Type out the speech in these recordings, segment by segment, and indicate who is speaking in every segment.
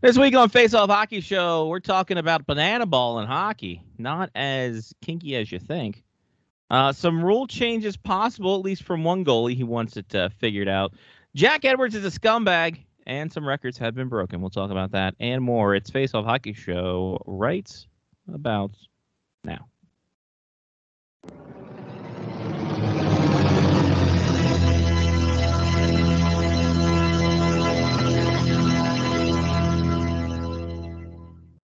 Speaker 1: This week on Face Off Hockey Show, we're talking about banana ball in hockey. Not as kinky as you think. Uh, some rule changes possible, at least from one goalie. He wants it uh, figured out. Jack Edwards is a scumbag, and some records have been broken. We'll talk about that and more. It's Face Off Hockey Show right about now.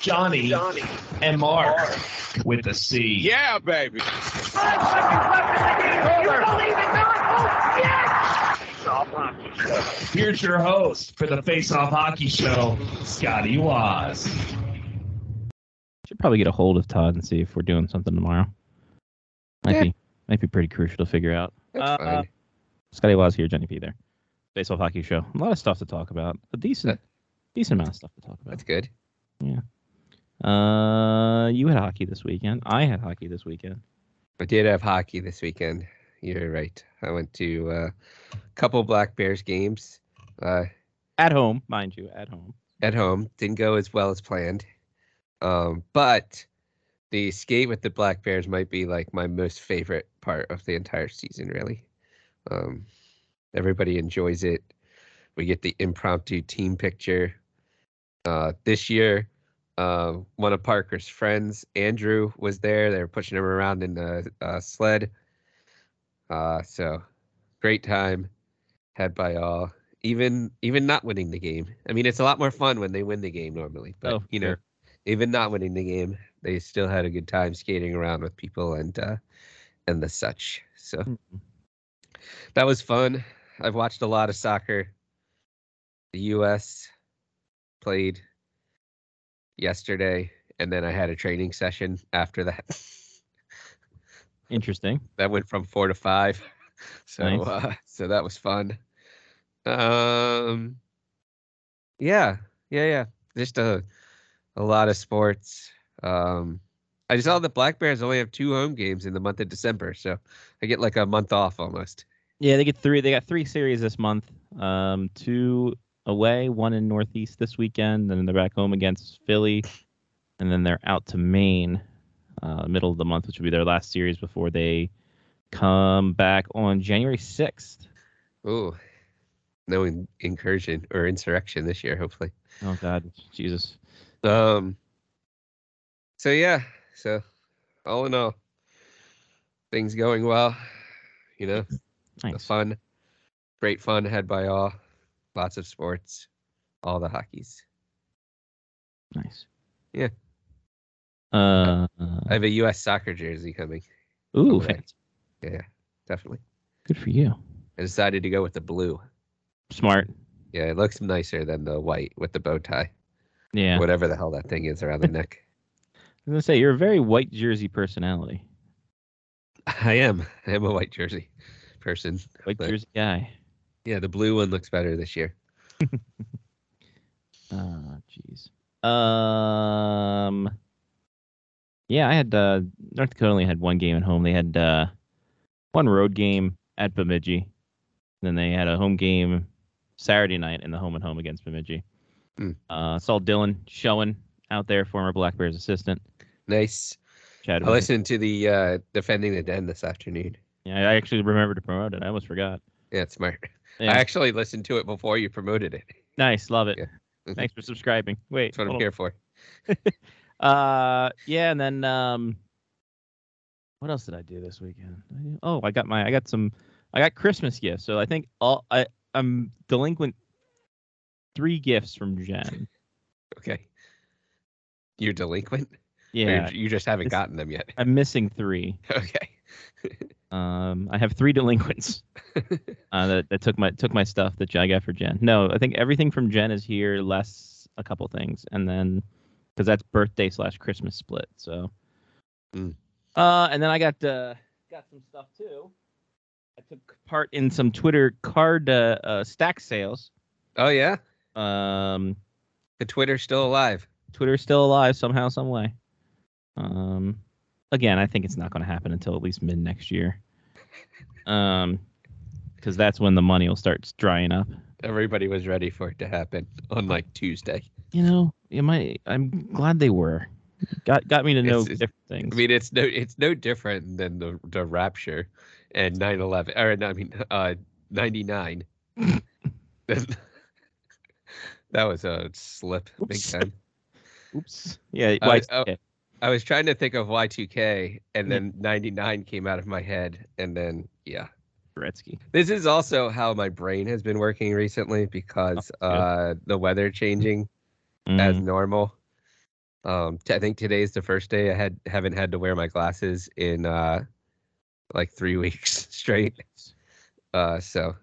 Speaker 2: Johnny, and Mark. With a C.
Speaker 3: Yeah, baby.
Speaker 2: Here's your host for the Face Off Hockey Show, Scotty Waz.
Speaker 1: Should probably get a hold of Todd and see if we're doing something tomorrow. Might
Speaker 3: Yeah.
Speaker 1: be might be pretty crucial to figure out.
Speaker 3: That's
Speaker 1: Uh,
Speaker 3: fine.
Speaker 1: Scotty Waz here, Johnny P there. Baseball hockey show. A lot of stuff to talk about. A decent decent amount of stuff to talk about.
Speaker 3: That's good.
Speaker 1: Uh you had hockey this weekend. I had hockey this weekend.
Speaker 3: I did have hockey this weekend. You're right. I went to uh, a couple Black Bears games uh,
Speaker 1: At home, mind you, at home.
Speaker 3: at home. Didn't go as well as planned. Um, but the skate with the Black Bears might be like my most favorite part of the entire season, really. Um, everybody enjoys it. We get the impromptu team picture. Uh, this year, uh, one of Parker's friends, Andrew, was there. They were pushing him around in the uh, sled. Uh, so great time had by all. Even even not winning the game. I mean, it's a lot more fun when they win the game normally. But
Speaker 1: Oh,
Speaker 3: you know,
Speaker 1: sure.
Speaker 3: even not winning the game, they still had a good time skating around with people and uh, and the such. So that was fun. I've watched a lot of soccer. The U.S. played yesterday, and then I had a training session after that.
Speaker 1: Interesting.
Speaker 3: that went from four to five, so
Speaker 1: Nice.
Speaker 3: uh, so that was fun. Um, yeah, yeah, yeah. Just a a lot of sports. Um, I just saw the Black Bears only have two home games in the month of December, so I get like a month off almost.
Speaker 1: Yeah, they get three they got three series this month. Um two away, one in Northeast this weekend, and then they're back home against Philly. And then they're out to Maine, uh, middle of the month, which will be their last series before they come back on January sixth.
Speaker 3: Ooh, no in- incursion or insurrection this year, hopefully.
Speaker 1: Oh God, Jesus!
Speaker 3: Um. So yeah, so all in all, things going well. You know, the
Speaker 1: Thanks.
Speaker 3: fun, great fun had by all. Lots of sports, all the hockeys.
Speaker 1: Nice.
Speaker 3: Yeah.
Speaker 1: Uh.
Speaker 3: I have a U.S. soccer jersey coming.
Speaker 1: ooh,
Speaker 3: way.
Speaker 1: fancy.
Speaker 3: Yeah, definitely.
Speaker 1: good for you.
Speaker 3: I decided to go with the blue.
Speaker 1: Smart.
Speaker 3: Yeah, it looks nicer than the white with the bow tie,
Speaker 1: Yeah. I was
Speaker 3: whatever the hell that thing is around the neck.
Speaker 1: gonna say you're a very white jersey personality.
Speaker 3: I am. I am a white jersey person.
Speaker 1: White
Speaker 3: But-
Speaker 1: jersey guy.
Speaker 3: Yeah, the blue one looks better this year.
Speaker 1: Ah, jeez. Um. Yeah, I had uh, North Dakota only had one game at home. They had uh, one road game at Bemidji, then they had a home game Saturday night in the home and home against Bemidji.
Speaker 3: Hmm.
Speaker 1: Uh, saw Dylan Showen out there, former Black Bears assistant.
Speaker 3: Nice.
Speaker 1: Chad,
Speaker 3: Oh, I listened to the uh, defending the den this afternoon.
Speaker 1: yeah, I actually remembered to promote it. I almost forgot.
Speaker 3: Yeah, it's smart.
Speaker 1: Yeah.
Speaker 3: I actually listened to it before you promoted it.
Speaker 1: Nice, love it.
Speaker 3: Yeah.
Speaker 1: Thanks for subscribing. Wait,
Speaker 3: That's what I'm
Speaker 1: hold on.
Speaker 3: here for.
Speaker 1: Uh, yeah, and then um, what else did I do this weekend? I- Oh, I got my, I got some, I got Christmas gifts. So I think all I, I'm delinquent three gifts from Jen.
Speaker 3: Okay. You're delinquent. Or you're-
Speaker 1: Yeah,
Speaker 3: You just haven't
Speaker 1: It's-
Speaker 3: gotten them yet.
Speaker 1: I'm missing three.
Speaker 3: Okay.
Speaker 1: Um, I have three delinquents. uh, that, that took my took my stuff that I got for Jen. No, I think everything from Jen is here. Less a couple things, and then because that's birthday slash Christmas split. So,
Speaker 3: Mm.
Speaker 1: uh, and then I got uh, got some stuff too. I took part in some Twitter card uh, uh, stack sales.
Speaker 3: Oh yeah,
Speaker 1: Um,
Speaker 3: the Twitter's still alive.
Speaker 1: Twitter's still alive somehow, some way. Um, again, I think it's not going to happen until at least mid next year. Um, because that's when the money will start drying up.
Speaker 3: Everybody was ready for it to happen on like Tuesday.
Speaker 1: You know, it might. I'm glad they were. Got got me to know
Speaker 3: It's- it's-
Speaker 1: different things.
Speaker 3: I mean, it's no it's no different than the the Rapture and 9/11 or no, I mean uh 99. that that was a slip big
Speaker 1: Oops.
Speaker 3: time.
Speaker 1: Oops. Yeah.
Speaker 3: Uh,
Speaker 1: why-
Speaker 3: oh.
Speaker 1: okay.
Speaker 3: I was trying to think of Y2K and
Speaker 1: Yeah.
Speaker 3: then 99 came out of my head and then yeah.
Speaker 1: Gretzky.
Speaker 3: This is also how my brain has been working recently because
Speaker 1: Oh, good.
Speaker 3: uh the weather changing as
Speaker 1: Mm,
Speaker 3: normal. Um, t- I think today's the first day I had haven't had to wear my glasses in uh, like three weeks straight. Uh, so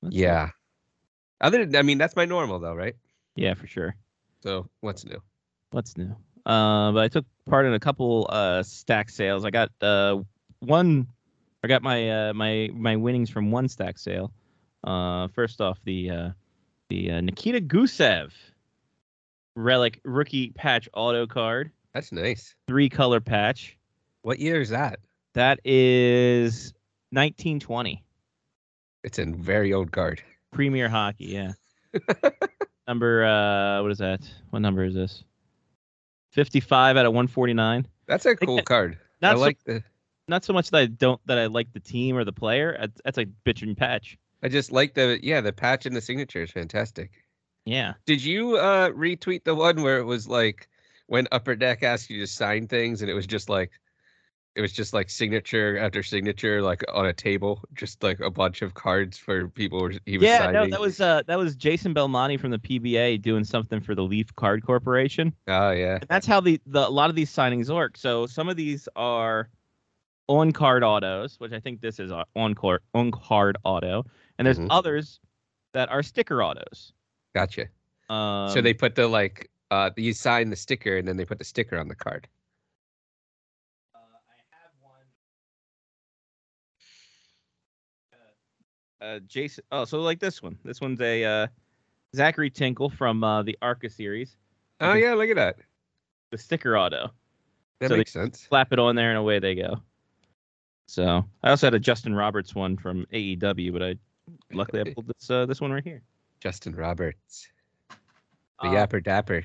Speaker 1: that's it.
Speaker 3: yeah. Other than I mean that's my normal though, right?
Speaker 1: Yeah, for sure.
Speaker 3: So what's new?
Speaker 1: What's new? Uh, but I took part in a couple uh stack sales. I got uh one. I got my uh my my winnings from one stack sale. Uh, first off the uh the uh, Nikita Gusev relic rookie patch auto card,
Speaker 3: That's nice.
Speaker 1: three color patch.
Speaker 3: What year is that?
Speaker 1: That is 1920
Speaker 3: It's a very old card.
Speaker 1: Premier Hockey. Yeah. number uh what is that? What number is this? 55 out of 149.
Speaker 3: That's a cool card. I
Speaker 1: Not so
Speaker 3: like the.
Speaker 1: not so much that I don't that I like the team or the player. That's- That's a bitch and patch.
Speaker 3: I just like the yeah the patch and the signature is fantastic.
Speaker 1: Yeah.
Speaker 3: Did you uh retweet the one where it was like when Upper Deck asked you to sign things and it was just like it was just like signature after signature like on a table, just like a bunch of cards for people were- he was
Speaker 1: yeah.
Speaker 3: signing.
Speaker 1: No, that was uh that was Jason Belmonte from the PBA doing something for the Leaf Card Corporation.
Speaker 3: Oh yeah.
Speaker 1: And that's how the, the a lot of these signings work. So some of these are on card autos, which I think this is uh, on card on card auto, and there's
Speaker 3: Mhm.
Speaker 1: others that are sticker autos.
Speaker 3: Gotcha.
Speaker 1: Um,
Speaker 3: so they put the like uh you sign the sticker and then they put the sticker on the card.
Speaker 1: Uh, I have one. Uh, uh, Jason. Oh, so like this one. This one's a uh, Zachary Tinkle from uh, the Arca series.
Speaker 3: Oh
Speaker 1: Okay.
Speaker 3: yeah, look at that.
Speaker 1: The sticker auto.
Speaker 3: That
Speaker 1: So they-
Speaker 3: makes sense.
Speaker 1: Slap it on there, and away they go. So I also had a Justin Roberts one from AEW, but I luckily I pulled this uh, this one right here.
Speaker 3: Justin Roberts. The
Speaker 1: Uh,
Speaker 3: Yapper Dapper.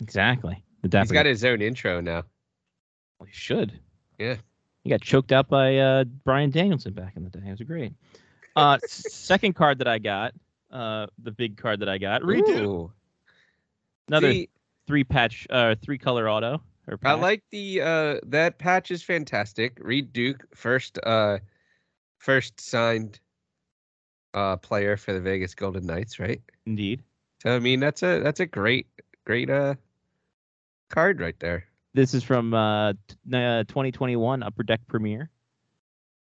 Speaker 1: Exactly. The
Speaker 3: He's
Speaker 1: dapper.
Speaker 3: got his own intro now.
Speaker 1: Well, he should.
Speaker 3: Yeah.
Speaker 1: He got choked out by uh, Brian Danielson back in the day. It was great. Uh, s- second card that I got, uh, the big card that I got, redo
Speaker 3: Ooh.
Speaker 1: another
Speaker 3: See,
Speaker 1: three patch, uh, three color auto. Or
Speaker 3: I
Speaker 1: patch.
Speaker 3: like the uh that patch is fantastic. Reed Duke first uh first signed uh player for the Vegas Golden Knights, right?
Speaker 1: indeed.
Speaker 3: So I mean that's a that's a great great uh card right there.
Speaker 1: This is from uh, t- uh, 2021 Upper Deck Premiere.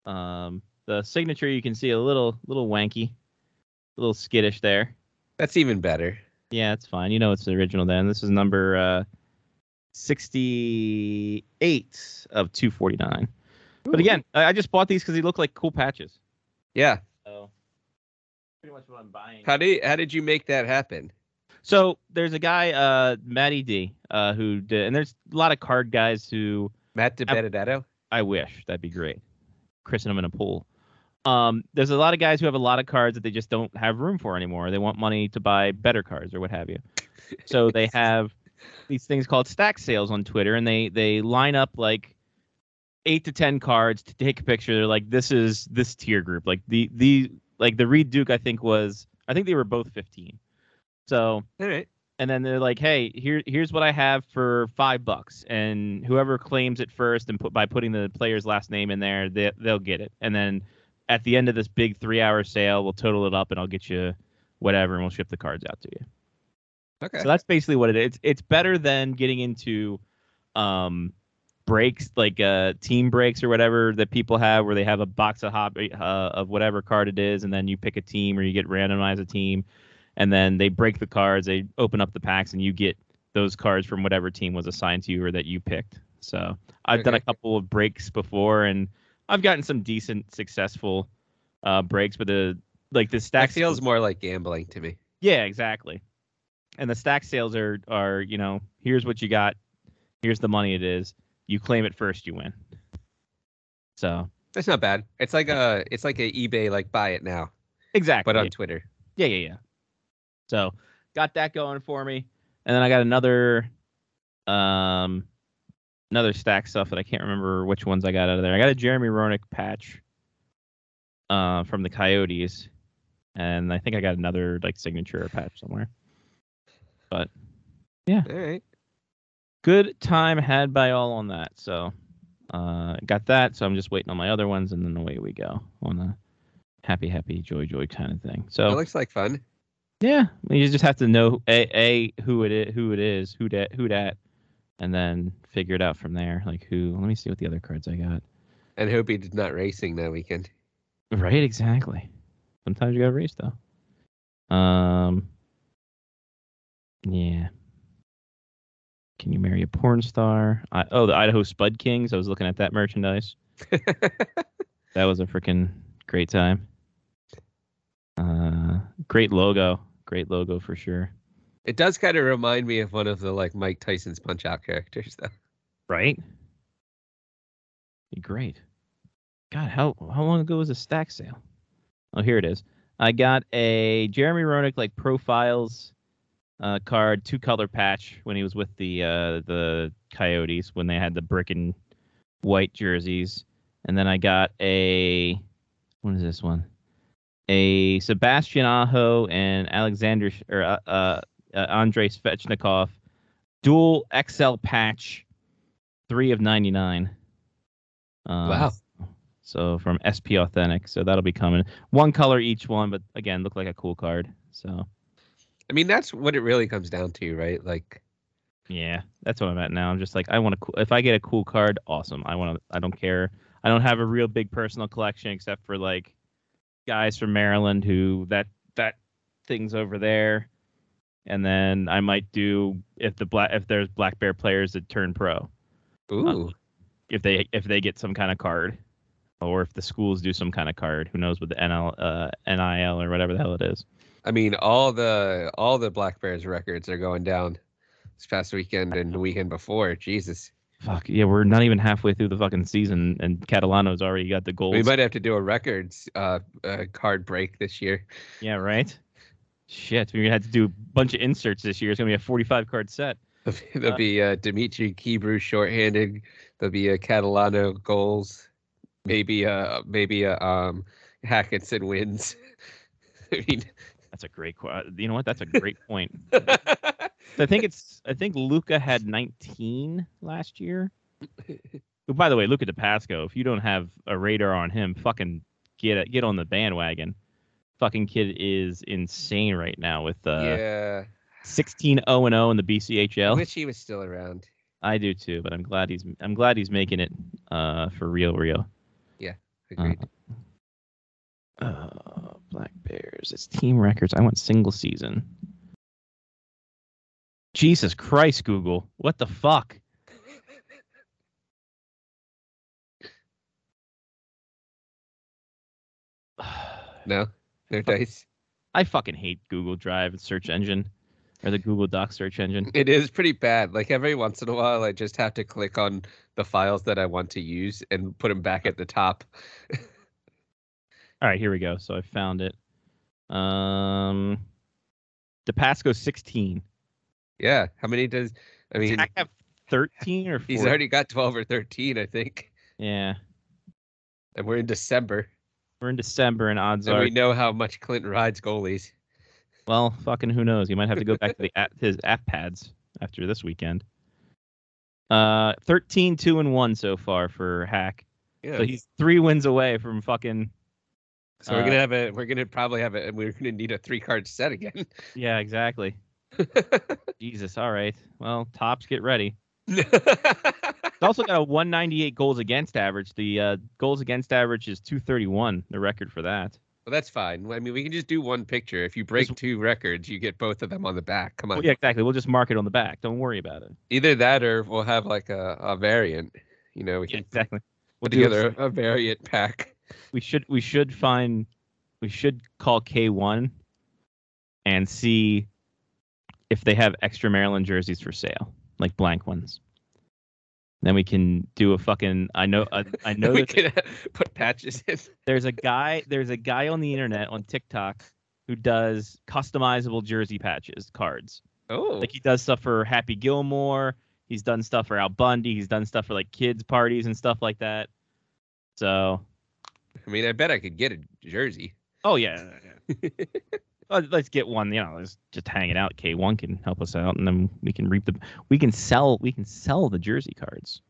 Speaker 1: Um, the signature you can see a little, little wanky, a little skittish there.
Speaker 3: That's even better.
Speaker 1: Yeah, it's fine. You know it's the original then. This is number uh, 68 of 249. But again, I I just bought these because they look like cool patches.
Speaker 3: Yeah.
Speaker 1: So pretty much what I'm buying.
Speaker 3: How did how did you make that happen?
Speaker 1: So there's a guy, uh, Matty D, uh, who did, and there's a lot of card guys who
Speaker 3: Matt DiBenedetto?
Speaker 1: I wish that'd be great. Christen them in a pool. Um, there's a lot of guys who have a lot of cards that they just don't have room for anymore. They want money to buy better cards or what have you. So they have these things called stack sales on Twitter, and they they line up like eight to ten cards to take a picture. They're like, this is this tier group. Like the the like the Reed Duke, I think was I think they were both 15. So
Speaker 3: All right.
Speaker 1: and then they're like, "Hey, here here's what I have for five bucks, and whoever claims it first and put by putting the player's last name in there, they they'll get it. And then at the end of this big three hour sale, we'll total it up, and I'll get you whatever, and we'll ship the cards out to you.
Speaker 3: Okay.
Speaker 1: So that's basically what it is. It's, it's better than getting into um, breaks like uh, team breaks or whatever that people have, where they have a box of hobby uh, of whatever card it is, and then you pick a team or you get randomized a team, and then they break the cards, they open up the packs, and you get those cards from whatever team was assigned to you or that you picked. So I've done a
Speaker 3: Okay.
Speaker 1: couple of breaks before, and I've gotten some decent, successful uh, breaks. But the like the
Speaker 3: That
Speaker 1: stack
Speaker 3: feels more like gambling to me.
Speaker 1: yeah, exactly. And the stack sales are are you know here's what you got, here's the money it is. You claim it first, you win. So
Speaker 3: That's not bad. It's like a it's like a eBay like buy it now,
Speaker 1: exactly.
Speaker 3: but on Twitter.
Speaker 1: uh, Yeah, yeah, yeah. So got that going for me, and then I got another, um, another stack stuff that I can't remember which ones I got out of there. I got a Jeremy Roenick patch, uh, from the Coyotes, and I think I got another like signature patch somewhere.
Speaker 3: All right.
Speaker 1: Good time had by all on that. So, uh, got that. So I'm just waiting on my other ones, and then away we go on a happy, happy, joy, joy kind of thing. So
Speaker 3: That looks like fun.
Speaker 1: Yeah, you just have to know a, a who it is, who it is, who dat, who dat, and then figure it out from there. Like who? Let me see what the other cards I got.
Speaker 3: And Hobie did not racing that weekend.
Speaker 1: Right, exactly. Sometimes you gotta race though. Um. Yeah. Can you marry a porn star? I, oh, the Idaho Spud Kings. I was looking at that merchandise. That was a freaking great time. Uh, great logo. Great logo for sure.
Speaker 3: it does kind of remind me of one of the like Mike Tyson's Punch Out characters though.
Speaker 1: Right? Be great. God, how how long ago was a stack sale? Oh, here it is. I got a Jeremy Roenick like profiles uh, card, two color patch when he was with the uh, the Coyotes when they had the brick and white jerseys, and then I got a what is this one? A Sebastian Aho and Alexander Sh- or uh, uh, uh, Andrei Svechnikov dual XL patch three of 99. Um,
Speaker 3: Wow.
Speaker 1: So from SP Authentic. So that'll be coming. One color each one, but again, look like a cool card. So
Speaker 3: I mean, that's what it really comes down to, right? Like,
Speaker 1: yeah, that's what I'm at now. I'm just like, I want a cool, if I get a cool card, awesome. I want to, I don't care. I don't have a real big personal collection except for like guys from Maryland who that, that thing's over there. And then I might do if the black, if there's black bear players that turn pro.
Speaker 3: ooh,
Speaker 1: if they if they get some kind of card, or if the schools do some kind of card. Who knows with the NL, uh, NIL or whatever the hell it is.
Speaker 3: I mean, all the all the Black Bears records are going down this past weekend and the weekend before. Jesus,
Speaker 1: Fuck yeah, we're not even halfway through the fucking season, and Catalano's already got the goals.
Speaker 3: we might have to do a records uh, uh card break this year.
Speaker 1: yeah, right. Shit, we had to do a bunch of inserts this year. It's gonna be a forty-five card set.
Speaker 3: There'll be uh, Dimitri Kibru shorthanded. There'll be a Catalano goals. Maybe uh maybe a um Hackinson wins. I mean,
Speaker 1: That's a great. qu- uh, You know what? That's a great point. I think it's. I think Luca had nineteen last year. Oh, by the way, Luca DePasco. If you don't have a radar on him, fucking get it, get on the bandwagon. Fucking kid is insane right now with uh
Speaker 3: yeah,
Speaker 1: sixteen zero and zero in the
Speaker 3: I
Speaker 1: BCHL.
Speaker 3: wish he was still around.
Speaker 1: I do too, but I'm glad he's I'm glad he's making it uh for real, real.
Speaker 3: Agreed.
Speaker 1: Uh, Black Bears. It's team records. I want single season. Jesus Christ, Google. What the fuck?
Speaker 3: no, no dice.
Speaker 1: I fucking hate Google Drive and search engine or the Google Doc search engine.
Speaker 3: It is pretty bad. Like every once in a while, I just have to click on the files that I want to use and put them back at the top.
Speaker 1: All right, here we go. So I found it. Um DePasco 16.
Speaker 3: Yeah. How many does? I mean,
Speaker 1: I have 13 or 14.
Speaker 3: he's already got twelve or thirteen, I think.
Speaker 1: Yeah.
Speaker 3: And we're in December,
Speaker 1: We're in December and odds
Speaker 3: and
Speaker 1: are
Speaker 3: we know how much Clinton rides goalies.
Speaker 1: Well, fucking who knows? You might have to go back to the app, his app pads after this weekend. Uh, 13, 2, and 1 so far for Hack.
Speaker 3: Yeah.
Speaker 1: So he's three wins away from fucking.
Speaker 3: so we're
Speaker 1: uh,
Speaker 3: gonna have a. We're gonna probably have a. and We're gonna need a three card set again.
Speaker 1: Yeah, exactly. Jesus. All right. Well, tops, get ready. It's also got a 198 goals against average. The uh, goals against average is 231, the record for that.
Speaker 3: Well, that's fine. I mean, we can just do one picture. If you break two records, you get both of them on the back. Come on.
Speaker 1: Well, yeah, exactly. We'll just mark it on the back. Don't worry about it.
Speaker 3: Either that or we'll have like a, a variant. You know, we
Speaker 1: Yeah,
Speaker 3: can
Speaker 1: exactly.
Speaker 3: put
Speaker 1: do it
Speaker 3: together a, a variant pack.
Speaker 1: we should we should find we should call K1 and see if they have extra Maryland jerseys for sale, like blank ones. Then we can do a fucking I know I, I know
Speaker 3: we
Speaker 1: that
Speaker 3: could uh, put patches in.
Speaker 1: there's a guy there's a guy on the internet on TikTok who does customizable jersey patches cards.
Speaker 3: Oh,
Speaker 1: Like he does stuff for Happy Gilmore. He's done stuff for Al Bundy. He's done stuff for like kids parties and stuff like that. So
Speaker 3: I mean, I bet I could get a jersey.
Speaker 1: Oh yeah. yeah, yeah. Uh, let's get one. You know, let's just hang it out. K one can help us out, and then we can reap the. We can sell. We can sell the jersey cards.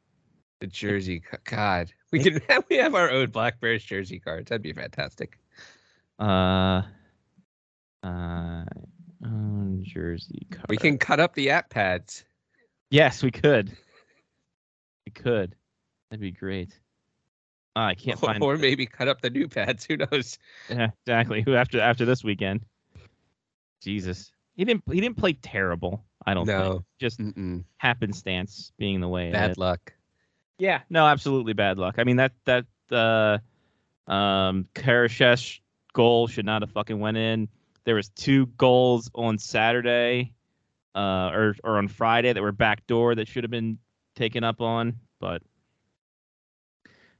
Speaker 3: The jersey, c- God, we can we have our own Black Bears jersey cards. That'd be fantastic.
Speaker 1: Uh, uh, own jersey card.
Speaker 3: We can cut up the app pads.
Speaker 1: Yes, we could. We could. That'd be great. Uh, I can't
Speaker 3: or,
Speaker 1: find.
Speaker 3: or maybe cut up the new pads. Who knows?
Speaker 1: Yeah, exactly. Who after after this weekend? Jesus, he didn't. He didn't play terrible. I don't think.
Speaker 3: No,
Speaker 1: Just
Speaker 3: Mm-mm.
Speaker 1: happenstance being the way it is.
Speaker 3: bad luck.
Speaker 1: Yeah, no, absolutely bad luck. I mean that that uh um Karashesh goal should not have fucking went in. There was two goals on Saturday uh or or on Friday that were backdoor that should have been taken up on, but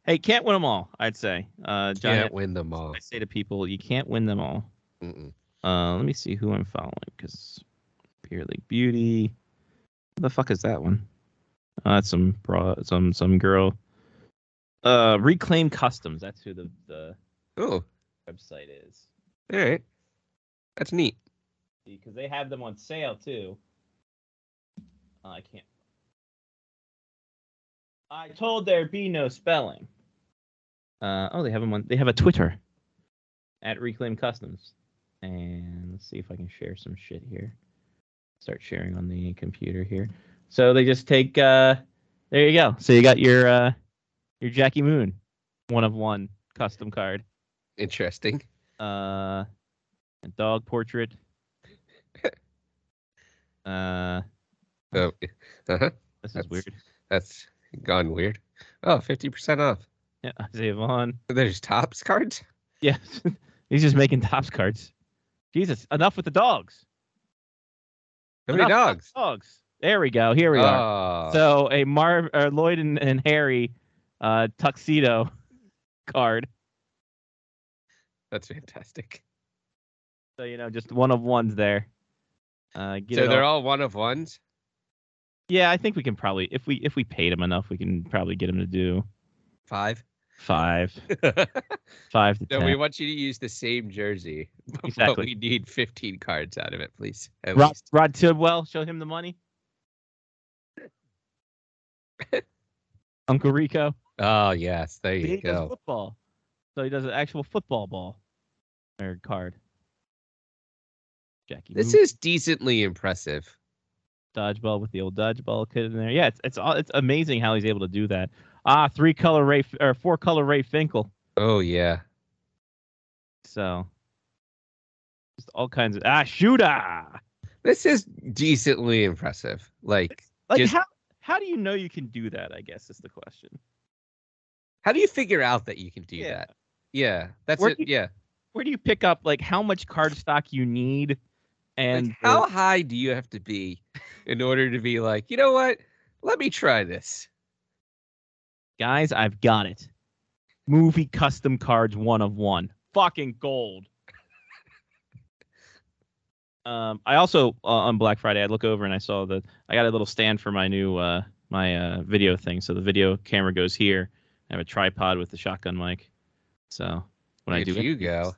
Speaker 1: hey, can't win them all, I'd say. Uh Johnny,
Speaker 3: Can't win them all.
Speaker 1: I say to people, you can't win them all.
Speaker 3: Mm-mm.
Speaker 1: Uh let me see who I'm following cuz Beer League Beauty. What the fuck is that one? Uh, that's some bra, some some girl. Uh, Reclaim Customs. That's who the the
Speaker 3: Oh,
Speaker 1: website is
Speaker 3: all right. That's neat.
Speaker 1: because they have them on sale too. Uh, I can't. I told there be no spelling. Uh oh, they have them on. They have a Twitter at Reclaim Customs, and let's see if I can share some shit here. Start sharing on the computer here. So they just take. uh There you go. So you got your uh your Jackie Moon, one of one custom card.
Speaker 3: Interesting.
Speaker 1: Uh, a dog portrait. uh,
Speaker 3: Oh, uh-huh.
Speaker 1: this is
Speaker 3: That's-
Speaker 1: weird.
Speaker 3: That's gone weird. Oh, 50% off.
Speaker 1: Yeah, Isaiah Vaughn.
Speaker 3: There's tops cards?
Speaker 1: Yes, he's just making tops cards. Jesus, enough with the dogs.
Speaker 3: How many
Speaker 1: Enough
Speaker 3: dogs?
Speaker 1: with the Dogs. There we go. Here we are.
Speaker 3: Oh,
Speaker 1: So a Marv, uh, Lloyd and, and Harry, uh, tuxedo card.
Speaker 3: that's fantastic.
Speaker 1: So you know, just one of ones there. Uh, get
Speaker 3: so
Speaker 1: it
Speaker 3: they're
Speaker 1: all-
Speaker 3: all one of ones?
Speaker 1: Yeah, I think we can probably if we if we paid him enough, we can probably get him to do
Speaker 3: Five.
Speaker 1: five,
Speaker 3: so
Speaker 1: five to ten.
Speaker 3: we want you to use the same jersey, but
Speaker 1: Exactly.
Speaker 3: we need 15 cards out of it, please. At
Speaker 1: Rod,
Speaker 3: least.
Speaker 1: Rod Tidwell, show him the money. Uncle Rico.
Speaker 3: Oh, yes. There
Speaker 1: He
Speaker 3: you
Speaker 1: does
Speaker 3: go.
Speaker 1: football. So he does an actual football ball or card. Jackie.
Speaker 3: This
Speaker 1: Moon,
Speaker 3: is decently impressive.
Speaker 1: dodgeball with the old dodgeball kid in there. Yeah, it's it's all it's amazing how he's able to do that. Ah, three color Ray F- or four color Ray Finkel.
Speaker 3: Oh, yeah.
Speaker 1: So just all kinds of ah shooter.
Speaker 3: This is decently impressive. Like,
Speaker 1: Like
Speaker 3: Just-
Speaker 1: how how do you know you can do that? I guess is the question.
Speaker 3: how do you figure out that you can do
Speaker 1: Yeah.
Speaker 3: that? Yeah. That's
Speaker 1: Where
Speaker 3: it.
Speaker 1: do you-
Speaker 3: yeah.
Speaker 1: where do you pick up like how much cardstock you need
Speaker 3: Like,
Speaker 1: and
Speaker 3: how high do you have to be in order to be like, you know what? Let me try this.
Speaker 1: guys i've got it movie custom cards one of one fucking gold um i also uh, on black friday i look over and i saw that i got a little stand for my new uh my uh video thing so the video camera goes here i have a tripod with the shotgun mic so when i
Speaker 3: If
Speaker 1: do
Speaker 3: you go,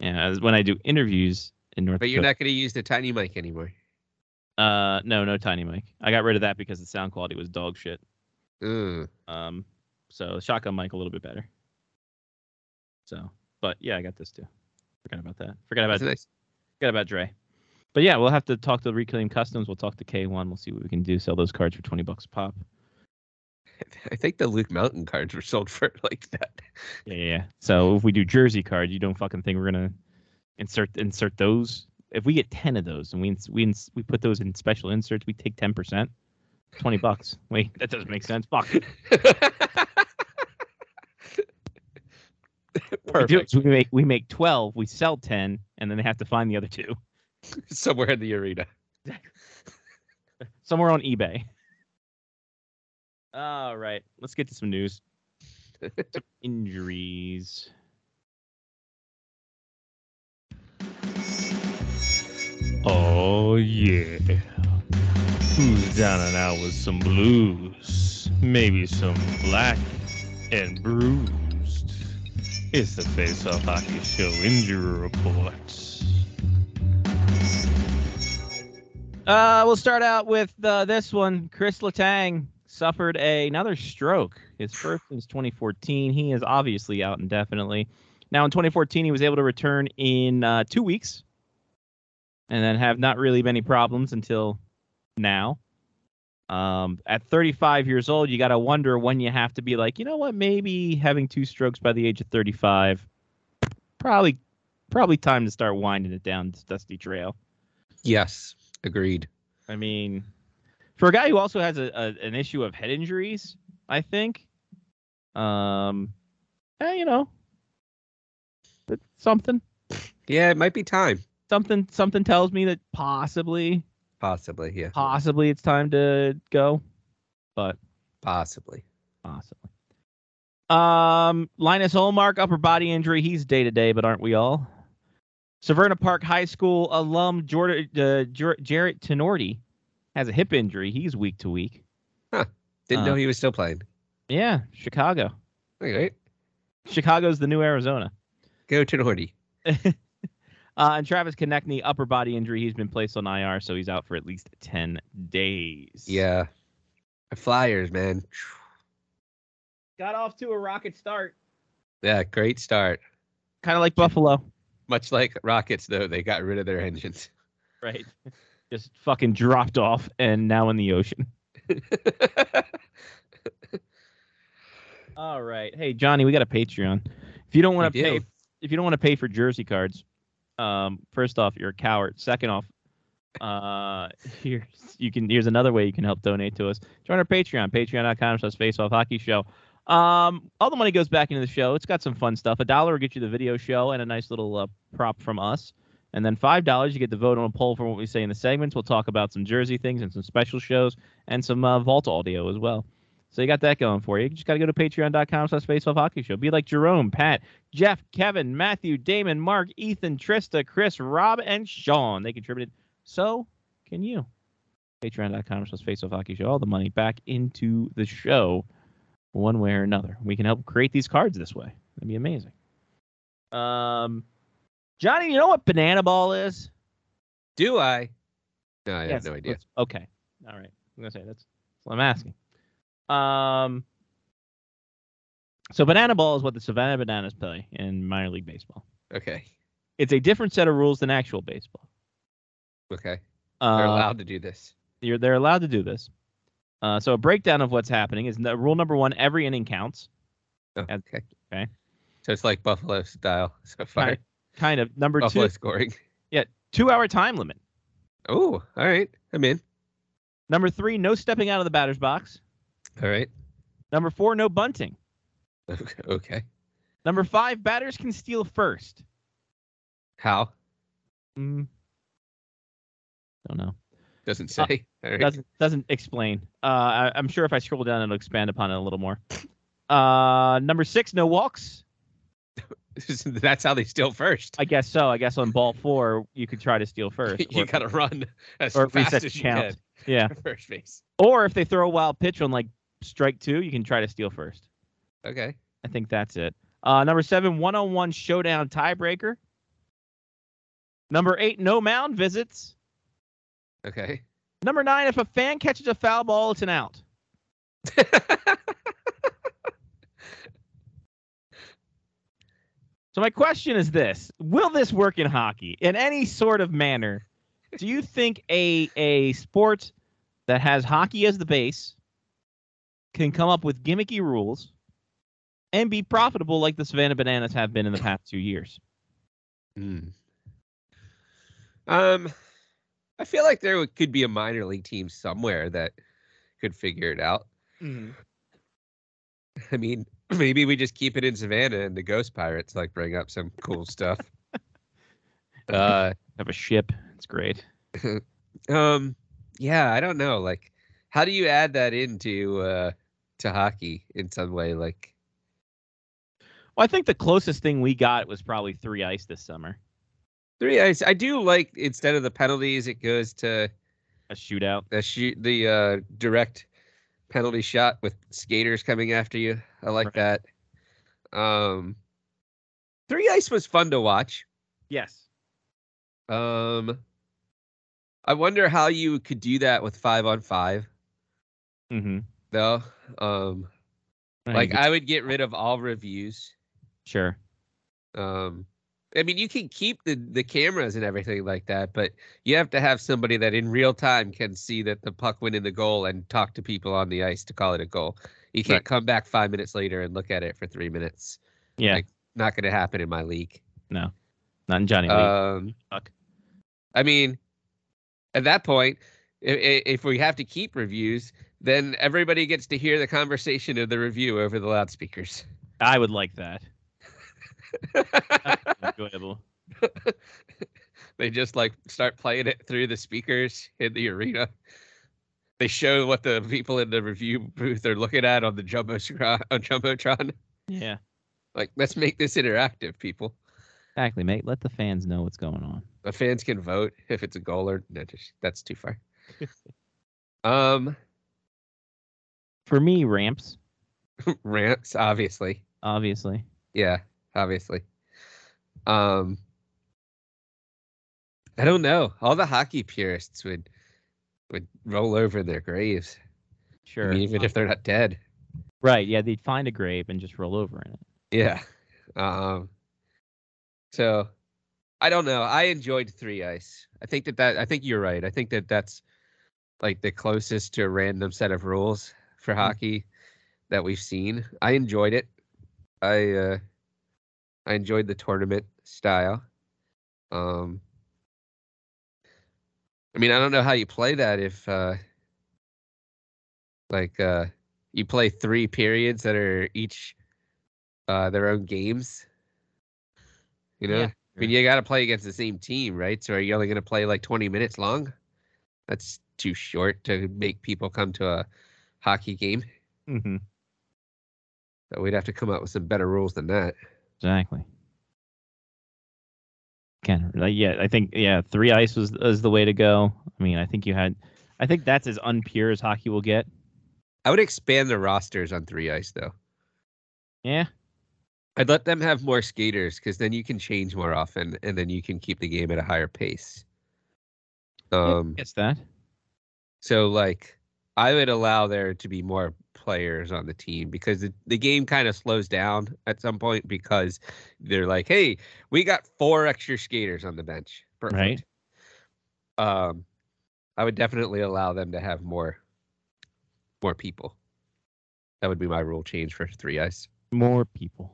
Speaker 1: yeah as- when i do interviews in north
Speaker 3: but you're
Speaker 1: Dakota-
Speaker 3: not going to use the tiny mic anymore.
Speaker 1: Uh, no, no tiny mic. I got rid of that because the sound quality was dog shit.
Speaker 3: Mm.
Speaker 1: Um, so shotgun mic a little bit better. So, but yeah, I got this too. Forgot about that. Forgot about
Speaker 3: That's nice.
Speaker 1: forgot about Dre. But yeah, we'll have to talk to Reclaim Customs. We'll talk to K1. We'll see what we can do. Sell those cards for twenty bucks a pop.
Speaker 3: I think the Luke Mountain cards were sold for like that.
Speaker 1: Yeah, yeah, yeah. So if we do jersey card, you don't fucking think we're gonna insert insert those. If we get ten of those and we ins- we ins- we put those in special inserts, we take ten percent, twenty bucks. Wait, that doesn't make sense. Fuck. We do-
Speaker 3: Perfect.
Speaker 1: so we make we make twelve, we sell ten, and then they have to find the other two
Speaker 3: Somewhere in the arena.
Speaker 1: somewhere on eBay. All right, let's get to some news. Some injuries. Oh yeah. Who's down and out with some blues? Maybe some black and bruised. It's the Face Off Hockey Show Injury Report. Uh, we'll start out with uh, this one. Chris Letang suffered a- another stroke, his first since 2014. He is obviously out indefinitely. Now, in 2014, he was able to return in uh, two weeks and then have not really many problems until now. Um, at 35 years old, you got to wonder when you have to be like, you know what, maybe having two strokes by the age of 35, probably, probably time to start winding it down this dusty trail.
Speaker 3: Yes, agreed.
Speaker 1: I mean, for a guy who also has a, a an issue of head injuries, I think, um, eh, you know, but something,
Speaker 3: Yeah, it might be time.
Speaker 1: something, something tells me that possibly,
Speaker 3: Possibly, yeah.
Speaker 1: possibly it's time to go, but
Speaker 3: Possibly.
Speaker 1: possibly. Um, Linus Olmark, upper body injury. He's day to day, but aren't we all? Severna Park High School alum Jordan, uh, Jer- Jarrett Tenorti has a hip injury. He's week to week.
Speaker 3: Didn't
Speaker 1: Uh,
Speaker 3: know he was still playing.
Speaker 1: Yeah, Chicago.
Speaker 3: All right.
Speaker 1: Chicago's the new Arizona.
Speaker 3: Go to the hoodie.
Speaker 1: Uh, and Travis Konechny, upper body injury. He's been placed on IR, so he's out for at least 10 days.
Speaker 3: Yeah. The Flyers, man.
Speaker 1: Got off to a rocket start.
Speaker 3: Yeah, great start.
Speaker 1: Kind of like Buffalo.
Speaker 3: Much like Rockets, though, they got rid of their engines.
Speaker 1: Right. Just fucking dropped off and now in the ocean. All right. Hey, Johnny, we got a Patreon. If you don't want to
Speaker 3: We
Speaker 1: pay,
Speaker 3: do.
Speaker 1: if you don't want to pay for jersey cards, um, first off, you're a coward. Second off, uh, here's you can here's another way you can help donate to us. Join our Patreon, Patreon.com/slash Face Off Hockey Show. Um, all the money goes back into the show. It's got some fun stuff. A dollar will get you the video show and a nice little uh, prop from us. And then five dollars, you get to vote on a poll for what we say in the segments. We'll talk about some jersey things and some special shows and some uh, vault audio as well. So you got that going for you. You just got to go to patreon.com slash faceoff hockey show. Be like Jerome, Pat, Jeff, Kevin, Matthew, Damon, Mark, Ethan, Trista, Chris, Rob, and Sean. They contributed. So can you. Patreon.com slash faceoff hockey show. All the money back into the show one way or another. We can help create these cards this way. That'd be amazing. Um, Johnny, you know what banana ball is?
Speaker 3: Do I? No, I
Speaker 1: Yes,
Speaker 3: have no idea.
Speaker 1: let's- Okay. All right. I'm gonna say that's, that's what I'm asking. Um. So banana ball is what the Savannah Bananas play in minor league baseball.
Speaker 3: Okay.
Speaker 1: It's a different set of rules than actual baseball.
Speaker 3: Okay.
Speaker 1: Uh,
Speaker 3: They're allowed to do this.
Speaker 1: You're, they're allowed to do this. Uh, so a breakdown of what's happening is n- rule number one: every inning counts.
Speaker 3: Oh,
Speaker 1: uh,
Speaker 3: okay.
Speaker 1: okay.
Speaker 3: So it's like Buffalo style so far.
Speaker 1: Kind Kind of number
Speaker 3: Buffalo
Speaker 1: two:
Speaker 3: scoring.
Speaker 1: two-hour time limit.
Speaker 3: Oh, all right. I'm in.
Speaker 1: Number three: no stepping out of the batter's box.
Speaker 3: All right.
Speaker 1: Number four: no bunting.
Speaker 3: Okay.
Speaker 1: Number five: batters can steal first.
Speaker 3: How?
Speaker 1: Mm. Don't know.
Speaker 3: Doesn't say. All right.
Speaker 1: Uh, Doesn't doesn't explain. Uh, I, I'm sure if I scroll down, it'll expand upon it a little more. Uh, number six, no walks.
Speaker 3: That's how they steal first.
Speaker 1: I guess so. I guess on ball four, you could try to steal first.
Speaker 3: you
Speaker 1: or,
Speaker 3: got to run as
Speaker 1: or
Speaker 3: fast
Speaker 1: reset
Speaker 3: as you
Speaker 1: count.
Speaker 3: can.
Speaker 1: Yeah.
Speaker 3: for First base.
Speaker 1: or if they throw a wild pitch on like strike two, you can try to steal first.
Speaker 3: Okay.
Speaker 1: I think that's it. Uh, number seven, one-on-one showdown tiebreaker. Number eight, no mound visits.
Speaker 3: Okay.
Speaker 1: Number nine, if a fan catches a foul ball, it's an out. So my question is this: Will this work in hockey in any sort of manner? Do you think a a sport that has hockey as the base can come up with gimmicky rules and be profitable like the Savannah Bananas have been in the past two years.
Speaker 3: Mm. Um, I feel like there would- could be a minor league team somewhere that could figure it out. I mean, maybe we just keep it in Savannah and the Ghost Pirates like bring up some cool stuff. uh,
Speaker 1: Have a ship. It's great.
Speaker 3: um, yeah, I don't know. Like, how do you add that into uh to hockey in some way? Like,
Speaker 1: Well, I think the closest thing we got was probably three ice this summer.
Speaker 3: three ice. I do like instead of the penalties, it goes to
Speaker 1: A shootout.
Speaker 3: the shoot the uh, direct penalty shot with skaters coming after you. I like that. Um, three ice was fun to watch.
Speaker 1: Yes.
Speaker 3: Um, I wonder how you could do that with five on five
Speaker 1: Mm-hmm.
Speaker 3: though. Um, like I would get rid of all reviews.
Speaker 1: sure.
Speaker 3: Um, I mean, you can keep the the cameras and everything like that, but you have to have somebody that in real time can see that the puck went in the goal and talk to people on the ice to call it a goal. You can't
Speaker 1: Right.
Speaker 3: come back five minutes later and look at it for three minutes.
Speaker 1: Yeah.
Speaker 3: Like- Not going to happen in my league.
Speaker 1: Not in Johnny Lee.
Speaker 3: Um,
Speaker 1: Fuck.
Speaker 3: I mean, at that point, if, if we have to keep reviews, then everybody gets to hear the conversation of the review over the loudspeakers.
Speaker 1: I would like that. Enjoyable.
Speaker 3: They just like start playing it through the speakers in the arena. They show what the people in the review booth are looking at on the jumbo on jumbotron.
Speaker 1: Yeah.
Speaker 3: Like, let's make this interactive, people.
Speaker 1: Exactly, mate. Let the fans know what's going on.
Speaker 3: The fans can vote if it's a goal or no. Just, that's too far. um,
Speaker 1: For me, ramps,
Speaker 3: rants, obviously.
Speaker 1: obviously.
Speaker 3: Yeah, obviously. Um, I don't know. All the hockey purists would would roll over in their graves, I
Speaker 1: Sure.
Speaker 3: mean, even if they're not dead.
Speaker 1: right. Yeah. They'd find a grave and just roll over in it.
Speaker 3: Yeah. Um, so I don't know. I enjoyed three ice. I think that that I think you're right. I think that that's like the closest to a random set of rules for hockey that we've seen. I enjoyed it. I uh, I enjoyed the tournament style. Um, I mean, I don't know how you play that if uh, like uh, you play three periods that are each uh, their own games. You know,
Speaker 1: Yeah,
Speaker 3: I mean, you got to play against the same team, right? So are you only going to play like 20 minutes long? That's too short to make people come to a hockey game.
Speaker 1: Mm-hmm.
Speaker 3: So we'd have to come up with some better rules than that.
Speaker 1: Exactly. Kind of, like, yeah, I think yeah, three ice was is the way to go. I mean, I think you had, I think that's as unpure as hockey will get.
Speaker 3: I would expand the rosters on three ice though.
Speaker 1: Yeah,
Speaker 3: I'd let them have more skaters because then you can change more often, and then you can keep the game at a higher pace. Um,
Speaker 1: it's that.
Speaker 3: So like I would allow there to be more players on the team because the, the game kind of slows down at some point because they're like, hey, we got four extra skaters on the bench.
Speaker 1: Right.
Speaker 3: Um I would definitely allow them to have more more people. That would be my rule change for three ice.
Speaker 1: More people.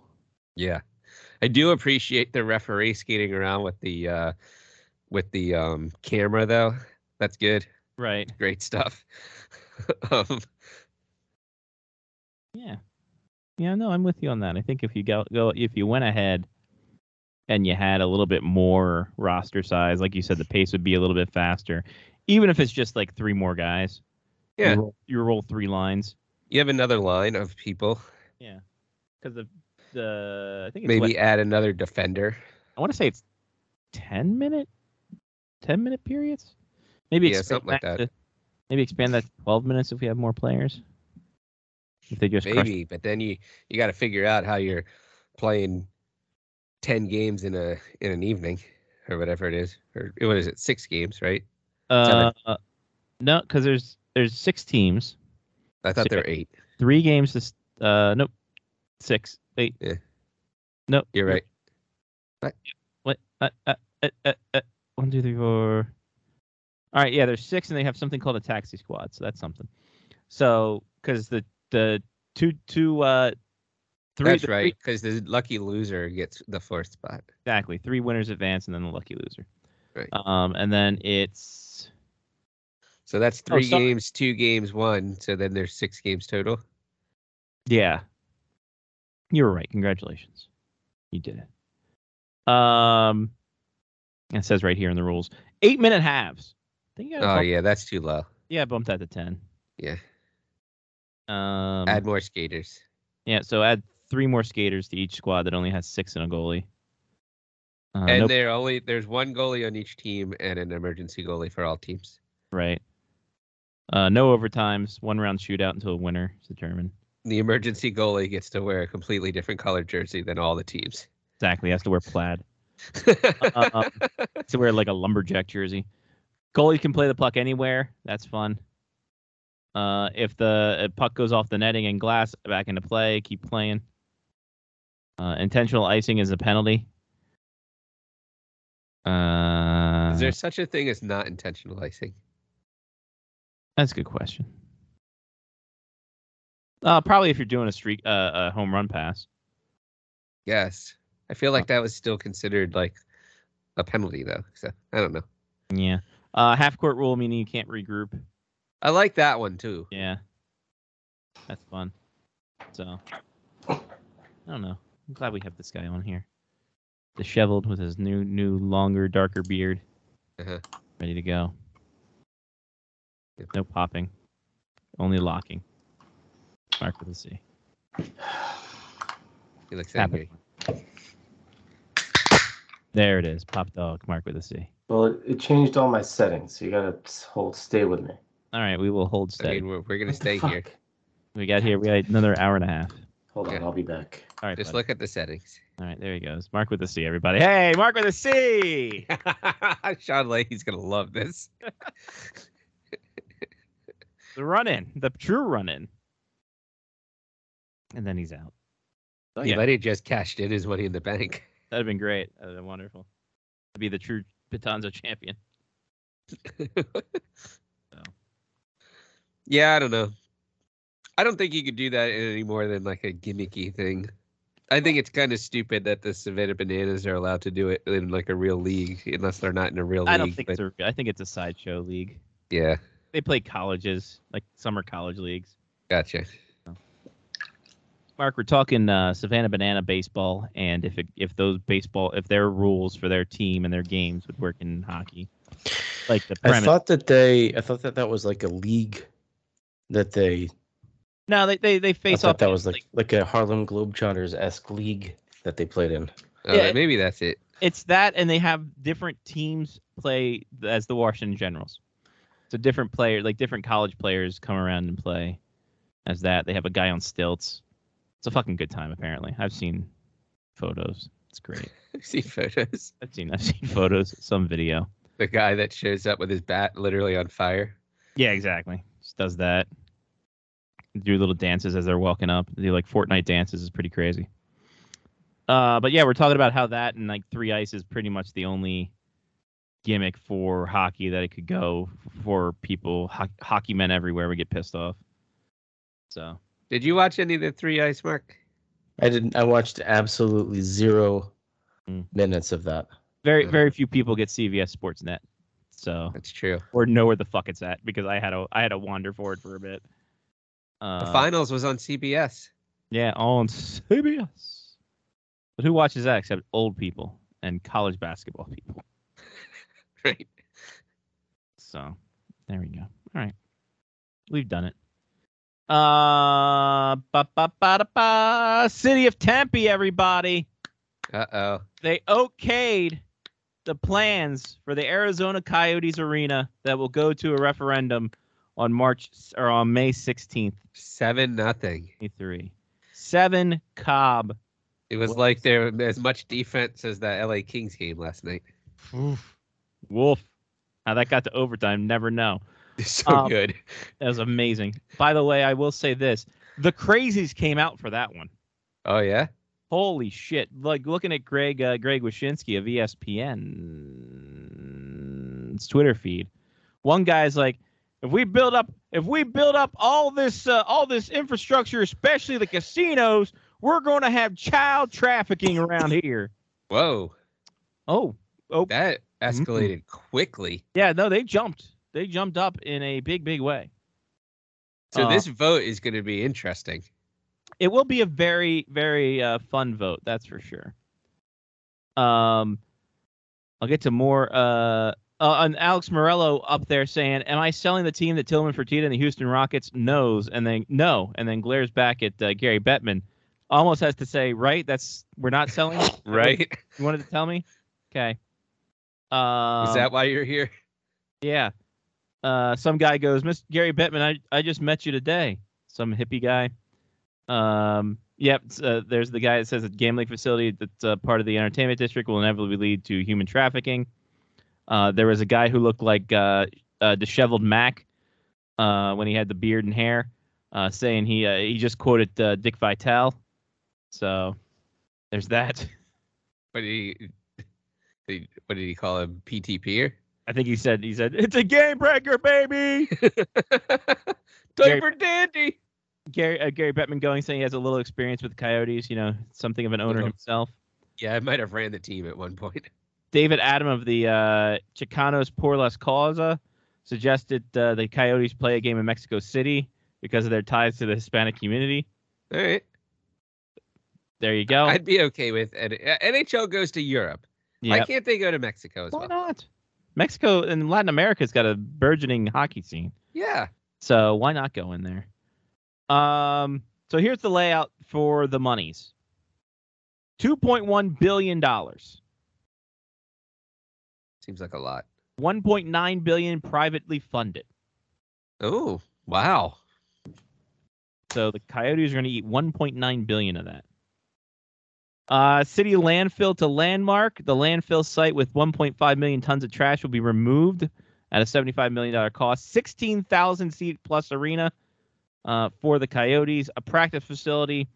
Speaker 3: Yeah. I do appreciate the referee skating around with the uh with the um camera though. That's good
Speaker 1: Right.
Speaker 3: great stuff. um,
Speaker 1: Yeah. Yeah. No, I'm with you on that. I think if you go, go if you went ahead and you had a little bit more roster size, like you said, the pace would be a little bit faster, even if it's just like three more guys.
Speaker 3: Yeah.
Speaker 1: You roll, you roll three lines
Speaker 3: you have another line of people.
Speaker 1: because the the I think it's what-
Speaker 3: Maybe add another defender.
Speaker 1: I want to say it's ten minute, ten minute periods. Maybe
Speaker 3: Yeah,
Speaker 1: expand
Speaker 3: something like that.
Speaker 1: to- maybe expand that to twelve minutes if we have more players. If they just crush,
Speaker 3: Maybe, but then you you got to figure out how you're playing ten games in a in an evening or whatever it is. Or what is it? Six games, right?
Speaker 1: uh, no, because there's there's six teams,
Speaker 3: I thought there
Speaker 1: Yeah.
Speaker 3: were eight.
Speaker 1: three games. This uh, nope, six, eight.
Speaker 3: Yeah.
Speaker 1: Nope,
Speaker 3: You're right.
Speaker 1: What? Uh, uh, uh, uh, uh, one, two, three, four. All right, yeah, there's six, and they have something called a taxi squad, so that's something. So, because the the two two uh three
Speaker 3: That's
Speaker 1: the three-
Speaker 3: right, because the lucky loser gets the fourth spot.
Speaker 1: exactly three winners advance and then the lucky loser
Speaker 3: Right.
Speaker 1: um and then it's
Speaker 3: So that's
Speaker 1: Oh,
Speaker 3: three
Speaker 1: so-
Speaker 3: games, two games, one. So then there's six games total.
Speaker 1: yeah you were right congratulations you did it um it says right here in the rules eight minute halves I think you gotta
Speaker 3: Oh
Speaker 1: bump-
Speaker 3: yeah, that's too low.
Speaker 1: yeah bump that to 10
Speaker 3: Yeah.
Speaker 1: um
Speaker 3: Add more skaters.
Speaker 1: yeah so add three more skaters to each squad that only has six and a goalie uh,
Speaker 3: and
Speaker 1: no-
Speaker 3: there only there's one goalie on each team and an emergency goalie for all teams.
Speaker 1: right uh no overtimes one round shootout until a winner is determined
Speaker 3: The emergency goalie gets to wear a completely different colored jersey than all the teams.
Speaker 1: Exactly. Has to wear plaid. Um, has to wear like a lumberjack jersey. Goalie can play the puck anywhere. That's fun. Uh, if the uh, puck goes off the netting and glass, back into play. Keep playing. Uh, intentional icing is a penalty. Uh,
Speaker 3: Is there such a thing as not intentional icing?
Speaker 1: That's a good question. Uh, probably if you're doing a streak, uh, a home run pass.
Speaker 3: Yes. I feel
Speaker 1: Uh,
Speaker 3: like that was still considered like a penalty though. So I don't know.
Speaker 1: Yeah. Uh, half court rule meaning you can't regroup.
Speaker 3: I like that one too.
Speaker 1: Yeah. That's fun. So I don't know. I'm glad we have this guy on here. Disheveled with his new new longer, darker beard.
Speaker 3: Uh-huh.
Speaker 1: Ready to go.
Speaker 3: Yep.
Speaker 1: No popping. Only locking. Mark with a C.
Speaker 3: He looks
Speaker 1: Tap
Speaker 3: angry.
Speaker 1: it. There it is. Pop dog. Mark with a C.
Speaker 4: Well, it, it changed all my settings. You gotta hold, stay with me.
Speaker 1: All right, we will hold
Speaker 3: I
Speaker 1: steady.
Speaker 3: mean, we're, we're gonna
Speaker 4: What the
Speaker 3: stay here.
Speaker 4: fuck?
Speaker 1: we got here. We got another hour and a half.
Speaker 4: Hold on,
Speaker 3: Yeah.
Speaker 4: I'll be back.
Speaker 1: All right,
Speaker 3: Just
Speaker 1: buddy.
Speaker 3: look at the settings.
Speaker 1: All right, there he goes. Mark with a C, everybody. Hey, Mark with a C.
Speaker 3: Sean Leahy's gonna love this.
Speaker 1: The run in, the true run in. And then he's out.
Speaker 3: He
Speaker 1: Oh, yeah.
Speaker 3: might have just cashed in his money in the bank.
Speaker 1: That'd have been great. That'd have been wonderful. To be the true Pitanzo champion.
Speaker 3: Yeah, I don't know. I don't think you could do that any more than like a gimmicky thing. I think it's kind of stupid that the Savannah Bananas are allowed to do it in like a real league, unless they're not in a real league.
Speaker 1: I don't think
Speaker 3: but
Speaker 1: it's a I think it's a sideshow league.
Speaker 3: yeah,
Speaker 1: They play colleges, like summer college leagues.
Speaker 3: gotcha.
Speaker 1: Mark, we're talking uh, Savannah Banana baseball, and if it, if those baseball if their rules for their team and their games would work in hockey, like the
Speaker 5: I
Speaker 1: premise.
Speaker 5: thought that they, I thought that that was like a league that they,
Speaker 1: no, they they they
Speaker 5: I
Speaker 1: face
Speaker 5: thought
Speaker 1: off.
Speaker 5: that was like, like a Harlem Globetrotters esque league that they played in.
Speaker 3: Oh,
Speaker 1: Yeah.
Speaker 3: maybe that's it.
Speaker 1: it's that and they have different teams play as the washington generals so different player like different college players come around and play as that they have a guy on stilts it's a fucking good time apparently i've seen photos it's great
Speaker 3: I see photos.
Speaker 1: i've seen i've seen photos some video
Speaker 3: The guy that shows up with his bat literally on fire.
Speaker 1: yeah exactly just does that do little dances as they're walking up do like fortnite dances is pretty crazy uh but yeah we're talking about how that and like three ice is pretty much the only gimmick for hockey that it could go for people. Ho- hockey men everywhere would get pissed off. So
Speaker 3: Did you watch any of the Three Ice Mark?
Speaker 5: I didn't, I watched absolutely zero
Speaker 1: Hmm.
Speaker 5: minutes of that.
Speaker 1: very
Speaker 3: Mhm.
Speaker 1: very few people get CVS Sportsnet. So
Speaker 3: That's true.
Speaker 1: or know where the fuck it's at because I had a I had to wander forward for a bit.
Speaker 3: The
Speaker 1: Uh,
Speaker 3: finals was on CBS.
Speaker 1: Yeah, on CBS. But who watches that except old people and college basketball people?
Speaker 3: Right.
Speaker 1: So there we go. All right. We've done it. Uh ba ba ba da ba City of Tempe, everybody.
Speaker 3: Uh oh.
Speaker 1: They okayed the plans for the Arizona Coyotes Arena that will go to a referendum on March or on May 16th,
Speaker 3: Seven nothing.
Speaker 1: 23. Seven Cobb
Speaker 3: It was
Speaker 1: Well-
Speaker 3: like there as much defense as that LA Kings game last night.
Speaker 1: Oof. Wolf. How that got to overtime, never know.
Speaker 3: So
Speaker 1: Um,
Speaker 3: good.
Speaker 1: That was amazing. By the way, I will say this. The crazies came out for that one.
Speaker 3: Oh yeah.
Speaker 1: Holy shit. Like looking at Greg uh, Greg Wyszynski of ESPN's Twitter feed. One guy's like, If we build up, if we build up all this, uh, all this infrastructure, especially the casinos, we're going to have child trafficking around here.
Speaker 3: Whoa,
Speaker 1: Oh,
Speaker 3: that
Speaker 1: Mm-hmm.
Speaker 3: escalated quickly.
Speaker 1: yeah, no, they jumped. They jumped up in a big, big way.
Speaker 3: So
Speaker 1: Uh,
Speaker 3: this vote is going to be interesting.
Speaker 1: it will be a very very uh, fun vote that's for sure um i'll get to more uh, uh and alex morello up there saying am i selling the team that tillman fertitta and the houston rockets knows and then no and then glares back at uh, gary bettman almost has to say right that's we're not selling it?
Speaker 3: Right?
Speaker 1: you wanted to tell me okay uh
Speaker 3: is that why you're here?
Speaker 1: yeah. Uh, some guy goes, Miss Gary Bettman, I, I just met you today. Some hippie guy. Um, yep. it's, Uh, there's the guy that says that gambling facility that's uh, part of the entertainment district will inevitably lead to human trafficking. Uh, there was a guy who looked like uh, uh, disheveled Mac uh, when he had the beard and hair, uh, saying he uh, he just quoted uh, Dick Vitale. So there's that.
Speaker 3: What did he? he- What did he call him? PTP?
Speaker 1: I think he said he said it's a game breaker, baby.
Speaker 3: Diaper dandy.
Speaker 1: Gary uh, Gary Bettman going saying he has a little experience with coyotes, you know, something of an owner
Speaker 3: Little.
Speaker 1: himself.
Speaker 3: Yeah, I might have ran the team at one point.
Speaker 1: David Adam of the uh, Chicanos por las causa suggested uh, the coyotes play a game in Mexico City because of their ties to the Hispanic community.
Speaker 3: All right,
Speaker 1: There you go.
Speaker 3: I'd be okay with N- uh, NHL goes to Europe. Why
Speaker 1: Yep.
Speaker 3: can't they go to Mexico as
Speaker 1: Why
Speaker 3: well?
Speaker 1: not? Mexico and Latin America's got a burgeoning hockey scene.
Speaker 3: Yeah,
Speaker 1: So why not go in there? Um, so here's the layout for the monies. Two point one billion dollars.
Speaker 3: seems like a lot.
Speaker 1: One point nine billion privately funded.
Speaker 3: Oh wow,
Speaker 1: So the coyotes are going to eat 1.9 billion of that. Uh, city landfill to landmark. The landfill site with 1.5 million tons of trash will be removed at a $75 million cost. 16,000 seat plus arena uh, for the coyotes. A practice facility,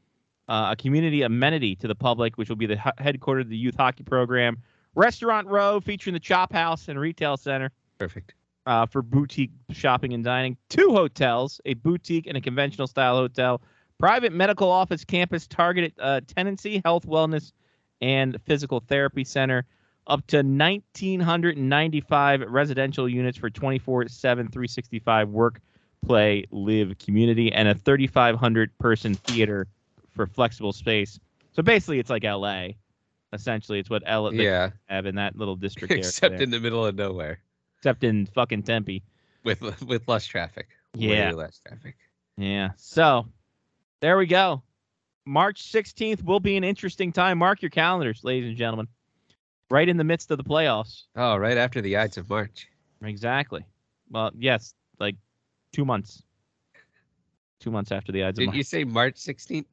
Speaker 1: uh, a community amenity to the public, which will be the h- headquarters of the youth hockey program. Restaurant row featuring the Chop House and retail center
Speaker 3: perfect.
Speaker 1: uh, for boutique shopping and dining, two hotels, a boutique and a conventional style hotel, private medical office campus, targeted uh, tenancy, health, wellness, and physical therapy center, up to 1,995 residential units for 24 7, 365 work, play, live community, and a 3,500 person theater for flexible space. So basically, it's like LA. Essentially, it's what LA they
Speaker 3: Yeah,
Speaker 1: have in that little district area
Speaker 3: except
Speaker 1: there.
Speaker 3: in the middle of nowhere
Speaker 1: except in fucking Tempe.
Speaker 3: with with less traffic.
Speaker 1: Yeah.
Speaker 3: Way less traffic.
Speaker 1: Yeah. So there we go. March 16th will be an interesting time. Mark your calendars, ladies and gentlemen. Right in the midst of the playoffs.
Speaker 3: Oh, right after the Ides of March.
Speaker 1: Exactly. Well, yes, like two months. Two months after the Ides of
Speaker 3: Did
Speaker 1: March.
Speaker 3: you say March 16th?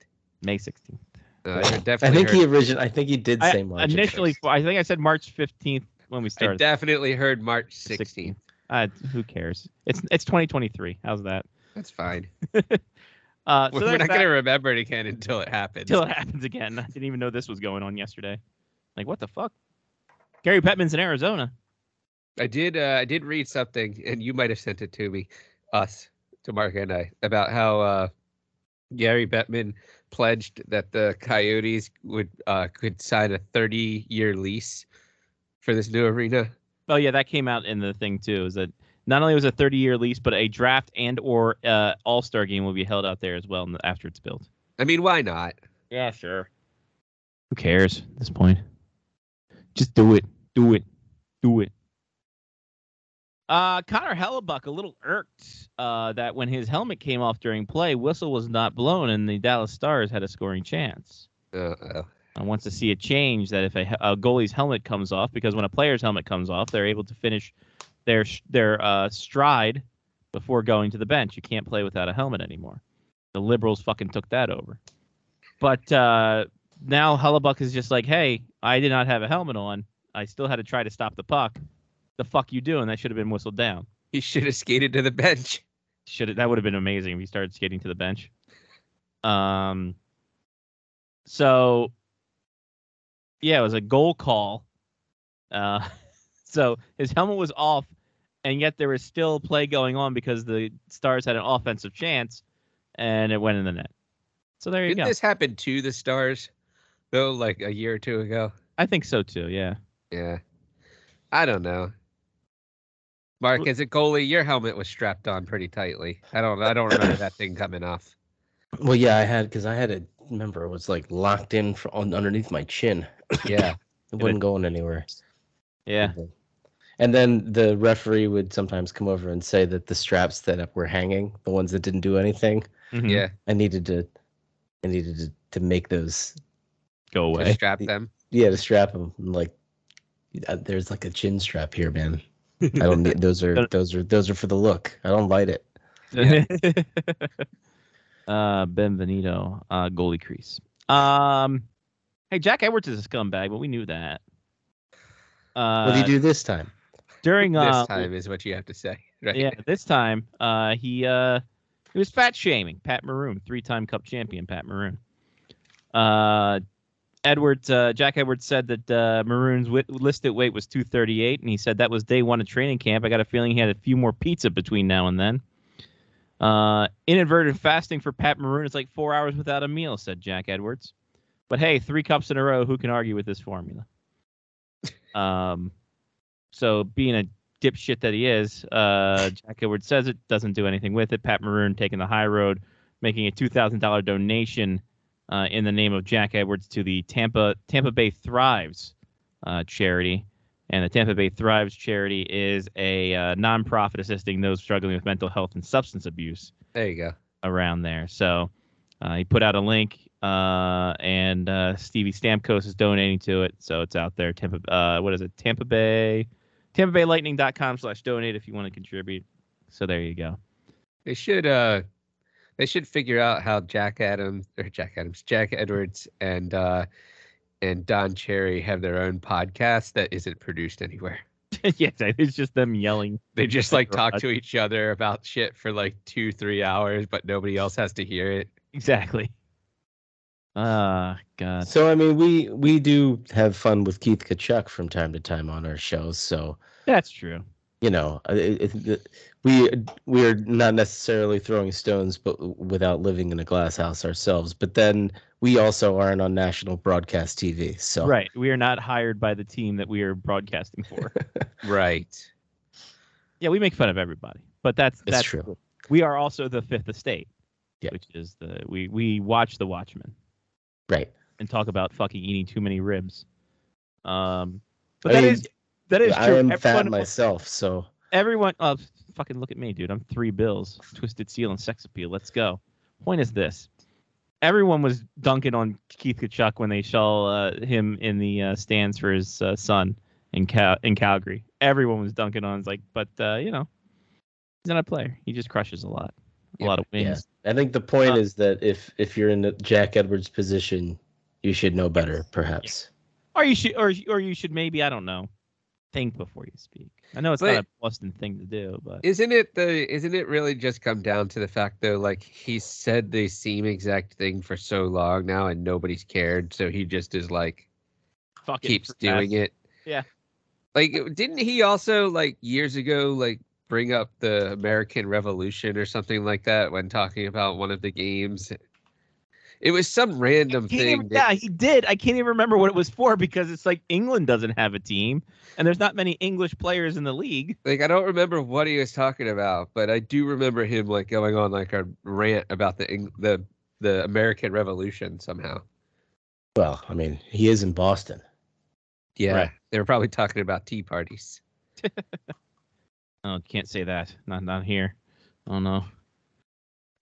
Speaker 1: May 16th.
Speaker 3: Uh, I definitely
Speaker 5: I think
Speaker 3: heard,
Speaker 5: he originally. I think he did
Speaker 1: I-
Speaker 5: say March. at
Speaker 1: Initially,
Speaker 5: first.
Speaker 1: I think I said March 15th when we
Speaker 3: I
Speaker 1: started.
Speaker 3: definitely heard March
Speaker 1: 16th.
Speaker 3: 16th.
Speaker 1: Uh, who cares? It's it's 2023. How's that?
Speaker 3: That's fine.
Speaker 1: Uh, so
Speaker 3: We're
Speaker 1: there's that.
Speaker 3: not going to remember it again until it happens.
Speaker 1: until it happens again. I didn't even know this was going on yesterday. Like, what the fuck? Gary Bettman's in Arizona.
Speaker 3: I did. Uh, I did read something, and you might have sent it to me, us, to Mark and I, about how uh, Gary Bettman pledged that the Coyotes would uh, could sign a 30 year lease for this new arena.
Speaker 1: Oh yeah, that came out in the thing too. Is that not only was it a 30 year lease, but a draft and or uh, All Star game will be held out there as well in the- after it's built.
Speaker 3: I mean, why not?
Speaker 1: Yeah, sure. Who cares at this point? Just do it, do it, do it. Uh, Connor Hellebuck a little irked uh, that when his helmet came off during play, whistle was not blown and the Dallas Stars had a scoring chance.
Speaker 3: Uh,
Speaker 1: and wants to see a change that if a, a goalie's helmet comes off, because when a player's helmet comes off, they're able to finish their sh- their uh, stride before going to the bench. You can't play without a helmet anymore. The liberals fucking took that over. But uh, now Hellebuck is just like, hey, I did not have a helmet on. I still had to try to stop the puck. The fuck you doing? That should have been whistled down.
Speaker 3: he should have skated to the bench.
Speaker 1: Should that would have been amazing if he started skating to the bench. Um. So, yeah, it was a goal call. Uh, so his helmet was off, and yet there was still play going on because the Stars had an offensive chance, and it went in the net. So there you
Speaker 3: Didn't
Speaker 1: go.
Speaker 3: this happen to the Stars though, like a year or two ago?
Speaker 1: I think so too. Yeah.
Speaker 3: Yeah. I don't know. Mark, as a goalie, your helmet was strapped on pretty tightly. I don't I don't remember that thing coming off.
Speaker 5: Well, yeah, I had because I had a remember it was like locked in for, on, underneath my chin.
Speaker 3: Yeah.
Speaker 5: It wasn't going anywhere.
Speaker 1: Yeah.
Speaker 5: And then the referee would sometimes come over and say that the straps that were hanging, the ones that didn't do anything,
Speaker 1: Mhm.
Speaker 3: Yeah.
Speaker 5: I needed to, I needed to, to make those.
Speaker 1: Go
Speaker 3: To
Speaker 1: away.
Speaker 3: strap them.
Speaker 5: Yeah, to strap them. like, uh, there's like a chin strap here, man. I don't need those are those are those are for the look. I don't light it.
Speaker 3: Yeah.
Speaker 1: uh, Benvenito, uh, goalie crease. Um, hey, Jack Edwards is a scumbag, but we knew that. Uh,
Speaker 5: What do you do this time?
Speaker 1: during
Speaker 3: this
Speaker 1: uh,
Speaker 3: time is what you have to say. Right.
Speaker 1: Yeah, this time uh, he uh, he was fat shaming Pat Maroon, three-time Cup champion Pat Maroon. Uh, Edwards uh, Jack Edwards said that uh, Maroon's wi- listed weight was 238, and he said that was day one of training camp. I got a feeling he had a few more pizza between now and then. Uh, inadvertent fasting for Pat Maroon is like four hours without a meal, said Jack Edwards. But hey, three cups in a row. Who can argue with this formula? Um, so being a dipshit that he is, uh, Jack Edwards says it doesn't do anything with it. Pat Maroon taking the high road, making a two thousand dollar donation uh, in the name of Jack Edwards to the Tampa Tampa Bay Thrives uh, charity, and the Tampa Bay Thrives charity is a uh, nonprofit assisting those struggling with mental health and substance abuse
Speaker 3: There you go.
Speaker 1: around there. So uh, he put out a link, uh, and uh, Stevie Stamkos is donating to it, so it's out there. Tampa, uh, what is it? Tampa Bay, Tampa Bay Lightning.com slash donate if you want to contribute. So there you go.
Speaker 3: They should uh they should figure out how Jack Adams or Jack Adams, Jack Edwards and uh and Don Cherry have their own podcast that isn't produced anywhere.
Speaker 1: yes, it's just them yelling.
Speaker 3: They just like talk
Speaker 1: Right.
Speaker 3: to each other about shit for like two, three hours, but nobody else has to hear it.
Speaker 1: Exactly. Ah, God.
Speaker 5: So I mean, we we do have fun with Keith Kachuk from time to time on our shows. So
Speaker 1: That's true.
Speaker 5: you know, uh, it, it, the- we we are not necessarily throwing stones, but w- without living in a glass house ourselves. But then we also aren't on national broadcast TV, so
Speaker 1: Right. We are not hired by the team that we are broadcasting for.
Speaker 3: Right.
Speaker 1: yeah, we make fun of everybody. But that's
Speaker 5: it's
Speaker 1: that's
Speaker 5: true.
Speaker 1: we are also the fifth estate.
Speaker 5: Yeah.
Speaker 1: Which is the we we watch the Watchmen.
Speaker 5: Right?
Speaker 1: and talk about fucking eating too many ribs. Um, but
Speaker 5: I
Speaker 1: that
Speaker 5: mean,
Speaker 1: is that is
Speaker 5: I
Speaker 1: true.
Speaker 5: am fat
Speaker 1: everyone,
Speaker 5: myself, so
Speaker 1: everyone, uh, fucking look at me, dude. I'm three bills, twisted seal, and sex appeal. Let's go. Point is this: everyone was dunking on Keith Kachuk when they saw uh, him in the uh, stands for his uh, son in Cal- in Calgary. Everyone was dunking on. It's like, but uh, you know, he's not a player. He just crushes a lot, a
Speaker 3: Yeah,
Speaker 1: lot of
Speaker 5: yeah.
Speaker 1: wins.
Speaker 5: I think the point
Speaker 1: Uh,
Speaker 5: is that if if you're in the Jack Edwards position, you should know better, perhaps.
Speaker 1: Or you should, or or you should maybe I don't know, think before you speak. I know it's not
Speaker 3: But-
Speaker 1: a Boston thing to do, but
Speaker 3: Isn't it the isn't it really just come down to the fact though, like he said the same exact thing for so long now and nobody's cared, so he just is like
Speaker 1: fuck it,
Speaker 3: keeps
Speaker 1: for
Speaker 3: doing
Speaker 1: fast.
Speaker 3: it.
Speaker 1: Yeah.
Speaker 3: Like didn't he also like years ago like bring up the American Revolution or something like that when talking about one of the games? It was some random
Speaker 1: Can't even-
Speaker 3: thing.
Speaker 1: yeah,
Speaker 3: that-
Speaker 1: he did. I can't even remember what it was for because it's like England doesn't have a team, and there's not many English players in the league.
Speaker 3: like I don't remember what he was talking about, but I do remember him like going on like a rant about the Eng- the the American Revolution somehow.
Speaker 5: Well, I mean, he is in Boston.
Speaker 3: Yeah,
Speaker 1: Right.
Speaker 3: they were probably talking about tea parties.
Speaker 1: Oh, can't say that. Not not here. Oh no.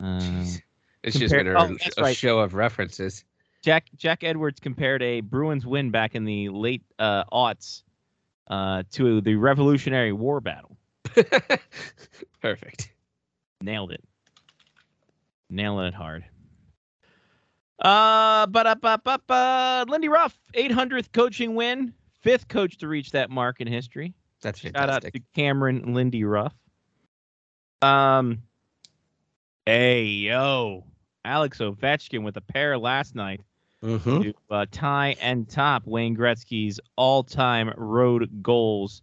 Speaker 1: Uh,
Speaker 3: Jeez. It's just
Speaker 1: Compare-
Speaker 3: been a,
Speaker 1: oh, that's
Speaker 3: a
Speaker 1: right.
Speaker 3: show of references.
Speaker 1: Jack Jack Edwards compared a Bruins win back in the late uh, aughts uh, to the Revolutionary War battle.
Speaker 3: Perfect.
Speaker 1: Nailed it. Nailing it hard. Uh, but up, up, up, uh, Lindy Ruff, 800th coaching win, fifth coach to reach that mark in history.
Speaker 3: That's
Speaker 1: Shout out to
Speaker 3: fantastic.
Speaker 1: Cameron Lindy Ruff. Um, hey yo, Alex Ovechkin with a pair last night
Speaker 5: hmm
Speaker 1: to uh, tie and top Wayne Gretzky's all-time road goals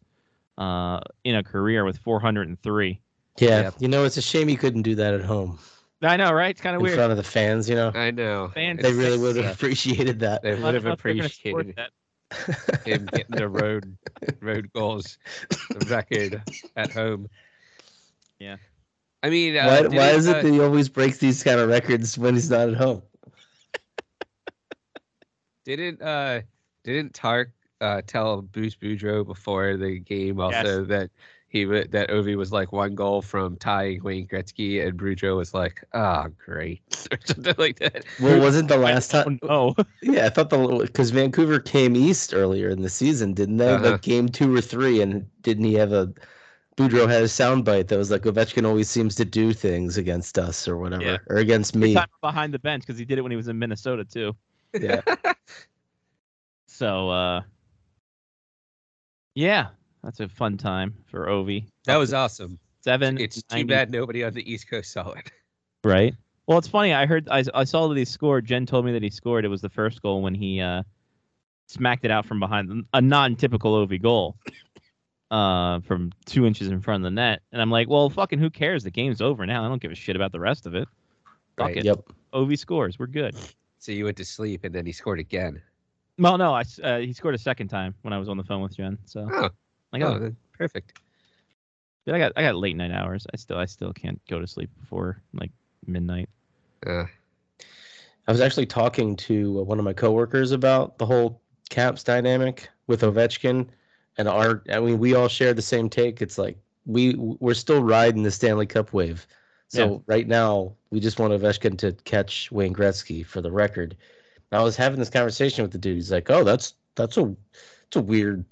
Speaker 1: uh, in a career with 403.
Speaker 5: Yeah,
Speaker 3: Yep.
Speaker 5: you know, it's a shame you couldn't do that at home
Speaker 1: I know, right? It's kind of
Speaker 5: in
Speaker 1: weird.
Speaker 5: front of the fans. You know,
Speaker 3: I know.
Speaker 1: Fans- uh,
Speaker 3: It's-
Speaker 5: they really would have
Speaker 3: yeah,
Speaker 5: appreciated that.
Speaker 3: They
Speaker 1: I
Speaker 3: would
Speaker 1: don't
Speaker 3: have
Speaker 1: know if they're gonna support
Speaker 3: appreciated
Speaker 1: that.
Speaker 3: him getting the road road goals record at home.
Speaker 1: Yeah.
Speaker 3: I mean, uh,
Speaker 5: why,
Speaker 3: did
Speaker 5: why
Speaker 3: he,
Speaker 5: is
Speaker 3: uh,
Speaker 5: it that he always breaks these kind of records when he's not at home?
Speaker 3: Didn't uh didn't Tark uh tell Bruce Boudreaux before the game also that he wa- that Ovi was like one goal from tying Wayne Gretzky and Boudreaux was like, ah, great or something like that.
Speaker 5: Well, wasn't the last
Speaker 1: I
Speaker 5: time?
Speaker 1: don't know.
Speaker 5: Yeah, I thought the because Vancouver came east earlier in the season, didn't they?
Speaker 3: Uh-huh.
Speaker 5: Like game two or three, and didn't he have a Boudreaux had a soundbite that was like Ovechkin always seems to do things against us or whatever
Speaker 1: Yeah.
Speaker 5: or against me.
Speaker 1: Time behind the bench because he did it when he was in Minnesota too.
Speaker 5: Yeah,
Speaker 1: So, uh, yeah, that's a fun time for Ovi.
Speaker 3: That was awesome.
Speaker 1: seven.
Speaker 3: It's too
Speaker 1: 90
Speaker 3: bad nobody on the East Coast saw it.
Speaker 1: right? Well, it's funny. I heard, I, I saw that he scored. Jen told me that he scored. It was the first goal when he uh, smacked it out from behind, a non-typical Ovi goal, uh, from two inches in front of the net. And I'm like, well, fucking, who cares? The game's over now. I don't give a shit about the rest of it. Fuck
Speaker 3: Right.
Speaker 1: it.
Speaker 5: yep.
Speaker 1: Ovi scores. We're good.
Speaker 3: So you went to sleep and then he scored again.
Speaker 1: Well, no, I s uh, he scored a second time when I was on the phone with Jen. So
Speaker 3: Oh,
Speaker 1: I
Speaker 3: oh,
Speaker 1: got,
Speaker 3: then perfect.
Speaker 1: dude, I got, I got late night hours. I still, I still can't go to sleep before like midnight.
Speaker 3: Uh,
Speaker 5: I was actually talking to uh, one of my coworkers about the whole Caps dynamic with Ovechkin, and our I mean we all share the same take. It's like we we're still riding the Stanley Cup wave. So
Speaker 1: Yeah.
Speaker 5: right now we just want Ovechkin to catch Wayne Gretzky for the record. And I was having this conversation with the dude. He's like, "Oh, that's that's a it's a weird,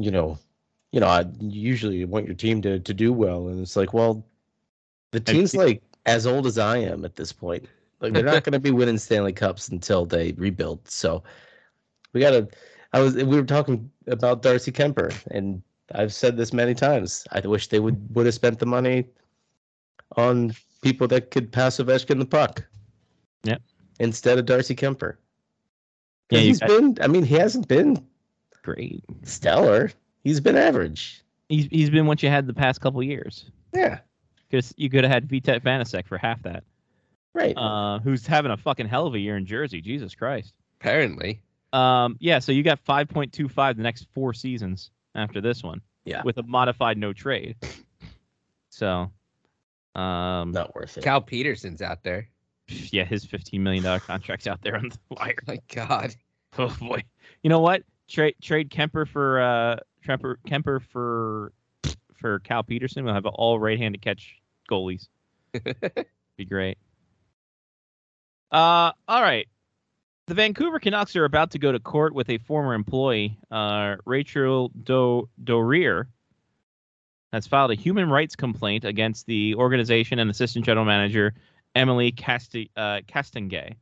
Speaker 5: you know, you know. I usually want your team to to do well, and it's like, well, the team's like as old as I am at this point. Like they're not going to be winning Stanley Cups until they rebuild. So we got to. I was we were talking about Darcy Kemper, and I've said this many times. I wish they would would have spent the money on people that could pass Ovechkin the puck.
Speaker 1: Yep.
Speaker 5: Instead of Darcy Kemper.
Speaker 1: Yeah,
Speaker 5: Yeah,
Speaker 1: you
Speaker 5: he's
Speaker 1: got-
Speaker 5: been. I mean, he hasn't been
Speaker 1: Great.
Speaker 5: stellar. He's been average.
Speaker 1: He's, he's been what you had the past couple years.
Speaker 5: Yeah.
Speaker 1: Because you could have had Vitek Vanasek for half that.
Speaker 5: Right.
Speaker 1: Uh, who's having a fucking hell of a year in Jersey? Jesus Christ.
Speaker 3: apparently.
Speaker 1: Um, yeah. So you got five point two five the next four seasons after this one.
Speaker 5: Yeah.
Speaker 1: With a modified no trade. So, um,
Speaker 5: Not worth it.
Speaker 3: Cal Peterson's out there.
Speaker 1: yeah, his fifteen million dollar contract's out there on the wire.
Speaker 3: My God.
Speaker 1: Oh boy. You know what? Trade trade Kemper for uh Kemper Kemper for for Cal Peterson. We'll have all right handed catch goalies. Be great. Uh all right. The Vancouver Canucks are about to go to court with a former employee, uh, Rachel Do Dorier, has filed a human rights complaint against the organization and assistant general manager Emily Casti- uh, Castengay.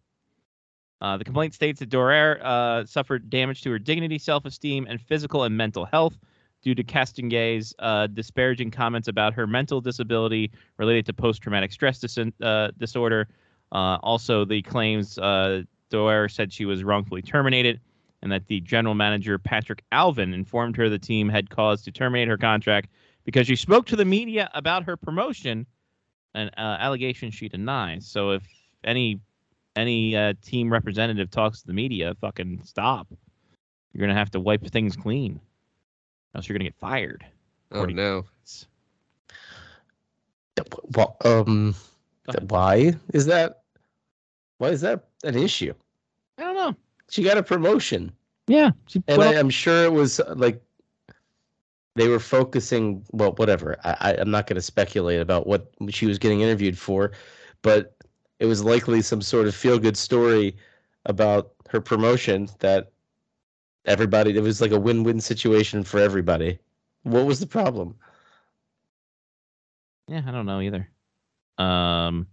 Speaker 1: Uh, the complaint states that Dorer uh, suffered damage to her dignity, self esteem, and physical and mental health due to Castengay's uh, disparaging comments about her mental disability related to post traumatic stress dis- uh, disorder. Uh, also, the claims uh, Dorer said she was wrongfully terminated and that the general manager, Patrick Alvin, informed her the team had cause to terminate her contract because she spoke to the media about her promotion, an uh, allegation she denies. So, if any any uh, team representative talks to the media, fucking stop. You're gonna have to wipe things clean, else you're gonna get fired.
Speaker 3: Oh
Speaker 1: Forty-
Speaker 3: no.
Speaker 5: Well, um,
Speaker 1: Go
Speaker 5: th-
Speaker 1: ahead.
Speaker 5: why is that? Why is that an issue?
Speaker 1: I don't know.
Speaker 5: She got a promotion,
Speaker 1: Yeah, she
Speaker 5: and
Speaker 1: put
Speaker 5: I, I'm sure it was uh, like they were focusing. Well, whatever. I, I, I'm not going to speculate about what she was getting interviewed for, but it was likely some sort of feel good story about her promotion that everybody. It was like a win win situation for everybody. What was the problem?
Speaker 1: Yeah, I don't know either. Um,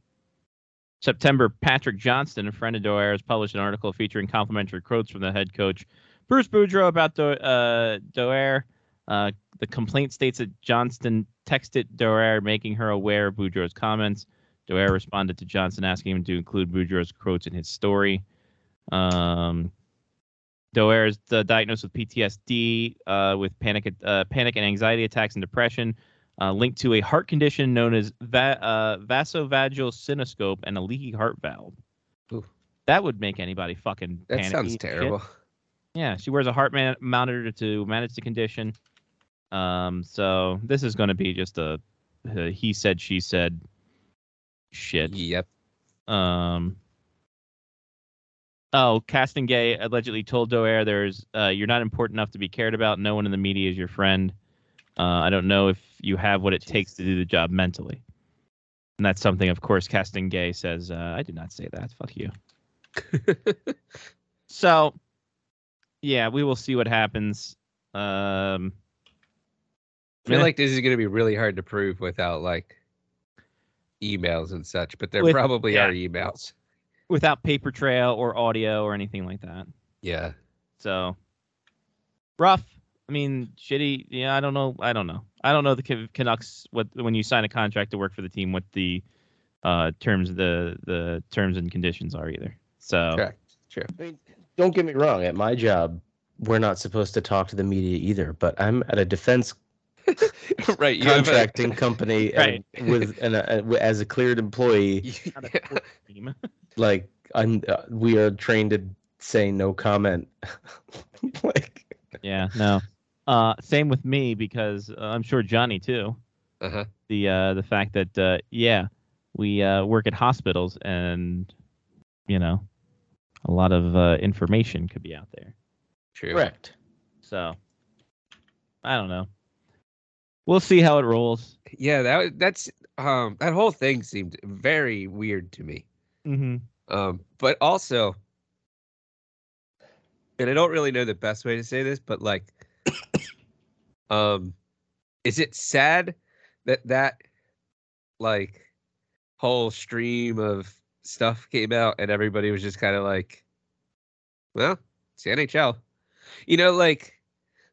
Speaker 1: September, Patrick Johnston, a friend of Doer's, published an article featuring complimentary quotes from the head coach Bruce Boudreau about Do- uh, Doer. Uh, the complaint states that Johnston texted Doer, making her aware of Boudreau's comments. Doer responded to Johnston, asking him to include Boudreau's quotes in his story. Um, Doer is uh, diagnosed with PTSD, uh, with panic, uh, panic and anxiety attacks and depression, uh, linked to a heart condition known as va- uh, vasovagal cinoscope and a leaky heart valve.
Speaker 3: Oof.
Speaker 1: That would make anybody fucking.
Speaker 3: That
Speaker 1: panicky
Speaker 3: sounds
Speaker 1: and shit.
Speaker 3: terrible.
Speaker 1: Yeah, she wears a heart man- monitor to manage the condition. Um, so this is going to be just a, a he said she said shit.
Speaker 3: Yep.
Speaker 1: Um. Oh, Castengay allegedly told Doer, "There's uh, you're not important enough to be cared about. No one in the media is your friend. Uh, I don't know if you have what it takes to do the job mentally." And that's something, of course, Castengay says, uh, "I did not say that. Fuck you." so, yeah, we will see what happens. Um,
Speaker 3: I feel
Speaker 1: Yeah.
Speaker 3: like this is going to be really hard to prove without like emails and such, but there
Speaker 1: With-
Speaker 3: probably
Speaker 1: yeah.
Speaker 3: are emails.
Speaker 1: without paper trail or audio or anything like that.
Speaker 3: Yeah.
Speaker 1: So rough. I mean, shitty. Yeah, I don't know. I don't know. I don't know the Can- Canucks. What when you sign a contract to work for the team, what the uh, terms the the terms and conditions are either. So
Speaker 3: Correct. True.
Speaker 5: don't get me wrong at my job we're not supposed to talk to the media either but i'm at a defense
Speaker 3: right. You have a-
Speaker 5: contracting company and with and uh, uh, as a cleared employee
Speaker 1: team.
Speaker 5: like I'm, uh, we are trained to say no comment like
Speaker 1: yeah, no. Uh, same with me because uh, I'm sure Johnny too.
Speaker 3: Uh-huh.
Speaker 1: The uh, the fact that uh, yeah, we uh, work at hospitals and you know a lot of uh, information could be out there.
Speaker 3: True.
Speaker 5: correct
Speaker 1: So I don't know. We'll see how it rolls.
Speaker 3: Yeah, that was- that's um that whole thing seemed very weird to me.
Speaker 1: Mm-hmm.
Speaker 3: Um, but also, and I don't really know the best way to say this, but like, um, is it sad that that like whole stream of stuff came out and everybody was just kind of like, well, it's the NHL, you know, like,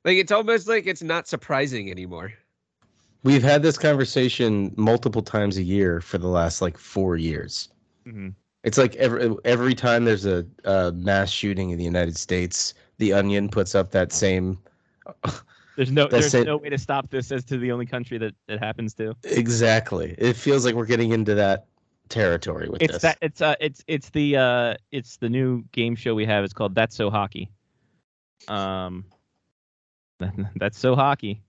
Speaker 3: like it's almost like it's not surprising anymore.
Speaker 5: we've had this conversation multiple times a year for the last like four years
Speaker 1: Mm-hmm.
Speaker 5: It's like every every time there's a, uh mass shooting in the United States, the Onion puts up that same
Speaker 1: There's no
Speaker 5: That's
Speaker 1: there's
Speaker 5: it.
Speaker 1: no way to stop this as to the only country that it happens to.
Speaker 5: exactly. It feels like we're getting into that territory with
Speaker 1: It's
Speaker 5: this.
Speaker 1: that it's uh it's it's the uh it's the new game show we have. It's called That's So Hockey. Um, that's so hockey.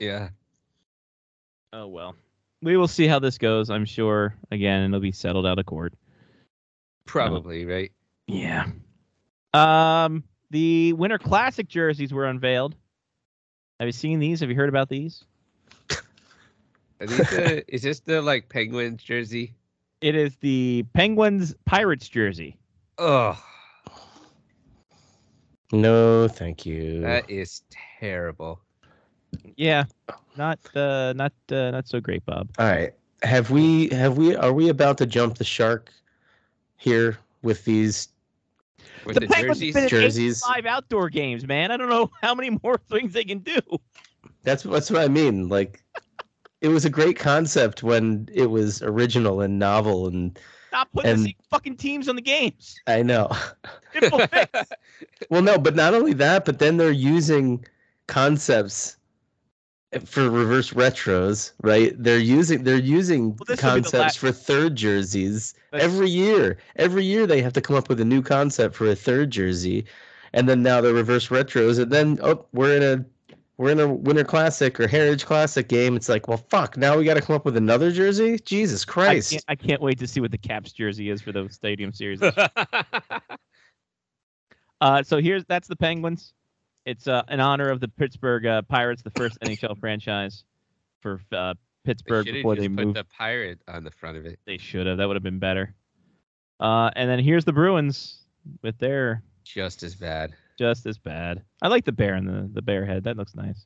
Speaker 3: Yeah.
Speaker 1: Oh well, we will see how this goes. I'm sure again it'll be settled out of court.
Speaker 3: Probably, right?
Speaker 1: Yeah. Um, the Winter Classic jerseys were unveiled. Have you seen these? Have you heard about these?
Speaker 3: Are these the, is this the like Penguins jersey?
Speaker 1: It is the Penguins Pirates jersey.
Speaker 3: Oh,
Speaker 5: no, thank you.
Speaker 3: that is terrible.
Speaker 1: Yeah, not uh, not uh, not so great, Bob.
Speaker 5: All right. Have we have we are we about to jump the shark here with these
Speaker 3: With the,
Speaker 1: Penguins have
Speaker 3: jerseys,
Speaker 1: been in
Speaker 5: jerseys.
Speaker 1: 85 outdoor games, man. I don't know how many more things they can do.
Speaker 5: That's that's what I mean. Like it was a great concept when it was original and novel and
Speaker 1: Stop putting
Speaker 5: And-
Speaker 1: these fucking teams on the games.
Speaker 5: I know.
Speaker 1: Simple fix.
Speaker 5: Well, no, but not only that, but then they're using concepts for reverse retros, right? They're using they're using
Speaker 1: Well, this will be the
Speaker 5: concepts
Speaker 1: last-
Speaker 5: for third jerseys
Speaker 1: That's-
Speaker 5: every year. Every year they have to come up with a new concept for a third jersey, and then now they're reverse retros, and then oh, we're in a we're in a Winter Classic or Heritage Classic game. It's like, well, fuck! Now we got to come up with another jersey. Jesus
Speaker 1: I
Speaker 5: Christ!
Speaker 1: can't, I can't wait to see what the Caps jersey is for the Stadium Series. Uh, so here's that's the Penguins. It's uh, in honor of the Pittsburgh uh, Pirates, the first NHL franchise for uh, Pittsburgh
Speaker 3: should've
Speaker 1: before
Speaker 3: just
Speaker 1: they
Speaker 3: put
Speaker 1: moved.
Speaker 3: the pirate on the front of it.
Speaker 1: They should have. That would have been better. Uh, and then here's the Bruins with their
Speaker 3: Just as bad.
Speaker 1: just as bad. I like the bear and the the bear head. That looks nice.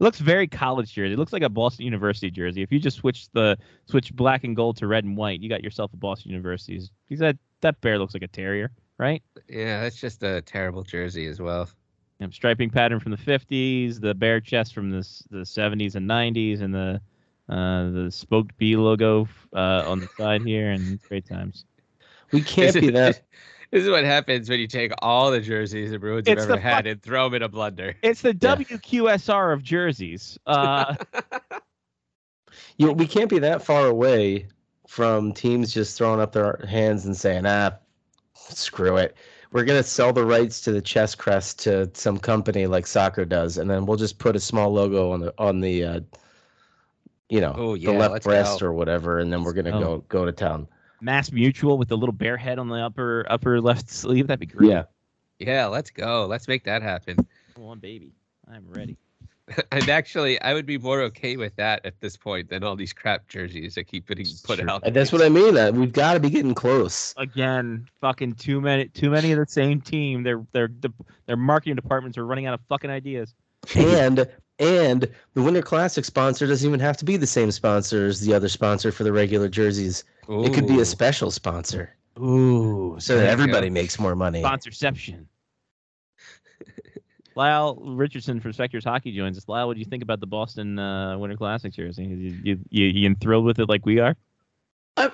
Speaker 1: Looks very college jersey. It looks like a Boston University jersey. If you just switch the switch black and gold to red and white, you got yourself a Boston University's. Because that that bear looks like a terrier, right?
Speaker 3: Yeah, that's just a terrible jersey as well.
Speaker 1: you know, striping pattern from the 50s, the bare chest from the s- the 70s and 90s, and the uh, the spoked bee logo uh, on the side here, and it's great times.
Speaker 5: we can't
Speaker 3: Is
Speaker 5: be
Speaker 3: it-
Speaker 5: that.
Speaker 3: This is what happens when you take all the jerseys the Bruins
Speaker 1: It's
Speaker 3: have ever
Speaker 1: the
Speaker 3: had and throw them in a blender.
Speaker 1: It's the WQSR of jerseys. Uh,
Speaker 5: You know, we can't be that far away from teams just throwing up their hands and saying, ah, screw it. We're going to sell the rights to the chess crest to some company like soccer does, and then we'll just put a small logo on the, on the, uh, you know,
Speaker 3: Oh,
Speaker 5: the
Speaker 3: yeah,
Speaker 5: left
Speaker 3: let's
Speaker 5: breast
Speaker 3: go.
Speaker 5: or whatever, and then we're gonna
Speaker 1: Oh.
Speaker 5: go go to town.
Speaker 1: Mass Mutual with the little bear head on the upper upper left sleeve. That'd be great.
Speaker 5: Yeah,
Speaker 3: Yeah, let's go. Let's make that happen.
Speaker 1: Come on, baby. I'm ready.
Speaker 3: And actually, I would be more okay with that at this point than all these crap jerseys that keep getting put
Speaker 1: Sure.
Speaker 3: out.
Speaker 5: and that's what I mean. That we've got to be getting close.
Speaker 1: Again, fucking too many too many of the same team. Their their their marketing departments are running out of fucking ideas.
Speaker 5: and and the Winter Classic sponsor doesn't even have to be the same sponsor as the other sponsor for the regular jerseys. It could be
Speaker 3: Ooh.
Speaker 5: a special sponsor,
Speaker 1: Ooh,
Speaker 5: so that
Speaker 3: There you
Speaker 5: everybody
Speaker 3: go.
Speaker 5: makes more money.
Speaker 1: sponsorception. Lyle Richardson from Spectre's Hockey joins us. Lyle, what do you think about the Boston uh, Winter Classic jersey? You, you, you, you enthralled with it like we are?
Speaker 6: I,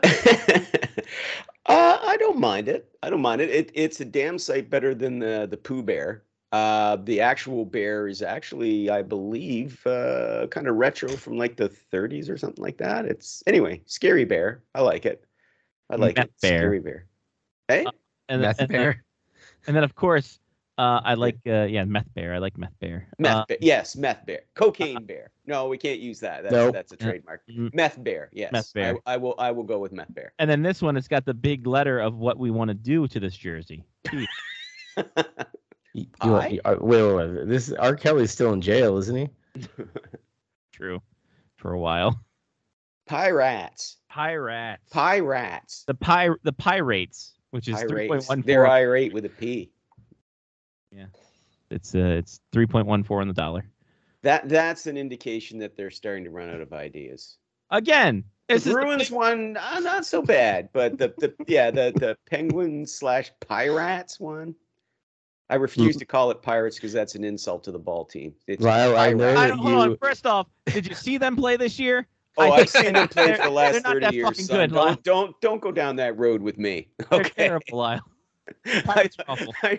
Speaker 6: uh, I don't mind it. I don't mind it. it. It's a damn sight better than the the Pooh Bear. Uh, the actual bear is actually, I believe, uh, kind of retro from like the 30s or something like that. It's anyway, scary bear. I like it. I like
Speaker 1: Meth
Speaker 6: it.
Speaker 1: bear. Uh,
Speaker 6: Scary bear. Eh? Hey,
Speaker 1: And,
Speaker 3: Meth
Speaker 1: and,
Speaker 3: bear.
Speaker 1: and then, of course, uh, I like, uh, yeah, Meth Bear. I like Meth Bear.
Speaker 6: meth
Speaker 1: Uh,
Speaker 6: bear. Yes, meth bear. Cocaine bear. No, we can't use that. That's,
Speaker 5: Nope.
Speaker 6: that's a
Speaker 1: Yeah.
Speaker 6: trademark.
Speaker 1: Mm.
Speaker 6: Meth bear. Yes.
Speaker 1: Meth bear.
Speaker 6: I, I will. I will go with meth bear.
Speaker 1: and then this one, it's got the big letter of what we want to do to this jersey.
Speaker 5: You- you want-
Speaker 6: I-
Speaker 5: you- uh, wait, wait, wait. This R. Kelly's still in jail, isn't he?
Speaker 1: True. For a while.
Speaker 6: Pirates.
Speaker 1: Pirates.
Speaker 6: Pirates.
Speaker 1: the py- the pirates, which is three point
Speaker 6: Pirates.
Speaker 1: one
Speaker 6: They're
Speaker 1: four.
Speaker 6: irate with a P.
Speaker 1: It's uh, it's three point one four on the dollar.
Speaker 6: That that's an indication that they're starting to run out of ideas.
Speaker 1: Again,
Speaker 6: The
Speaker 1: this is the
Speaker 6: Bruins one, uh, not so bad, but the, the yeah the the Penguins slash Pirates one. I
Speaker 1: Mm-hmm.
Speaker 6: refuse to call it Pirates because that's an insult to the ball team. It's
Speaker 5: Lyle, I
Speaker 6: Pirates.
Speaker 5: know
Speaker 1: I
Speaker 5: that
Speaker 1: don't, hold on.
Speaker 5: you.
Speaker 1: First off, did you see them play this year? I
Speaker 6: oh,
Speaker 1: think
Speaker 6: I've seen them play
Speaker 1: they're-
Speaker 6: for the
Speaker 1: they're
Speaker 6: last
Speaker 1: not
Speaker 6: thirty
Speaker 1: that
Speaker 6: years.
Speaker 1: fucking
Speaker 6: Son.
Speaker 1: good, Lyle.
Speaker 6: don't, don't don't go down that road with me.
Speaker 1: They're
Speaker 6: Okay.
Speaker 1: terrible, Lyle. Pirates awful.
Speaker 6: I,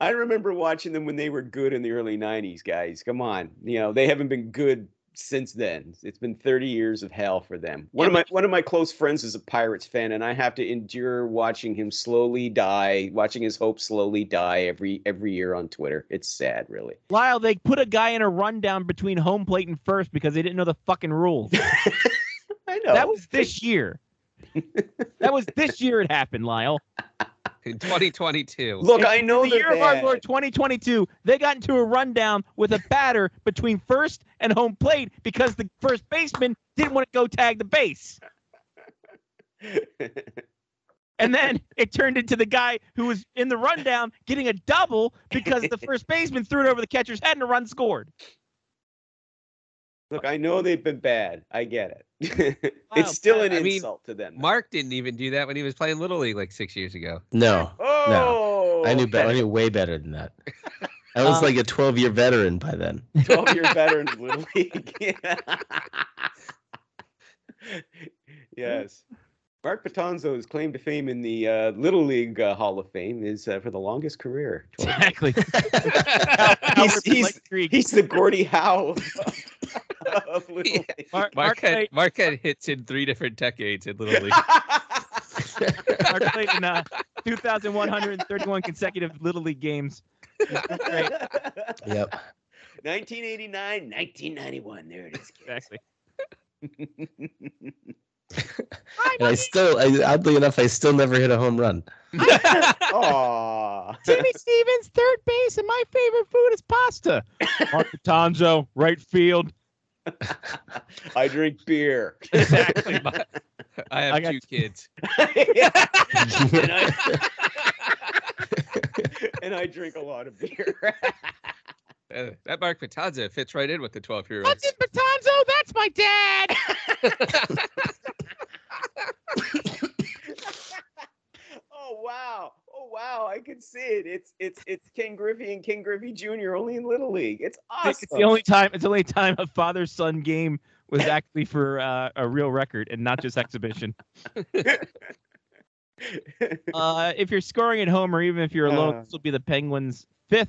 Speaker 6: I remember watching them when they were good in the early 90s, guys. Come on. You know, they haven't been good since then. It's been 30 years of hell for them. One of my one of my close friends is a Pirates fan and I have to endure watching him slowly die, watching his hope slowly die every every year on Twitter. It's sad, really.
Speaker 1: Lyle, they put a guy in a rundown between home plate and first because they didn't know the fucking rules.
Speaker 6: I know.
Speaker 1: that was this year. that was this year it happened, Lyle.
Speaker 3: In 2022.
Speaker 6: Look, I know
Speaker 1: The
Speaker 6: Oh, they're
Speaker 1: year of our
Speaker 6: bad.
Speaker 1: Lord 2022, they got into a rundown with a batter between first and home plate because the first baseman didn't want to go tag the base. And then it turned into the guy who was in the rundown getting a double because the first baseman threw it over the catcher's head and a run scored.
Speaker 6: Look, I know they've been bad. I get it.
Speaker 1: Wow,
Speaker 6: it's still an
Speaker 3: I mean,
Speaker 6: insult to them.
Speaker 3: Mark didn't even do that when he was playing Little League like six years ago.
Speaker 5: No,
Speaker 6: oh,
Speaker 5: I knew better. I
Speaker 6: okay.
Speaker 5: knew way better than that. I was
Speaker 1: Um,
Speaker 5: like a 12 year veteran by then.
Speaker 6: 12 year veteran of Little League. yes. Mark Patanzo's claim to fame in the uh, Little League uh, Hall of Fame is uh, for the longest career. 12 years.
Speaker 1: Exactly.
Speaker 6: he's, he's, he's the Gordie Howe of, of Little
Speaker 3: Yeah.
Speaker 6: League.
Speaker 1: Mark,
Speaker 3: Mark
Speaker 1: Mark,
Speaker 3: had,
Speaker 1: played,
Speaker 3: Mark had hits in three different decades in Little League.
Speaker 1: Mark played in uh, 2,131 consecutive Little League games. Right,
Speaker 6: 1989,
Speaker 5: Yep.
Speaker 6: 1991. There it is.
Speaker 1: exactly.
Speaker 5: And I still, I, oddly enough, I still never hit a home run.
Speaker 6: Aw.
Speaker 1: Timmy Stevens, third base, and my favorite food is pasta. Mark Cotanzo, right field.
Speaker 6: I drink beer.
Speaker 1: Exactly.
Speaker 3: I have
Speaker 1: I got-
Speaker 3: two kids.
Speaker 6: and, I, and I drink a lot of beer.
Speaker 3: Uh, that Mark Patanza fits right in with the 12 year old.
Speaker 1: Hudson Patanzo, that's my dad.
Speaker 6: oh wow! Oh wow! I can see it. It's it's it's King Griffey and King Griffey Jr. only in Little League. It's awesome.
Speaker 1: It's the only time. It's the only time a father-son game was actually for uh, a real record and not just exhibition. uh, if you're scoring at home or even if you're alone,
Speaker 6: Uh.
Speaker 1: this will be the Penguins' fifth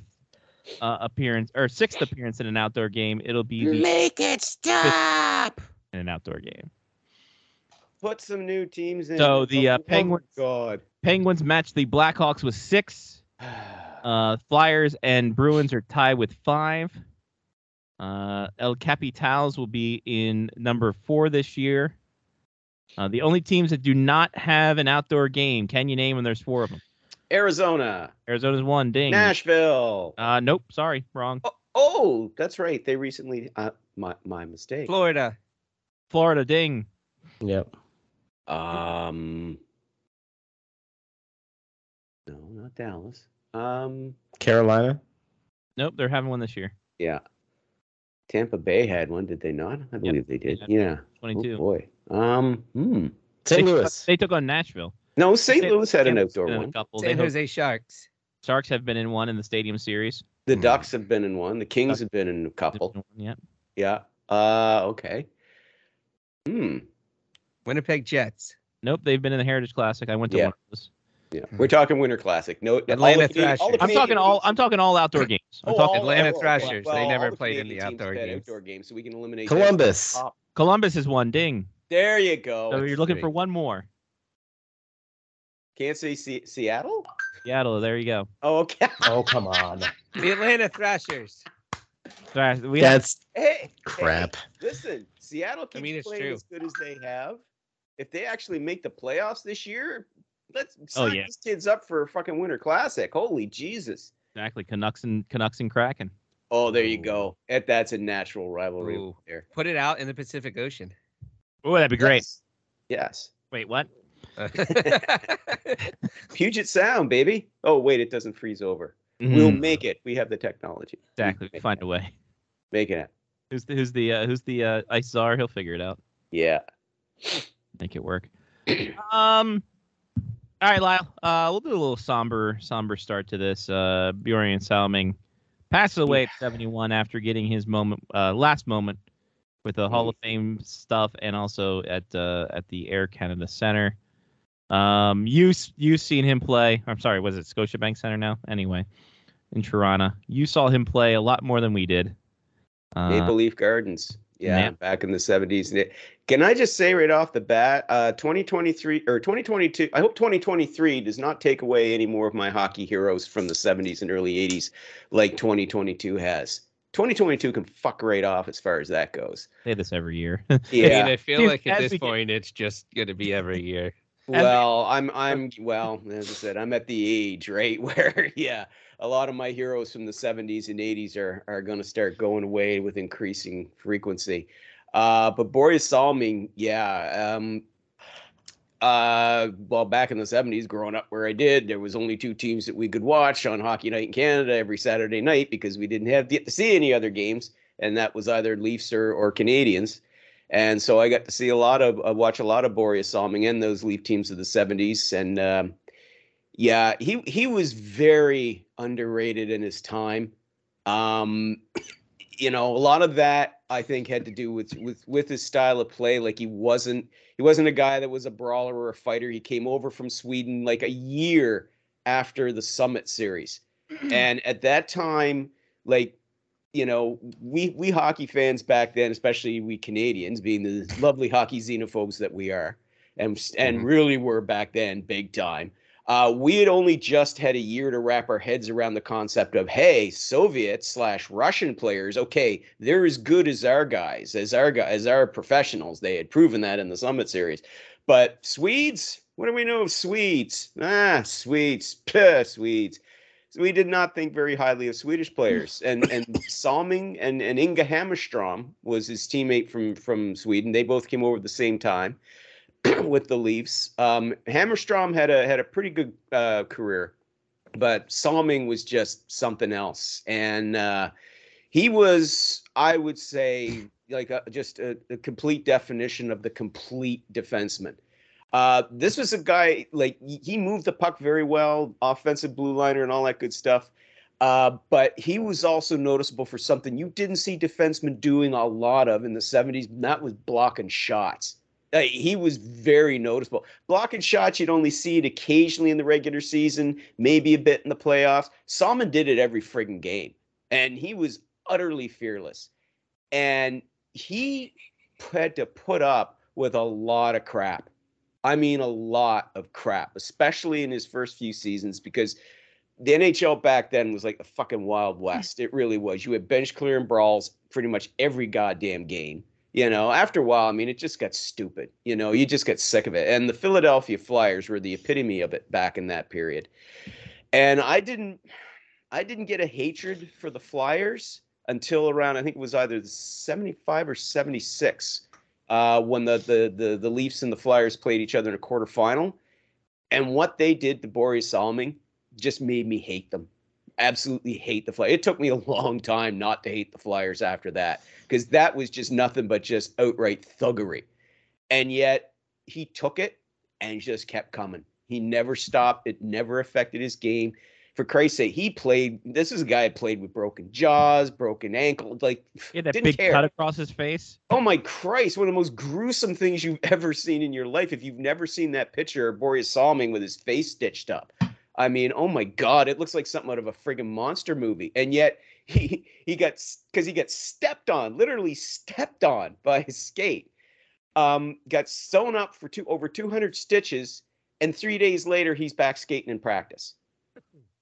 Speaker 1: uh, appearance or sixth appearance in an outdoor game. It'll be the,
Speaker 3: Make it stop.
Speaker 1: in an outdoor game.
Speaker 6: Put some new teams in.
Speaker 1: So the, uh,
Speaker 6: Oh,
Speaker 1: Penguins-
Speaker 6: God.
Speaker 1: Penguins match the Blackhawks with six. Uh, Flyers and Bruins are tied with five. Uh, El Capitals will be in number four this year. Uh, the only teams that do not have an outdoor game, can you name them? There's four of them.
Speaker 6: Arizona,
Speaker 1: Arizona's one. Ding.
Speaker 6: Nashville.
Speaker 1: Uh, nope. Sorry. Wrong.
Speaker 6: Oh, oh, that's right. They recently. Uh, my my mistake.
Speaker 3: Florida.
Speaker 1: Florida. Ding.
Speaker 5: Yep.
Speaker 6: Um. No, not Dallas. Um.
Speaker 5: Carolina.
Speaker 1: Nope. They're having one this year.
Speaker 6: Yeah. Tampa Bay had one, did they not? I believe they did. Yeah. Oh
Speaker 1: 22.
Speaker 6: boy. Um. Hmm.
Speaker 5: St.
Speaker 1: They-
Speaker 5: Louis.
Speaker 1: They took on Nashville.
Speaker 6: No, St.
Speaker 1: San-
Speaker 6: Louis had an
Speaker 1: San-
Speaker 6: outdoor
Speaker 1: been in
Speaker 6: one.
Speaker 1: A couple.
Speaker 3: San
Speaker 1: They-
Speaker 3: Jose Sharks.
Speaker 1: Sharks have been in one in the Stadium Series.
Speaker 6: The
Speaker 3: Hmm.
Speaker 6: Ducks have been in one. The Kings have been in a couple.
Speaker 1: Yeah.
Speaker 6: Yeah. Uh. Okay. Hmm.
Speaker 3: Winnipeg Jets.
Speaker 1: Nope. They've been in the Heritage Classic. I went to
Speaker 6: Yeah.
Speaker 1: one of those.
Speaker 6: Yeah.
Speaker 3: Hmm.
Speaker 6: We're talking Winter Classic. No. all the
Speaker 3: Atlanta
Speaker 6: Canadian- all
Speaker 3: Thrashers.
Speaker 6: the
Speaker 1: I'm talking
Speaker 6: Canadian
Speaker 1: all.
Speaker 6: teams-
Speaker 1: I'm talking all outdoor games. I'm
Speaker 6: Oh,
Speaker 1: talking
Speaker 6: all-
Speaker 3: Atlanta
Speaker 6: oh, well,
Speaker 3: Thrashers. They
Speaker 6: well,
Speaker 3: never
Speaker 6: all the
Speaker 3: played in the
Speaker 6: Canadian teams
Speaker 3: outdoor
Speaker 6: had
Speaker 3: games.
Speaker 6: outdoor games, so we can eliminate that.
Speaker 5: Columbus.
Speaker 6: Oh,
Speaker 1: Columbus is one. Ding.
Speaker 6: There you go.
Speaker 1: So you're looking for
Speaker 3: three.
Speaker 1: one more.
Speaker 6: Can't say Se- Seattle.
Speaker 1: Seattle. There you go.
Speaker 6: Oh, okay.
Speaker 5: Oh come on.
Speaker 3: The Atlanta Thrashers.
Speaker 1: Sorry, uh, we have,
Speaker 5: That's
Speaker 6: Hey,
Speaker 5: crap.
Speaker 6: listen, Seattle keeps
Speaker 3: mean, it's
Speaker 6: playing
Speaker 3: true.
Speaker 6: as good as they have. If they actually make the playoffs this year, let's sign
Speaker 1: yeah.
Speaker 6: these kids up for a fucking Winter Classic. Holy Jesus!
Speaker 1: exactly Canucks and Canucks and Kraken.
Speaker 6: Oh, there you
Speaker 3: Ooh.
Speaker 6: go. That that's a natural rivalry
Speaker 3: Ooh.
Speaker 6: there.
Speaker 3: Put it out in the Pacific Ocean.
Speaker 1: Oh, that'd be great.
Speaker 6: Yes. Yes.
Speaker 1: Wait, what?
Speaker 6: Puget Sound, baby. Oh, wait, it doesn't freeze over. We'll make it. We have the technology. We
Speaker 1: Hmm. exactly.
Speaker 6: can make
Speaker 1: Find a way.
Speaker 6: it. Making it.
Speaker 1: Who's the who's the uh, who's the uh, ice czar? He'll figure it out.
Speaker 6: Yeah.
Speaker 1: make it work. um. All right, Lyle. Uh, we'll do a little somber, somber start to this. Uh, Bjorn Salming passes away at 71 after getting his moment, uh, last moment, with
Speaker 6: Mm-hmm.
Speaker 1: the Hall of Fame stuff, and also at uh, at the Air Canada Center. Um, you s- you seen him play? I'm sorry, was it Scotiabank Center now? Anyway, in Toronto, you saw him play a lot more than we did. Uh,
Speaker 6: Maple Leaf Gardens. Yeah,
Speaker 1: Yeah.
Speaker 6: back in the 70s. They- Can I just say right off the bat, uh, 2023 or 2022, I hope 2023 does not take away any more of my hockey heroes from the 70s and early 80s like 2022 has. 2022 can fuck right off as far as that goes.
Speaker 1: say this every year.
Speaker 3: I mean,
Speaker 6: Yeah.
Speaker 3: I feel
Speaker 1: Dude,
Speaker 3: like at
Speaker 1: as
Speaker 3: this
Speaker 1: we get-
Speaker 3: point it's just gonna be every year.
Speaker 6: Well, I'm I'm well, as I said, I'm at the age, right, where yeah, a lot of my heroes from the 70s and 80s are are going to start going away with increasing frequency. Uh, but Boris Salming, yeah, um, uh, well, back in the 70s, growing up where I did, there was only two teams that we could watch on Hockey Night in Canada every Saturday night because we didn't have get to see any other games, and that was either Leafs or, or Canadians. And so I got to see a lot of uh, watch a lot of Boreas Salming and those Leaf teams of the 70s. And um, yeah, he he was very underrated in his time. Um, you know, a lot of that I think had to do with with with his style of play. Like he wasn't he wasn't a guy that was a brawler or a fighter. He came over from Sweden like a year after the Summit series. And at that time, like you know, we we hockey fans back then, especially we Canadians, being the lovely hockey xenophobes that we are, and and
Speaker 3: Mhm.
Speaker 6: really were back then, big time. Uh, we had only just had a year to wrap our heads around the concept of hey, Soviet slash Russian players, okay, they're as good as our guys, as our gu- as our professionals. They had proven that in the Summit Series, but Swedes, what do we know of Swedes? Ah, Swedes, Puh, Swedes. So we did not think very highly of Swedish players. And and Salming and, and Inga Hammerstrom was his teammate from from Sweden. They both came over at the same time with the Leafs. Um, Hammerstrom had a had a pretty good uh, career, but Salming was just something else. And uh, he was, I would say, like a, just a, a complete definition of the complete defenseman. Uh, this was a guy like he- he moved the puck very well, offensive blue liner and all that good stuff. Uh, but he was also noticeable for something you didn't see defensemen doing a lot of in the 70s, and that was blocking shots. Uh, he was very noticeable. Blocking shots, you'd only see it occasionally in the regular season, maybe a bit in the playoffs. Salmon did it every friggin' game, and he was utterly fearless. And he had to put up with a lot of crap. I mean, a lot of crap, especially in his first few seasons, because the NHL back then was like the fucking Wild West. It really was. You had bench clearing brawls pretty much every goddamn game. You know, after a while, I mean, it just got stupid. You know, you just got sick of it. And the Philadelphia Flyers were the epitome of it back in that period. And I didn't, I didn't get a hatred for the Flyers until around I think it was either the 75 or 76 uh, when the, the the the Leafs and the Flyers played each other in a quarterfinal, and what they did to Boris Salming just made me hate them. Absolutely hate the Flyers. It took me a long time not to hate the Flyers after that because that was just nothing but just outright thuggery, and yet he took it and just kept coming. He never stopped. It never affected his game for Christ's sake, he played. This is a guy who played with broken jaws, broken ankles. Like,
Speaker 1: Yeah, that
Speaker 6: Didn't
Speaker 1: big
Speaker 6: care.
Speaker 1: cut across his face.
Speaker 6: oh my Christ, one of the most gruesome things you've ever seen in your life. If you've never seen that picture of Boreas Salming with his face stitched up, I mean, oh my God, it looks like something out of a friggin' monster movie. And yet he he got because he got stepped on, literally stepped on by his skate. Um, got sewn up for two over 200 stitches, and three days later he's back skating in practice.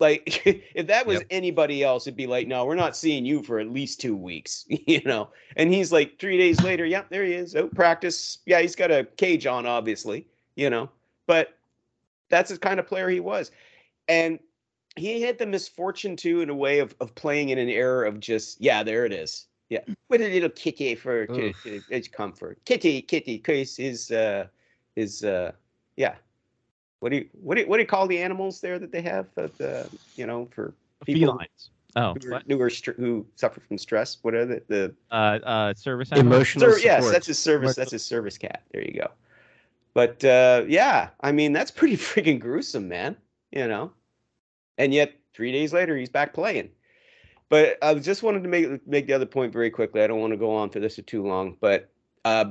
Speaker 6: Like if that was
Speaker 3: Yep.
Speaker 6: anybody else, it'd be like, no, we're not seeing you for at least two weeks, you know. And he's like three days later, yep, there he is. Oh, practice. Yeah, he's got a cage on, obviously, you know. But that's the kind of player he was. And he had the misfortune too, in a way, of of playing in an era of just, yeah, there it is. Yeah. With a little kitty for to,
Speaker 3: Oof.
Speaker 6: to its comfort. Kitty, kitty, cause his uh his uh yeah. What do you what do you, what do you call the animals there that they have that uh, you know for people
Speaker 1: Felines. Oh,
Speaker 6: who are,
Speaker 1: what?
Speaker 6: who, are str- who suffer from stress? What are the, the
Speaker 1: Uh, uh, service animal?
Speaker 5: Emotional
Speaker 6: Sir, yes,
Speaker 5: support.
Speaker 6: that's his service. That's his service cat. There you go. But uh, yeah, I mean that's pretty freaking gruesome, man. You know, and yet three days later he's back playing. But I just wanted to make make the other point very quickly. I don't want to go on for this for too long, but uh,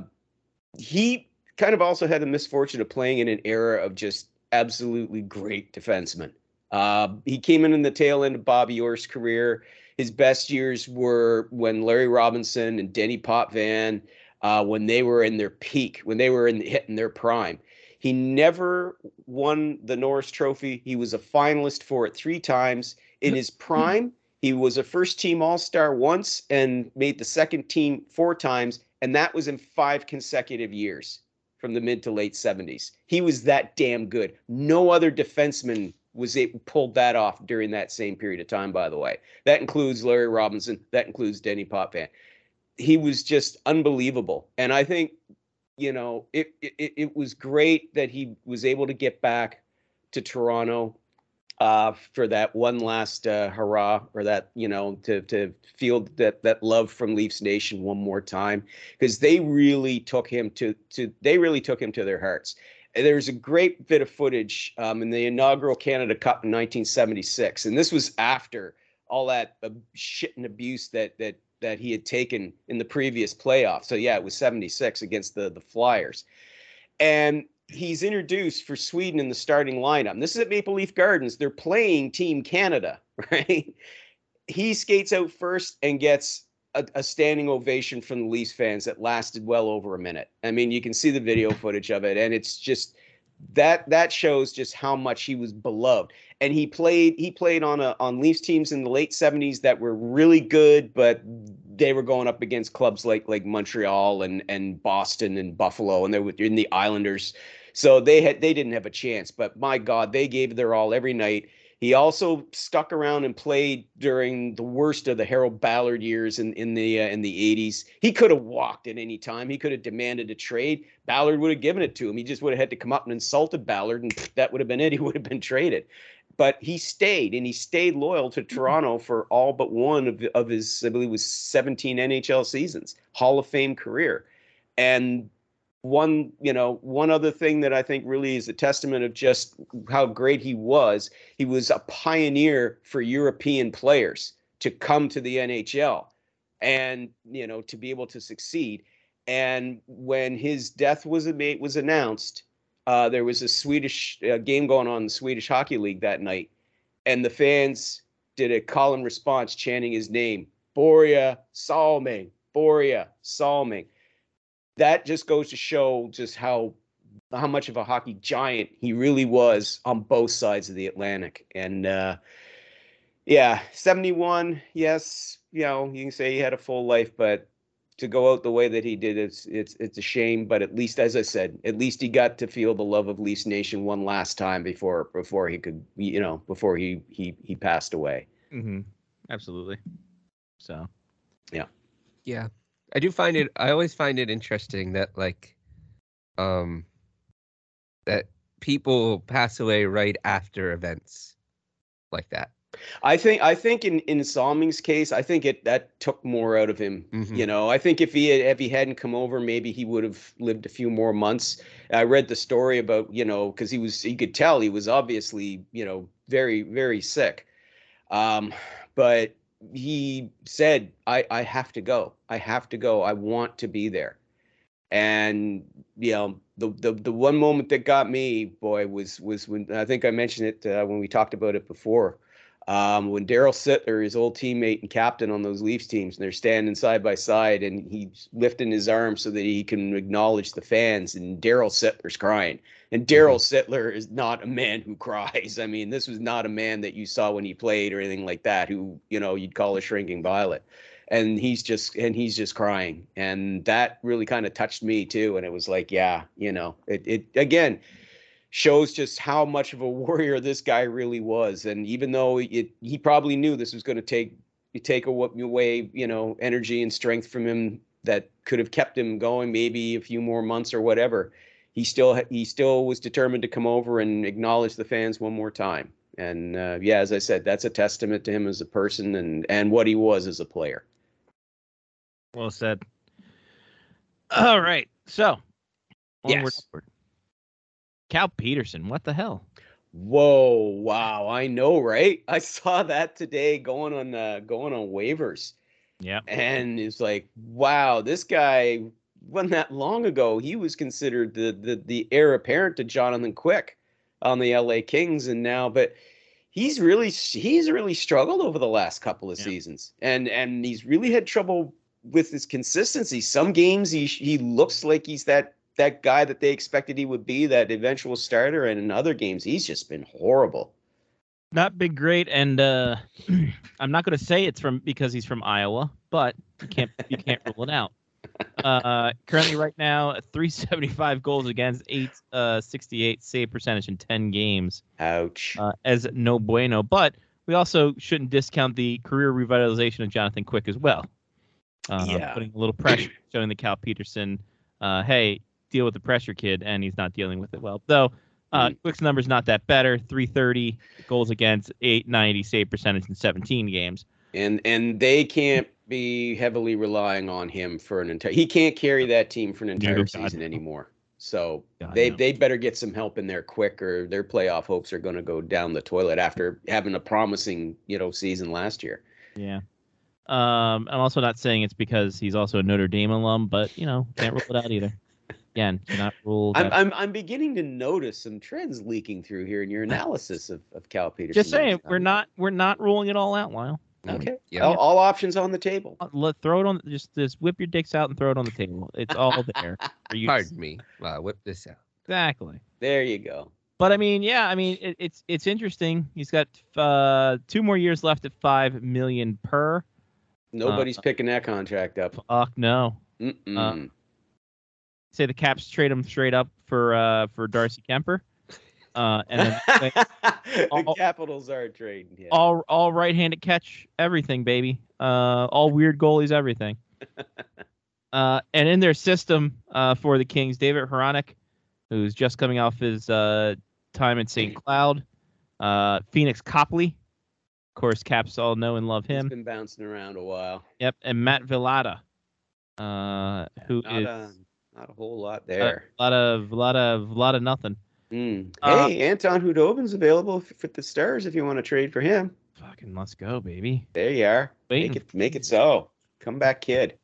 Speaker 6: he kind of also had the misfortune of playing in an era of just absolutely great defensemen. Uh, he came in in the tail end of Bobby Orr's career. His best years were when Larry Robinson and Denny Potvin, uh, when they were in their peak, when they were in hitting their prime. He never won the Norris Trophy. He was a finalist for it three times in his prime. He was a first team All Star once and made the second team four times, and that was in five consecutive years from the mid to late 70s. He was that damn good. No other defenseman was it pulled that off during that same period of time, by the way. That includes Larry Robinson, that includes Denny Potvin. He was just unbelievable. And I think, you know, it, it it was great that he was able to get back to Toronto uh, for that one last uh, hurrah or that, you know, to to feel that that love from Leafs Nation one more time because they really took him to to they really took him to their hearts. And There's a great bit of footage um, in the inaugural Canada Cup in 1976, and this was after all that uh, shit and abuse that that that he had taken in the previous playoff. So yeah, it was 76 against the the Flyers, and he's introduced for Sweden in the starting lineup. And this is at Maple Leaf Gardens. They're playing Team Canada, right? He skates out first and gets a, a standing ovation from the Leafs fans that lasted well over a minute. I mean, you can see the video footage of it, and it's just that that shows just how much he was beloved. And he played he played on a on Leafs teams in the late seventies that were really good, but they were going up against clubs like like Montreal and and Boston and Buffalo, and they were in the Islanders. So they had they didn't have a chance. But my God, they gave their all every night. He also stuck around and played during the worst of the Harold Ballard years in in the uh, in the 80s. He could have walked at any time. He could have demanded a trade. Ballard would have given it to him. He just would have had to come up and insulted Ballard, and that would have been it. He would have been traded. But he stayed, and he stayed loyal to Toronto for all but one of, of his, I believe, it was 17 NHL seasons, Hall of Fame career. And one, you know, one other thing that I think really is a testament of just how great he was he was a pioneer for European players to come to the NHL and you know to be able to succeed And when his death was ama- was announced, uh, there was a Swedish uh, game going on in the Swedish Hockey League that night, and the fans did a call and response chanting his name, Boria Salming, Boria Salming. That just goes to show just how how much of a hockey giant he really was on both sides of the Atlantic. And uh, yeah, 71, yes, you know, you can say he had a full life, but to go out the way that he did, it's it's it's a shame. But at least, as I said, at least he got to feel the love of Leafs Nation one last time before before he could, you know, before he he he passed away.
Speaker 1: Mm-hmm. Absolutely. So
Speaker 3: Yeah. I do find it I always find it interesting that like um that people pass away right after events like that.
Speaker 6: I think I think in in Salming's case, I think it that took more out of him.
Speaker 3: Mhm.
Speaker 6: You know, I think if he had, if he hadn't come over, maybe he would have lived a few more months. I read the story about you know because he was you could tell he was obviously you know very very sick, um, but he said I I have to go. I have to go. I want to be there. And you know the the the one moment that got me boy was was when I think I mentioned it uh, when we talked about it before um, when Daryl Sittler, his old teammate and captain on those Leafs teams, and they're standing side by side, and he's lifting his arm so that he can acknowledge the fans, and Daryl Sittler's crying. And Daryl Sittler is not a man who cries. I mean, this was not a man that you saw when he played or anything like that, who you know you'd call a shrinking violet. And he's just and he's just crying, and that really kind of touched me too. And it was like, yeah, you know, it it again, shows just how much of a warrior this guy really was. And even though it, he probably knew this was going to take you take awa- away, you know, energy and strength from him that could have kept him going maybe a few more months or whatever. He still ha- he still was determined to come over and acknowledge the fans one more time. And uh, yeah, as I said, that's a testament to him as a person and and what he was as a player.
Speaker 1: well said. All right. So onward,
Speaker 6: Yes.
Speaker 1: upward. Cal Peterson, what the hell?
Speaker 6: Whoa, wow, I know, right? I saw that today going on uh, going on waivers.
Speaker 1: Yeah.
Speaker 6: and it's like, wow, this guy wasn't that long ago. He was considered the the the heir apparent to Jonathan Quick on the LA Kings, and now, but he's really he's really struggled over the last couple of
Speaker 1: Yeah.
Speaker 6: seasons, and and he's really had trouble with his consistency. Some games he he looks like he's that that guy that they expected he would be, that eventual starter, and in other games he's just been horrible.
Speaker 1: Not been great, and uh, I'm not going to say it's from because he's from Iowa, but you can't you can't rule it out. Uh, currently, right now, 375 goals against, eight uh, 68 save percentage in 10 games
Speaker 6: Ouch.
Speaker 1: uh, as no bueno. But we also shouldn't discount the career revitalization of Jonathan Quick as well. Uh,
Speaker 6: Yeah.
Speaker 1: putting a little pressure, showing the Cal Peterson, uh, hey, deal with the pressure, kid, and he's not dealing with it well. Though uh,
Speaker 6: Mm-hmm.
Speaker 1: Quick's numbers not that better, 330 goals against, 890 save percentage in 17 games.
Speaker 6: and and they can't be heavily relying on him for an entire. He can't carry that team for an entire
Speaker 1: No, God,
Speaker 6: season
Speaker 1: no.
Speaker 6: anymore. So
Speaker 1: God,
Speaker 6: they
Speaker 1: no.
Speaker 6: they better get some help in there quick, or their playoff hopes are going to go down the toilet after having a promising you know season last year.
Speaker 1: Yeah. Um, I'm also not saying it's because he's also a Notre Dame alum, but you know, can't rule it out either. Again, cannot rule.
Speaker 6: I'm
Speaker 1: that-
Speaker 6: I'm, I'm beginning to notice some trends leaking through here in your analysis of, of Cal Peterson.
Speaker 1: Just saying, we're not we're not ruling it all out, Lyle.
Speaker 6: okay.
Speaker 3: Yeah.
Speaker 6: All, all options on the table.
Speaker 1: Uh, Let throw it on. Just just whip your dicks out and throw it on the table. It's all there. for you to-
Speaker 3: Pardon me. Wow, whip this out.
Speaker 1: Exactly.
Speaker 6: There you go.
Speaker 1: But I mean, yeah, I mean, it, it's it's interesting. He's got uh, two more years left at five million per.
Speaker 6: Nobody's picking that contract up.
Speaker 1: Fuck no.
Speaker 6: Mm-mm.
Speaker 1: Say the Caps trade him straight up for uh for Darcy Kemper. Uh, and then they-
Speaker 6: the
Speaker 1: all-
Speaker 6: Capitals are trading him.
Speaker 1: all all right-handed catch everything baby uh all weird goalies everything uh and in their system uh for the kings david Hronik, who's just coming off his uh time in st cloud uh phoenix copley of course caps all know and love
Speaker 6: He's
Speaker 1: him
Speaker 6: been bouncing around a while.
Speaker 1: yep and matt villata uh who is
Speaker 6: Not a not a whole lot
Speaker 1: a
Speaker 6: there.
Speaker 1: lot of lot of lot of nothing
Speaker 6: Mm.
Speaker 1: uh,
Speaker 6: hey, Anton Hudobin's available f- for the Stars if you want to trade for him.
Speaker 1: fucking let's go baby
Speaker 6: There you are.
Speaker 1: Waiting.
Speaker 6: Make it make it so. Come back, kid.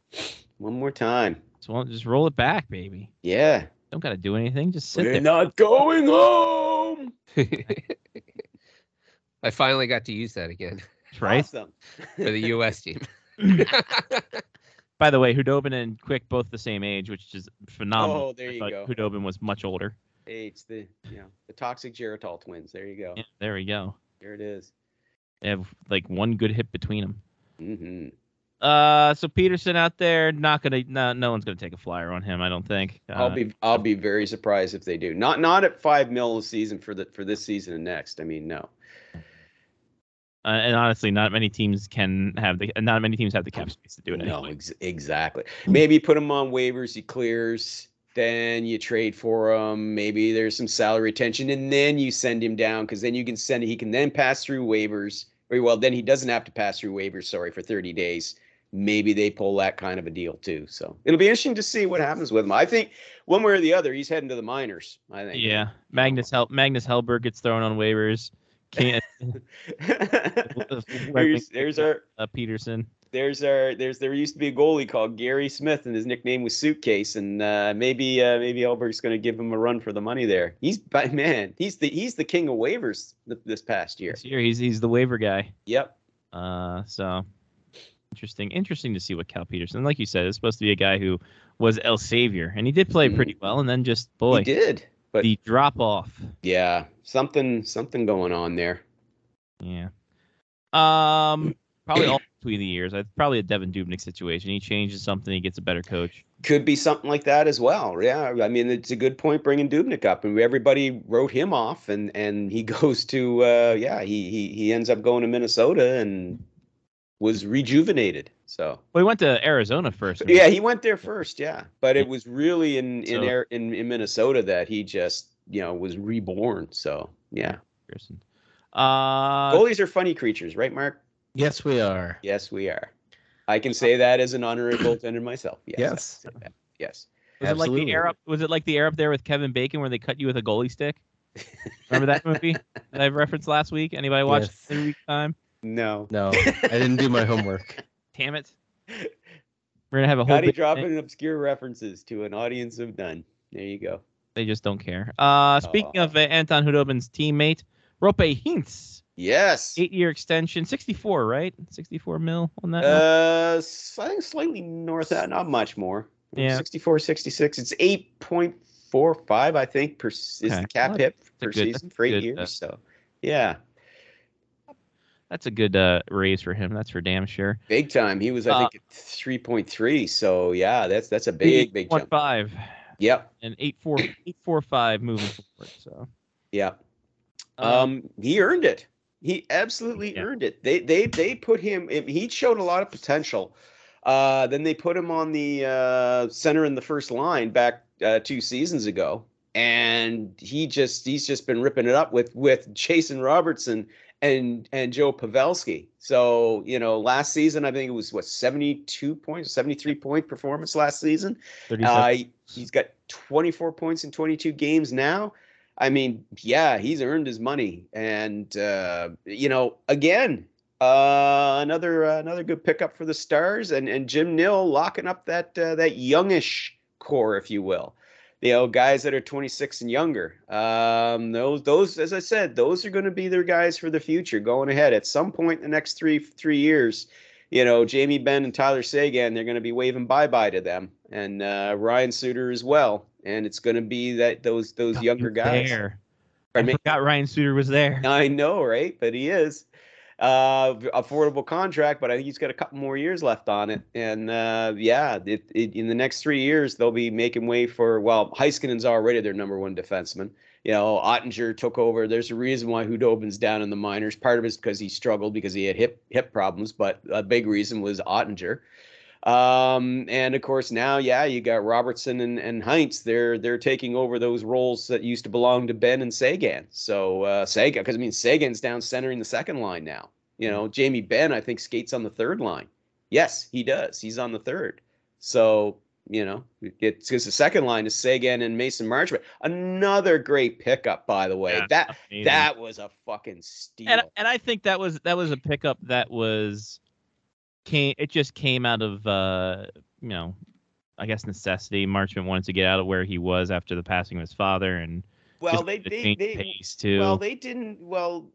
Speaker 6: One more time.
Speaker 1: Just, well, just roll it back, baby.
Speaker 6: Yeah.
Speaker 1: Don't got to do anything. Just sit
Speaker 6: We're
Speaker 1: there.
Speaker 6: not going home.
Speaker 3: I finally got to use that again
Speaker 1: right?
Speaker 6: Awesome.
Speaker 3: for the U.S. team.
Speaker 1: By the way, Hudobin and Quick both the same age, which is phenomenal.
Speaker 6: Oh, there
Speaker 1: Um, I
Speaker 6: you
Speaker 1: thought
Speaker 6: go.
Speaker 1: Hudobin was much older.
Speaker 6: Hey, it's the you know the toxic Geritol twins. There you go.
Speaker 1: Yeah, there we go.
Speaker 6: There it is.
Speaker 1: They have like one good hit between them.
Speaker 6: Mm-hmm.
Speaker 1: Uh, so Peterson out there, not gonna, no, no one's gonna take a flyer on him. I don't think. Uh,
Speaker 6: I'll be I'll be very surprised if they do. Not not at five mil a season for the for this season and next. I mean, no.
Speaker 1: uh, and honestly, not many teams can have the, not many teams have the cap space to do it.
Speaker 6: No,
Speaker 1: anyway.
Speaker 6: ex- exactly. Maybe put him on waivers. He clears. Then you trade for him. Maybe there's some salary retention, and then you send him down because then you can send. He can then pass through waivers. Or well, then he doesn't have to pass through waivers. Sorry for 30 days. Maybe they pull that kind of a deal too. So it'll be interesting to see what happens with him. I think one way or the other, he's heading to the minors. I think.
Speaker 1: Yeah, Magnus Hel- Magnus Helberg gets thrown on waivers. Can't
Speaker 6: there's, there's our
Speaker 1: uh, Peterson.
Speaker 6: there's our there's there used to be a goalie called Gary Smith, and his nickname was Suitcase, and uh, maybe uh, maybe Elberg's going to give him a run for the money there. He's but man, he's the he's the king of waivers th- this past year.
Speaker 1: This year, he's he's the waiver guy.
Speaker 6: Yep.
Speaker 1: Uh, so interesting, interesting to see what Cal Peterson. Like you said, it's supposed to be a guy who was El Savior, and he did play
Speaker 6: Mhm.
Speaker 1: pretty well, and then just boy,
Speaker 6: He did, but
Speaker 1: the drop off.
Speaker 6: yeah, something something going on there.
Speaker 1: Yeah. Um, probably all between the years. I probably a Devin Dubnik situation. He changes something, he gets a better coach.
Speaker 6: Could be something like that as well. Yeah, I mean it's a good point bringing Dubnik up, and everybody wrote him off, and and he goes to uh, yeah he he he ends up going to Minnesota and was rejuvenated. So.
Speaker 1: Well, he went to Arizona first.
Speaker 6: Yeah, he went there first. Yeah, but it was really in in
Speaker 1: So-
Speaker 6: Ar- in, in Minnesota that he just you know was reborn. So yeah,
Speaker 1: Peterson. Uh,
Speaker 6: goalies are funny creatures, right, Mark?
Speaker 5: Yes, we are.
Speaker 6: Yes, we are. I can say that as an honorary goaltender myself. Yes. I can
Speaker 5: Yes.
Speaker 6: say that. Yes.
Speaker 1: was it like the
Speaker 5: absolutely.
Speaker 1: air up? Was it like the air up there with Kevin Bacon, where they cut you with a goalie stick? Remember that movie that I referenced last week? Anybody watched
Speaker 5: Yes.
Speaker 1: it every week time?
Speaker 6: No.
Speaker 5: No, I didn't do my homework.
Speaker 1: Damn it! We're gonna have a whole.
Speaker 6: Scotty
Speaker 1: big
Speaker 6: dropping obscure references to an audience of none. There you go.
Speaker 1: They just don't care. Uh, speaking
Speaker 6: Aw.
Speaker 1: of uh, Anton Hudobin's teammate, Rope Hintz,
Speaker 6: Yes.
Speaker 1: eight-year extension, sixty-four, right? Sixty-four mil on that. one?
Speaker 6: Uh, s- I think slightly north, uh, not much more.
Speaker 1: Yeah.
Speaker 6: 64, 66. It's 8.45, I think, per, s- is
Speaker 1: Okay.
Speaker 6: the cap
Speaker 1: Well,
Speaker 6: hit
Speaker 1: a
Speaker 6: per
Speaker 1: good-
Speaker 6: season
Speaker 1: that's
Speaker 6: for eight
Speaker 1: good,
Speaker 6: years.
Speaker 1: uh,
Speaker 6: so, yeah,
Speaker 1: That's a good uh, raise for him. That's for damn sure.
Speaker 6: big time. He was, I
Speaker 1: Uh,
Speaker 6: think, at 3.3. So, yeah, that's that's a big, big
Speaker 1: one
Speaker 6: jump.
Speaker 1: five
Speaker 6: Yep.
Speaker 1: and eight four eight four five moving forward. So
Speaker 6: Yep.
Speaker 1: um,
Speaker 6: Um, he earned it. He absolutely
Speaker 1: Yeah.
Speaker 6: earned it. They they they put him. If he showed a lot of potential, uh, then they put him on the uh, center in the first line back uh, two seasons ago, and he just he's just been ripping it up with with Jason Robertson and and Joe Pavelski. So you know, last season I think it was what seventy two points, seventy three point performance last season. Uh, he- he's got 24 points in 22 games now. I mean, yeah, he's earned his money, and uh, you know, again, uh, another uh, another good pickup for the Stars, and and Jim Nill locking up that uh, that youngish core, if you will. You know, guys that are 26 and younger. Um, those, those, as I said, those are going to be their guys for the future going ahead. At some point in the next three three years, you know, Jamie Benn and Tyler Sagan, they're going to be waving bye bye to them, and uh, Ryan Suter as well. And it's going to be that those those younger guys.
Speaker 1: There.
Speaker 6: are
Speaker 1: I
Speaker 6: making-
Speaker 1: forgot Ryan Suter was there.
Speaker 6: I know, right? But he is uh affordable contract but i think he's got a couple more years left on it and uh yeah it, it, in the next three years they'll be making way for well heiskanen's already their number one defenseman you know ottinger took over there's a reason why hudobin's down in the minors part of it is because he struggled because he had hip hip problems but a big reason was ottinger um and of course now yeah you got robertson and and heinz they're they're taking over those roles that used to belong to ben and sagan so uh sagan because i mean sagan's down centering the second line now you
Speaker 1: Mm-hmm.
Speaker 6: know jamie ben i think skates on the third line yes he does he's on the third so you know it's because the second line is sagan and mason marchman another great pickup by the way
Speaker 1: Yeah,
Speaker 6: that
Speaker 1: amazing.
Speaker 6: that was a fucking steal
Speaker 1: and and I think that was that was a pickup that was came it just came out of uh you know I guess necessity. Marchment wanted to get out of where he was after the passing of his father, and
Speaker 6: Well,
Speaker 1: just
Speaker 6: they
Speaker 1: wanted to
Speaker 6: they,
Speaker 1: change
Speaker 6: they
Speaker 1: pace too.
Speaker 6: well they didn't well.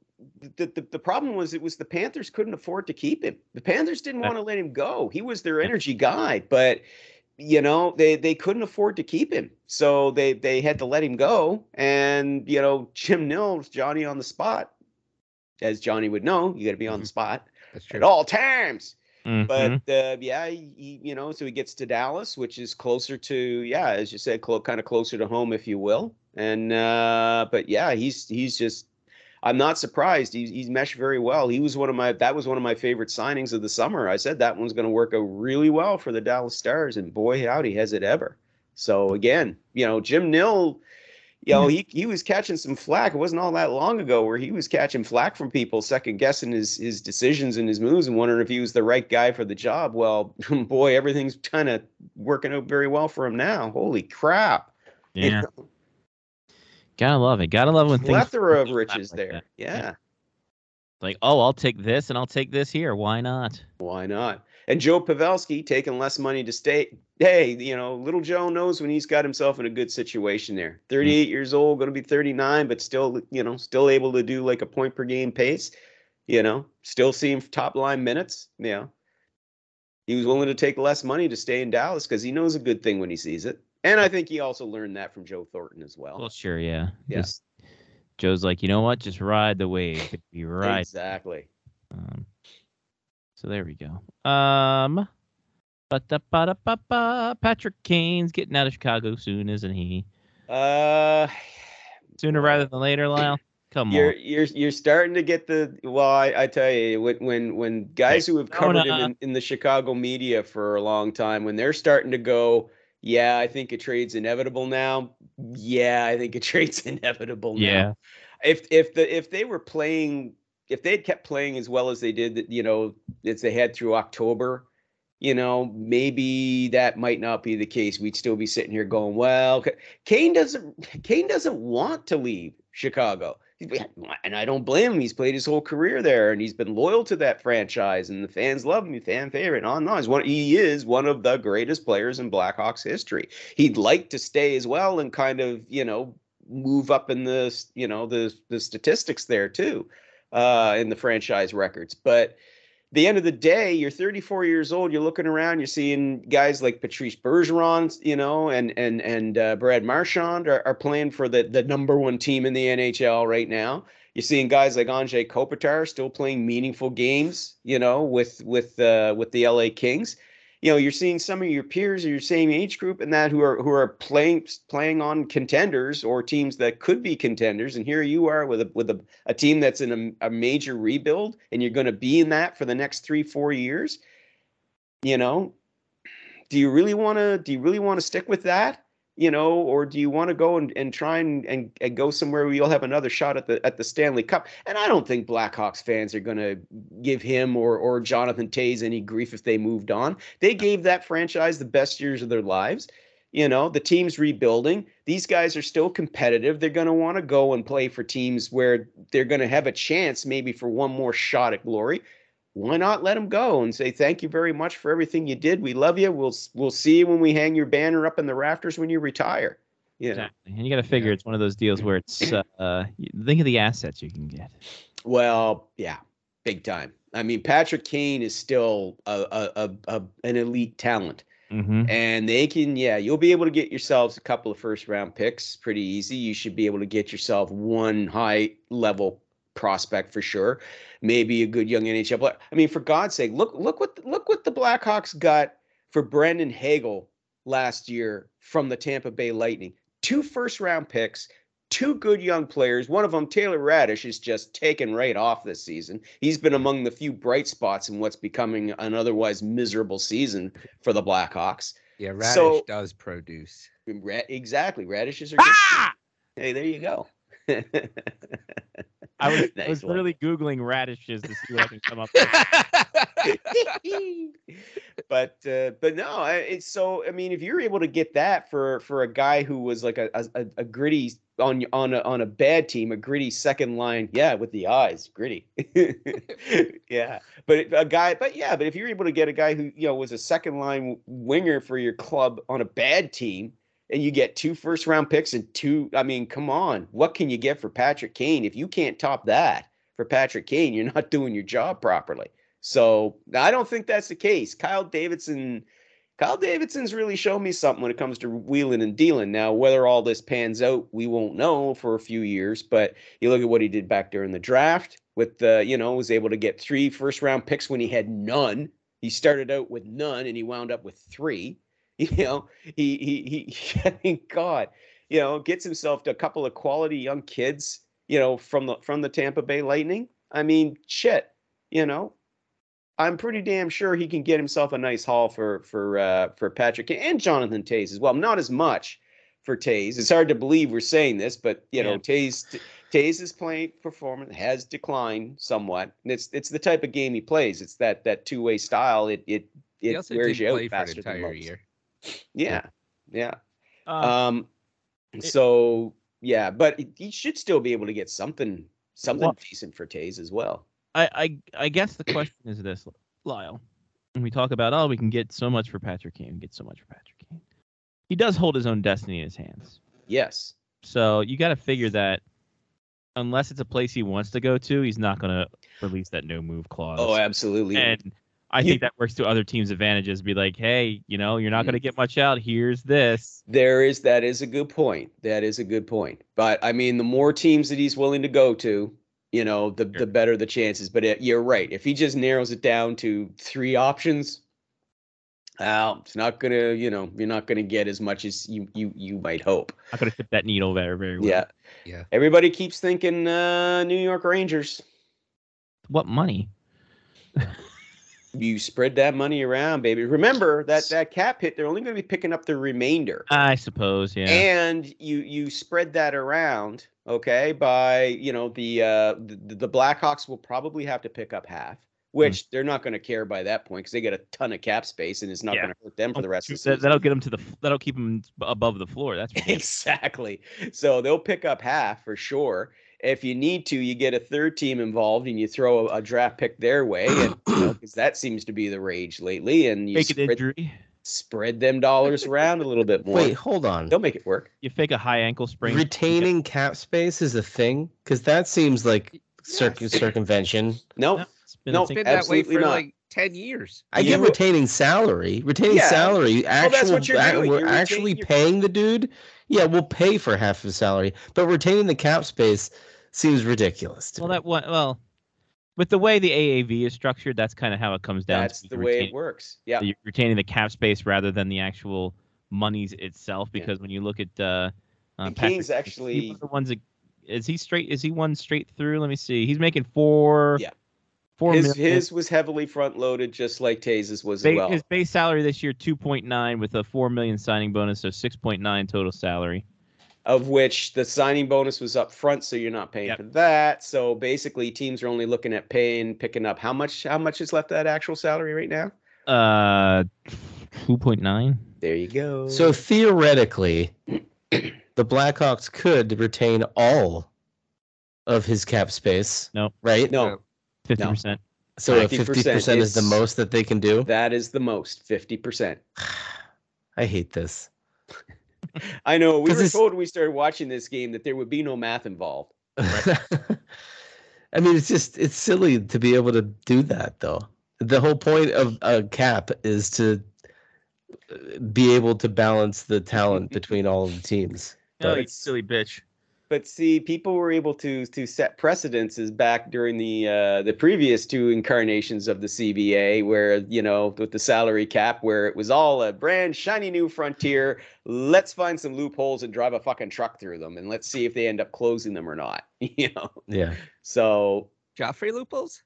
Speaker 6: The, the, the problem was it was the Panthers couldn't afford to keep him. The Panthers didn't
Speaker 1: That-
Speaker 6: want to let him go. He was their
Speaker 1: Yeah.
Speaker 6: energy guy, but you know they they couldn't afford to keep him, so they they had to let him go. And you know Jim Nils Johnny on the spot, as Johnny would know, you got to be
Speaker 1: Mm-hmm.
Speaker 6: on the spot
Speaker 3: That's true.
Speaker 6: at all times.
Speaker 1: Mhm.
Speaker 6: But uh, yeah, he, you know, so he gets to Dallas, which is closer to yeah, as you said, clo- kind of closer to home, if you will. And uh, but yeah, he's he's just. I'm not surprised. He's, he's meshed very well. He was one of my that was one of my favorite signings of the summer. I said that one's going to work out really well for the Dallas Stars, and boy, howdy has it ever. So again, you know, Jim Nill you know, he, he was catching some flack. It wasn't all that long ago where he was catching flack from people, second guessing his his decisions and his moves and wondering if he was the right guy for the job. Well, boy, everything's kind of working out very well for him now. Holy crap.
Speaker 1: yeah, gotta love it. Gotta love when things
Speaker 6: Plethora of
Speaker 1: flip
Speaker 6: riches
Speaker 1: like
Speaker 6: there.
Speaker 1: that.
Speaker 6: Yeah.
Speaker 1: Like, oh, I'll take this and I'll take this here. Why not?
Speaker 6: Why not? And Joe Pavelski taking less money to stay. Hey, you know, little Joe knows when he's got himself in a good situation there. 38 years old, going to be 39, but still, you know, still able to do like a point per game pace. You know, still seeing top line minutes. You know, he was willing to take less money to stay in Dallas because he knows a good thing when he sees it. And I think he also learned that from Joe Thornton as well.
Speaker 1: Well, sure, yeah.
Speaker 6: Yeah.
Speaker 1: Just- Joe's like, you know what? Just ride the wave. Be right.
Speaker 6: Exactly.
Speaker 1: Um, so there we go. Um, ba-da-ba-da-ba-ba. Patrick Kane's getting out of Chicago soon, isn't he?
Speaker 6: Uh,
Speaker 1: Sooner rather than later, Lyle. Come
Speaker 6: You're
Speaker 1: on.
Speaker 6: you're you're starting to get the well. I, I tell you, when when when guys who have covered him in, in the Chicago media for a long time, when they're starting to go, yeah, I think a trade's inevitable now. Yeah, I think a trade's inevitable now.
Speaker 1: Yeah.
Speaker 6: If if the if they were playing, if they had kept playing as well as they did, you know, as they had through October, you know, maybe that might not be the case. We'd still be sitting here going, well, K- Kane doesn't Kane doesn't want to leave Chicago. And I don't blame him. He's played his whole career there and he's been loyal to that franchise and the fans love him, fan favorite, and on and on. He's one, he is one of the greatest players in Blackhawks history. He'd like to stay as well and kind of, you know, move up in the, s- you know, the the statistics there too, uh, in the franchise records. But the end of the day, you're 34 years old. You're looking around. You're seeing guys like Patrice Bergeron, you know, and and and uh, Brad Marchand are, are playing for the the number one team in the NHL right now. You're seeing guys like Andre Kopitar still playing meaningful games, you know, with with uh, with the LA Kings. You know, you're seeing some of your peers in your same age group and that who are who are playing playing on contenders or teams that could be contenders, and here you are with a with a a team that's in a, a major rebuild and you're going to be in that for the next three four years you know do you really want to do you really want to stick with that you know or do you want to go and, and try and, and, and go somewhere where you'll have another shot at the at the stanley cup and i don't think blackhawks fans are going to give him or or jonathan tays any grief if they moved on they gave that franchise the best years of their lives you know, the team's rebuilding. These guys are still competitive. They're going to want to go and play for teams where they're going to have a chance, maybe for one more shot at glory. Why not let them go and say thank you very much for everything you did? We love you. We'll we'll see you when we hang your banner up in the rafters when you retire. You know.
Speaker 1: Exactly. And you got to figure it's one of those deals where it's uh, uh, you- think of the assets you can get.
Speaker 6: Well, yeah, big time. I mean, Patrick Kane is still a, a, a, a an elite talent.
Speaker 1: Mm-hmm.
Speaker 6: And they can, yeah, you'll be able to get yourselves a couple of first round picks pretty easy. You should be able to get yourself one high level prospect for sure. Maybe a good young NHL player. I mean, for God's sake, look look what look what the Blackhawks got for Brandon Hagel last year from the Tampa Bay Lightning. Two first round picks, two good young players. One of them, Taylor Radish, is just taken right off this season. He's been among the few bright spots in what's becoming an otherwise miserable season for the Blackhawks.
Speaker 3: Yeah, Radish
Speaker 6: So-
Speaker 3: does produce.
Speaker 6: Ra- exactly. Radishes are good. Hey, there you go.
Speaker 1: I was, I
Speaker 6: Nice
Speaker 1: was
Speaker 6: one.
Speaker 1: Uh, literally Googling radishes to see what I can come up with.
Speaker 6: but uh, but no, I- it's so. I mean, if you're able to get that for for a guy who was like a a, a gritty on on a, on a bad team, a gritty second line, yeah, with the eyes, gritty, yeah. But a guy, but yeah, but if you're able to get a guy who you know was a second line winger for your club on a bad team, and you get two first round picks and two, I mean, come on, what can you get for Patrick Kane if you can't top that? For Patrick Kane, you're not doing your job properly. So I don't think that's the case. Kyle Davidson, Kyle Davidson's really shown me something when it comes to wheeling and dealing. Now, whether all this pans out, we won't know for a few years. But you look at what he did back during the draft with the, you know, was able to get three first round picks when he had none. He started out with none and he wound up with three. You know, he he he I mean, God, you know, gets himself to a couple of quality young kids, you know, from the from the Tampa Bay Lightning. I mean, shit, you know, I'm pretty damn sure he can get himself a nice haul for for uh, for Patrick and Jonathan Tays as well. Not as much for Tays. It's hard to believe we're saying this, but you know,
Speaker 1: Yeah.
Speaker 6: Tays Tays's playing performance has declined somewhat. And It's it's the type of game he plays. It's that that two way style. It it
Speaker 3: He
Speaker 6: it
Speaker 3: also
Speaker 6: wears
Speaker 3: did
Speaker 6: you
Speaker 3: play
Speaker 6: out
Speaker 3: for an
Speaker 6: faster than
Speaker 3: entire
Speaker 6: most.
Speaker 3: year.
Speaker 6: Yeah, yeah.
Speaker 1: Uh,
Speaker 6: Um, so yeah, but he should still be able to get something something
Speaker 1: Well-
Speaker 6: decent for Tays as well.
Speaker 1: I, I I guess the question is this, Lyle. When we talk about oh, we can get so much for Patrick Kane, we can get so much for Patrick Kane. He does hold his own destiny in his hands.
Speaker 6: Yes.
Speaker 1: So you got to figure that unless it's a place he wants to go to, he's not going to release that no move clause.
Speaker 6: Oh, absolutely.
Speaker 1: and I think that works to other teams' advantages. Be like, hey, you know, you're not going to get much out. Here's this.
Speaker 6: There is that is a good point. That is a good point. But I mean, the more teams that he's willing to go to, you know, the
Speaker 1: Sure.
Speaker 6: the better the chances. But it, you're right. If he just narrows it down to three options, well, it's not gonna. You know, you're not gonna get as much as you you you might hope.
Speaker 1: I could have tipped that needle very, very well.
Speaker 6: Yeah.
Speaker 3: Yeah.
Speaker 6: Everybody keeps thinking uh, New York Rangers.
Speaker 1: What money?
Speaker 6: You spread that money around, baby. Remember that that cap hit. They're only going to be picking up the remainder.
Speaker 1: I suppose. Yeah.
Speaker 6: and you you spread that around okay by you know the uh the, the blackhawks will probably have to pick up half which they're not going to care by that point because they get a ton of cap space and it's not
Speaker 1: Yeah.
Speaker 6: going to hurt them for the rest of the
Speaker 1: that,
Speaker 6: season
Speaker 1: that'll get him to the. f- That'll keep him above the floor. That's for damn
Speaker 6: exactly so they'll pick up half for sure if you need to you get a third team involved and you throw a, a draft pick their way and because that seems to be the rage lately and you
Speaker 1: fake an
Speaker 6: spread,
Speaker 1: injury.
Speaker 6: spread them dollars around a little bit more
Speaker 5: Wait, hold on.
Speaker 6: they'll make it work
Speaker 1: You fake a high ankle sprain.
Speaker 5: Retaining cap space is a thing because that seems like circ- circumvention.
Speaker 6: no
Speaker 1: No, it's been
Speaker 6: No,
Speaker 1: a thing.
Speaker 3: Been that way
Speaker 6: Absolutely
Speaker 3: for
Speaker 6: not.
Speaker 3: like ten years.
Speaker 5: I
Speaker 6: You
Speaker 5: get
Speaker 6: know-
Speaker 5: retaining salary. Retaining
Speaker 6: Yeah.
Speaker 5: salary. Actual,
Speaker 6: that's what you're
Speaker 5: ac-
Speaker 6: doing.
Speaker 5: We're
Speaker 6: You're retaining
Speaker 5: actually
Speaker 6: your-
Speaker 5: paying the dude. Yeah, we'll pay for half his salary, but retaining the cap space seems ridiculous. To
Speaker 1: well,
Speaker 5: me.
Speaker 1: that one. Well, with the way the AAV is structured, that's kind of how it comes down.
Speaker 6: that's
Speaker 1: to
Speaker 6: the
Speaker 1: you
Speaker 6: way
Speaker 1: retain-
Speaker 6: it works yeah
Speaker 1: You're retaining the cap space rather than the actual monies itself,
Speaker 6: Yeah.
Speaker 1: because when you look at uh, uh
Speaker 6: And
Speaker 1: Patrick,
Speaker 6: Kane's
Speaker 1: Kane,
Speaker 6: actually-
Speaker 1: he one of the ones that is he straight? Is he one straight through? Let me see. He's making four.
Speaker 6: Yeah.
Speaker 1: Four
Speaker 6: his,
Speaker 1: million.
Speaker 6: his was heavily front loaded, just like Taze's was as
Speaker 1: Ba-
Speaker 6: well.
Speaker 1: His base salary this year two point nine with a four million signing bonus, so six point nine total salary.
Speaker 6: Of which the signing bonus was up front, so you're not paying
Speaker 1: Yep.
Speaker 6: for that. So basically, teams are only looking at paying, picking up how much? How much is left of that actual salary right now?
Speaker 1: Uh, two point nine.
Speaker 6: There you go.
Speaker 5: So theoretically, the Blackhawks could retain all of his cap space.
Speaker 1: No.
Speaker 5: Right?
Speaker 6: no,
Speaker 3: Yeah.
Speaker 1: Fifty percent.
Speaker 5: So if
Speaker 6: 50%
Speaker 5: 50% is, the
Speaker 6: is-
Speaker 5: most that they can do?
Speaker 6: that is the most, fifty percent.
Speaker 5: I hate this.
Speaker 6: I know we
Speaker 5: 'Cause
Speaker 6: were
Speaker 5: it's-
Speaker 6: told when we started watching this game that there would be no math involved.
Speaker 5: I mean, it's just, it's silly to be able to do that, though. The whole point of a cap is to uh, be able to balance the talent between all of the teams.
Speaker 1: No,
Speaker 6: you
Speaker 1: Oh, you silly bitch.
Speaker 6: But see, people were able to to set precedences back during the uh, the previous two incarnations of the CBA, where you know with the salary cap, where it was all a brand shiny new frontier. Let's find some loopholes and drive a fucking truck through them, and let's see if they end up closing them or not. You know,
Speaker 5: Yeah.
Speaker 6: so
Speaker 3: Joffrey loopholes?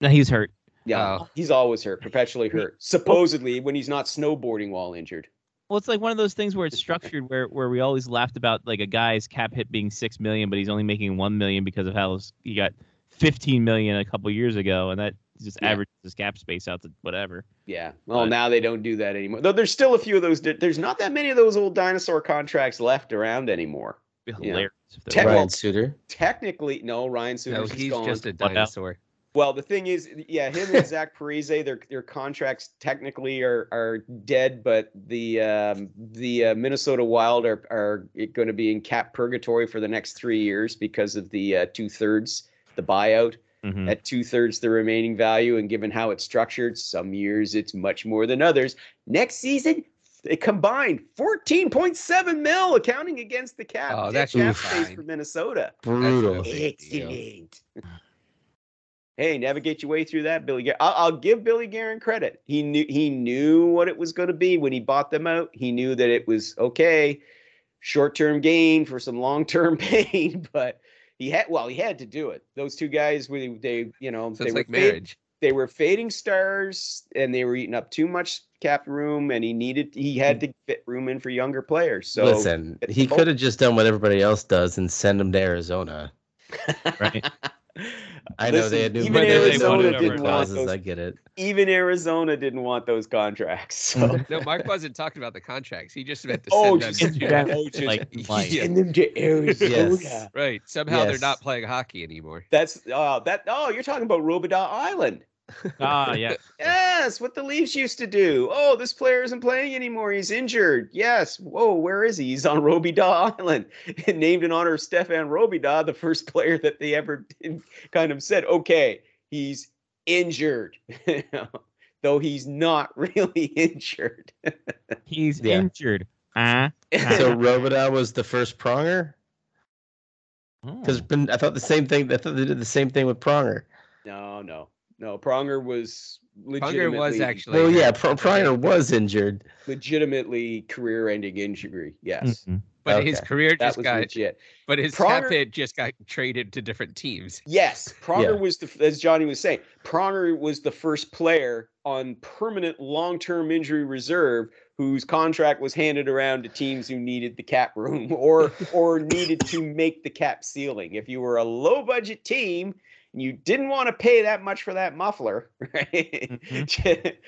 Speaker 1: No, he's hurt.
Speaker 6: yeah,
Speaker 3: Wow.
Speaker 6: he's always hurt, perpetually hurt. Supposedly, when he's not snowboarding while injured.
Speaker 1: Well, it's like one of those things where it's structured where where we always laughed about like a guy's cap hit being six million, but he's only making one million because of how he got fifteen million a couple years ago, and that just
Speaker 6: Yeah.
Speaker 1: averages his cap space out to whatever.
Speaker 6: Yeah. Well,
Speaker 1: But-
Speaker 6: now they don't do that anymore. Though there's still a few of those. There's not that many of those old dinosaur contracts left around anymore.
Speaker 1: It'd be
Speaker 6: Yeah.
Speaker 1: hilarious if there
Speaker 6: Tech-
Speaker 1: was.
Speaker 5: Ryan Suter.
Speaker 6: Technically, no. Ryan
Speaker 3: No,
Speaker 6: Suter's
Speaker 3: he's
Speaker 6: gone.
Speaker 3: just a
Speaker 1: What now?
Speaker 3: dinosaur.
Speaker 6: Well, the thing is, yeah, him and Zach Parise, their their contracts technically are are dead, but the um, the uh, Minnesota Wild are are going to be in cap purgatory for the next three years because of the uh, two thirds the buyout
Speaker 3: Hmm.
Speaker 1: Mhm.
Speaker 6: at two thirds the remaining value, and given how it's structured, some years it's much more than others. Next season. It combined 14.7 mil accounting against the cap.
Speaker 3: Oh,
Speaker 6: Dead
Speaker 3: that's
Speaker 6: cap
Speaker 3: fine.
Speaker 6: space for Minnesota.
Speaker 5: Brutal.
Speaker 3: That's no big deal.
Speaker 6: Hey, navigate your way through that, Billy. Gar- I'll, I'll give Billy Garen credit. He knew he knew what it was going to be when he bought them out. He knew that it was okay, short term gain for some long term pain. But he had well, he had to do it. Those two guys, we they you know
Speaker 3: So
Speaker 6: they
Speaker 3: it's
Speaker 6: were
Speaker 3: like
Speaker 6: fade-
Speaker 3: marriage.
Speaker 6: they were fading stars, and they were eating up too much cap room, and he needed he had to fit room in for younger players. So
Speaker 5: Hmm. Listen,
Speaker 6: it's
Speaker 5: he
Speaker 6: the
Speaker 5: could have just done what everybody else does and send him to Arizona.
Speaker 1: Right.
Speaker 5: I know
Speaker 6: Listen,
Speaker 5: they had new
Speaker 6: even
Speaker 1: But they wanted
Speaker 6: Arizona
Speaker 1: it
Speaker 6: didn't
Speaker 1: over
Speaker 6: want
Speaker 5: clauses. I
Speaker 6: those.
Speaker 5: get it.
Speaker 6: Even Arizona didn't want those contracts. So.
Speaker 3: No, Mark wasn't talking about the contracts. He just meant to
Speaker 6: Oh,
Speaker 3: send them.
Speaker 6: just
Speaker 3: to-
Speaker 1: send
Speaker 6: them
Speaker 1: them.
Speaker 6: coaches.
Speaker 1: Like, like-
Speaker 3: Yeah,
Speaker 6: Send them to Arizona.
Speaker 5: Yes.
Speaker 3: right. Somehow they're
Speaker 5: Yes.
Speaker 3: not playing hockey anymore.
Speaker 6: That's oh that oh you're talking about Robidaw Island.
Speaker 1: Ah, yeah.
Speaker 6: Yes, what the Leafs used to do. Oh, this player isn't playing anymore. He's injured. Yes. Whoa, where is he? He's on Robidaw Island. And named in honor of Stefan Robidaw, the first player that they ever did, kind of said, okay, he's injured. Though he's not really injured.
Speaker 1: He's
Speaker 5: Yeah.
Speaker 1: injured. Ah.
Speaker 5: So Robidoux was the first pronger
Speaker 1: Oh.
Speaker 5: because
Speaker 1: Hmm.
Speaker 5: I thought the same thing. I thought they did the same thing with Pronger.
Speaker 6: no, no. No, Pronger was legitimately Oh,
Speaker 3: Hunger was actually.
Speaker 5: Well, yeah, Pro- Pronger Uh, was injured.
Speaker 6: legitimately career-ending injury. Yes,
Speaker 1: Mhm.
Speaker 3: But his
Speaker 5: Okay.
Speaker 3: career
Speaker 6: that
Speaker 3: just
Speaker 6: was
Speaker 3: got.
Speaker 6: legit.
Speaker 3: But his
Speaker 6: Pronger-
Speaker 3: cap hit just got traded to different teams.
Speaker 6: Yes, Pronger
Speaker 5: Yeah.
Speaker 6: was the as Johnny was saying. Pronger was the first player on permanent long-term injury reserve whose contract was handed around to teams who needed the cap room or or needed to make the cap ceiling. If you were a low-budget team and you didn't want to pay that much for that muffler, right?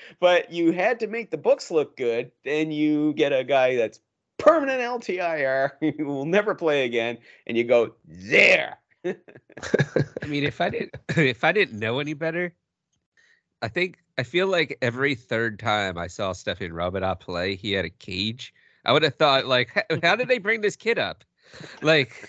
Speaker 6: but you had to make the books look good, then you get a guy that's permanent LTIR who will never play again, and you go there.
Speaker 3: I mean, if I didn't, if I didn't know any better, I think I feel like every third time I saw Stefan Robida play, he had a cage. I would have thought, like, "H- how did they bring this kid up? Like,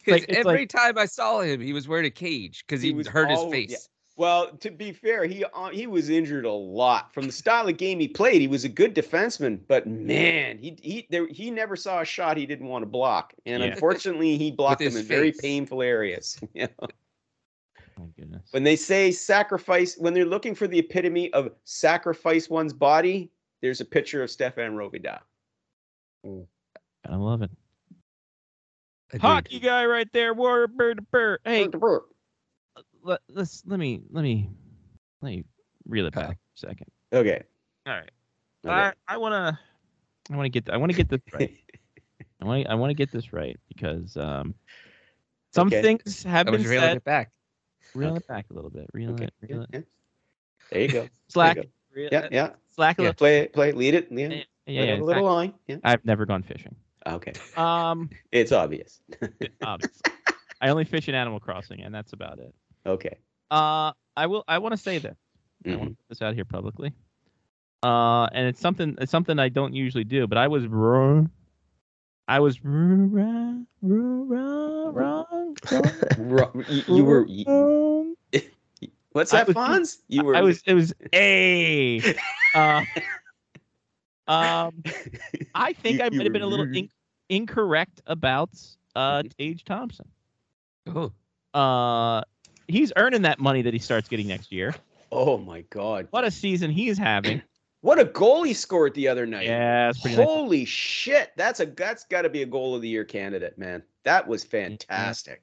Speaker 3: because
Speaker 1: Like, it's
Speaker 3: every
Speaker 1: like-
Speaker 3: time I saw him, he was wearing a cage because
Speaker 6: He
Speaker 3: he,
Speaker 6: was
Speaker 3: hurt his
Speaker 6: always-
Speaker 3: face.
Speaker 6: yeah. Well, to be fair, he uh, he was injured a lot from the style of game he played. He was a good defenseman, but man, he he there, he never saw a shot he didn't want to block, and
Speaker 1: Yeah.
Speaker 6: unfortunately, he blocked them
Speaker 3: his
Speaker 6: in very
Speaker 3: face.
Speaker 6: painful areas. You know?
Speaker 1: Oh, My goodness.
Speaker 6: When they say sacrifice, when they're looking for the epitome of sacrifice one's body, there's a picture of Stefan Robida.
Speaker 1: I love it.
Speaker 3: I did.
Speaker 1: Hockey guy right there. War, burr, burr. Hey, let, let's let me let me let me reel it
Speaker 3: Huh.
Speaker 1: back a second.
Speaker 6: Okay.
Speaker 1: All right.
Speaker 6: okay.
Speaker 1: I, I wanna I wanna get I wanna get this right. I want I want to get this right because um some
Speaker 6: Okay.
Speaker 1: things have
Speaker 3: I was
Speaker 1: been
Speaker 3: reeling
Speaker 1: said.
Speaker 3: Oh, it back.
Speaker 1: Reel it back a little bit. Reel
Speaker 6: Okay.
Speaker 1: it. Reel it.
Speaker 6: Yeah. There you go.
Speaker 1: Slack.
Speaker 6: go.
Speaker 1: Reel
Speaker 6: Yeah,
Speaker 1: it-
Speaker 6: yeah.
Speaker 1: Slack a
Speaker 6: yeah.
Speaker 1: little.
Speaker 6: Play it, play it, lead it. Yeah.
Speaker 1: Yeah,
Speaker 6: Lead
Speaker 1: yeah,
Speaker 6: it
Speaker 1: yeah,
Speaker 6: on the little
Speaker 1: exact-
Speaker 6: line. Yeah.
Speaker 1: I've never gone fishing.
Speaker 6: Okay.
Speaker 1: Um,
Speaker 6: It's obvious.
Speaker 1: obviously. I only fish in Animal Crossing, and that's about it.
Speaker 6: Okay.
Speaker 1: Uh, I will. I want to say this. I
Speaker 6: Mm-hmm.
Speaker 1: want to put this out here publicly. Uh, and it's something. It's something I don't usually do, but I was wrong. I was wrong. Wrong. Wrong. wrong,
Speaker 6: Ru- you, you were. you-
Speaker 1: wrong.
Speaker 6: what's
Speaker 1: I
Speaker 6: that,
Speaker 1: was-
Speaker 6: Fonz? You were.
Speaker 1: I was. It was a. Uh, um, I think I
Speaker 6: You- you
Speaker 1: might have been a little
Speaker 6: were- Mm-hmm.
Speaker 1: in, incorrect about uh Tage Thompson.
Speaker 3: Oh,
Speaker 1: Uh, he's earning that money that he starts getting next year.
Speaker 6: Oh my God!
Speaker 1: What a season he's having!
Speaker 6: what a goal he scored the other night.
Speaker 1: yeah, it's pretty nice.
Speaker 6: Holy shit! That's a that's got to be a goal of the year candidate, man. That was fantastic.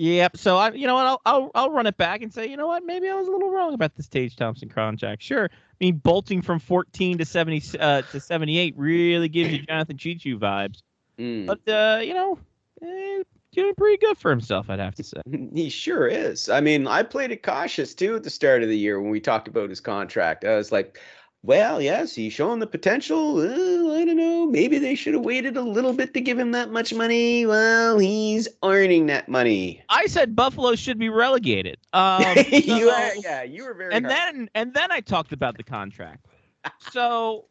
Speaker 1: Yep. So I, you know what, I'll, I'll I'll run it back and say, you know what, maybe I was a little wrong about this Tage Thompson contract. Sure, I mean bolting from 14 to 70 uh, to 78 really gives you Jonathan Chichu vibes,
Speaker 6: Mm.
Speaker 1: but uh, you know, eh, doing pretty good for himself, I'd have to say.
Speaker 6: Mm. He sure is. I mean, I played it cautious too at the start of the year when we talked about his contract. I was like, well, yes, he's shown the potential. Uh, I don't know. Maybe they should have waited a little bit to give him that much money. Well, he's earning that money.
Speaker 1: I said Buffalo should be relegated. Um,
Speaker 6: you
Speaker 1: so-
Speaker 6: are, yeah, you were very.
Speaker 1: and
Speaker 6: hard.
Speaker 1: then and then I talked about the contract. So,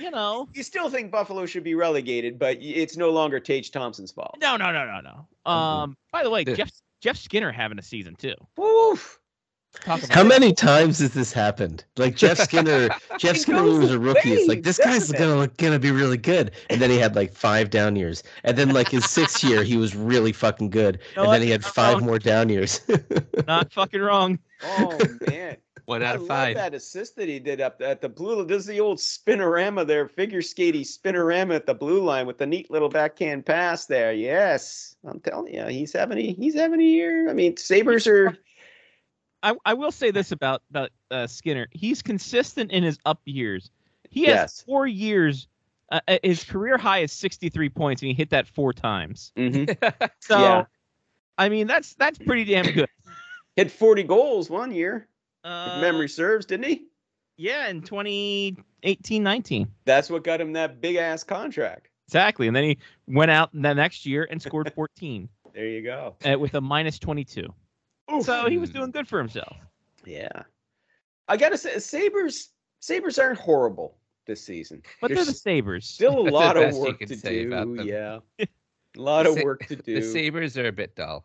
Speaker 1: you know,
Speaker 6: you still think Buffalo should be relegated, but y- it's no longer Tage Thompson's fault.
Speaker 1: no, no, no, no,
Speaker 6: Mm-hmm.
Speaker 1: no. Um, by the way,
Speaker 3: Yeah.
Speaker 1: Jeff Jeff Skinner having a season too.
Speaker 6: Woof.
Speaker 1: Talk about
Speaker 5: How many times has this happened? Like Jeff Skinner, Jeff
Speaker 6: It
Speaker 5: Skinner
Speaker 6: goes
Speaker 5: was a rookie. It's
Speaker 6: away,
Speaker 5: like this guy's
Speaker 6: doesn't it?
Speaker 5: gonna look, gonna be really good, and then he had like five down years, and then like his sixth year he was really fucking good,
Speaker 1: No,
Speaker 5: and then he
Speaker 1: I-
Speaker 5: had
Speaker 1: I'm
Speaker 5: five
Speaker 1: wrong.
Speaker 5: more down years.
Speaker 1: not fucking wrong.
Speaker 6: Oh man,
Speaker 3: One
Speaker 6: I
Speaker 3: out of
Speaker 6: love
Speaker 3: five.
Speaker 6: that assist that he did up at the blue. line. This is the old spinorama there, figure skatey spinorama at the blue line with the neat little backhand pass there. Yes, I'm telling you, he's having a he's having a year. I mean, Sabers are
Speaker 1: I, I will say this about about uh, Skinner. He's consistent in his up years. He has
Speaker 6: Yes.
Speaker 1: four years. Uh, uh, his career high is 63 points, and he hit that four times.
Speaker 5: Mm-hmm.
Speaker 6: mhm.
Speaker 1: So,
Speaker 6: Yeah.
Speaker 1: I mean, that's that's pretty damn good.
Speaker 6: hit 40 goals one year. If
Speaker 1: Uh,
Speaker 6: memory serves, didn't he?
Speaker 1: Yeah, in 2018, 19.
Speaker 6: That's what got him that big ass contract.
Speaker 1: Exactly. And then he went out the next year and scored 14
Speaker 6: There you go.
Speaker 1: uh, with a minus 22. So he was doing good for himself.
Speaker 6: Yeah, I gotta say, Sabers Sabers aren't horrible this season.
Speaker 1: But they're
Speaker 6: There's-
Speaker 1: the Sabres.
Speaker 6: Still a
Speaker 3: That's the
Speaker 6: lot of
Speaker 3: best you
Speaker 6: work
Speaker 3: can
Speaker 6: to
Speaker 3: say about
Speaker 6: do.
Speaker 3: them.
Speaker 6: Yeah. A lot of
Speaker 3: Sa-
Speaker 6: work to do.
Speaker 3: The Sabres are a bit dull.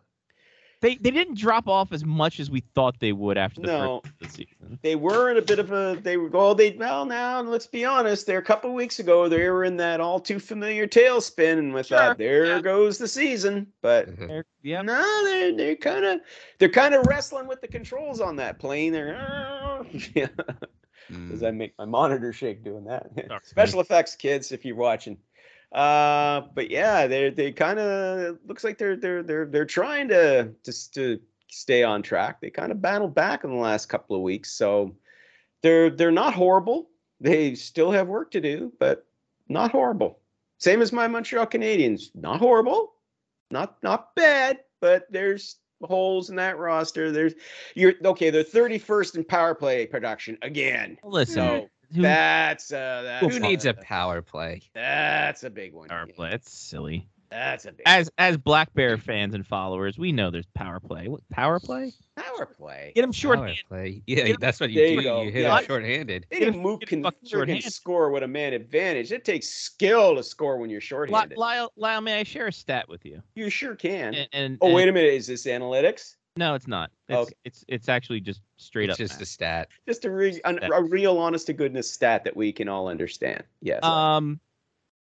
Speaker 1: They, they didn't drop off as much as we thought they would after the
Speaker 6: No.
Speaker 1: first of the season.
Speaker 6: They were in a bit of a they were well they well now let's be honest, there a couple weeks ago they were in that all too familiar tailspin and we
Speaker 1: Sure,
Speaker 6: thought there
Speaker 1: yeah.
Speaker 6: goes the season. But
Speaker 1: They're- Yeah.
Speaker 6: no, they're they're kinda they're kinda wrestling with the controls on that plane. They're yeah.
Speaker 3: Mm.
Speaker 6: Because I make my monitor shake doing that.
Speaker 1: Sorry.
Speaker 6: Special effects, kids, if you're watching. Uh, but yeah, they they kind of looks like they're they're they're they're trying to just to stay on track. They kind of battled back in the last couple of weeks, so they're they're not horrible. They still have work to do, but not horrible. Same as my Montreal Canadiens, not horrible, not not bad, but there's holes in that roster. There's you're okay. They're 31st in power play production again.
Speaker 1: Mm, Listen,
Speaker 6: So
Speaker 1: who-
Speaker 6: that's uh, that's
Speaker 3: Who needs a power play?
Speaker 6: That's a big one.
Speaker 1: power play? That's silly.
Speaker 6: That's a big
Speaker 1: As as Black Bear fans and followers, we know there's power play. What power play?
Speaker 6: power play.
Speaker 1: Get him short.
Speaker 3: Power play. Yeah,
Speaker 1: Yep.
Speaker 3: that's what you
Speaker 6: There
Speaker 3: do.
Speaker 6: you
Speaker 3: You,
Speaker 6: go.
Speaker 3: hit
Speaker 6: Yeah.
Speaker 3: him shorthanded.
Speaker 6: Any
Speaker 1: Get
Speaker 6: mook can
Speaker 1: fucking
Speaker 6: freaking
Speaker 1: shorthanded.
Speaker 6: score with a man advantage. It takes skill to score when you're
Speaker 1: Li-
Speaker 6: shorthanded.
Speaker 1: Lyle, Lyle, may I share a stat with you?
Speaker 6: you sure can.
Speaker 1: And, and
Speaker 6: oh wait
Speaker 1: and-
Speaker 6: a minute, is this analytics?
Speaker 1: no, it's not. It's,
Speaker 6: Okay.
Speaker 1: it's it's actually just straight
Speaker 3: It's
Speaker 1: up.
Speaker 3: just a stat.
Speaker 6: Just a, re- an, a real honest to goodness stat that we can all understand. Yes.
Speaker 1: math. um,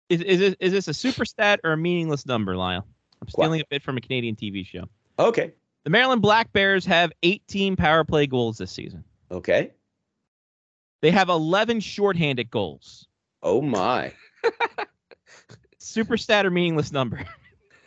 Speaker 1: is is this, is this a super stat or a meaningless number, Lyle? I'm stealing a bit from a Canadian TV show.
Speaker 6: okay.
Speaker 1: The Maryland Black Bears have 18 power play goals this season.
Speaker 6: Okay.
Speaker 1: They have 11 shorthanded goals.
Speaker 6: Oh my.
Speaker 1: Super stat or meaningless number.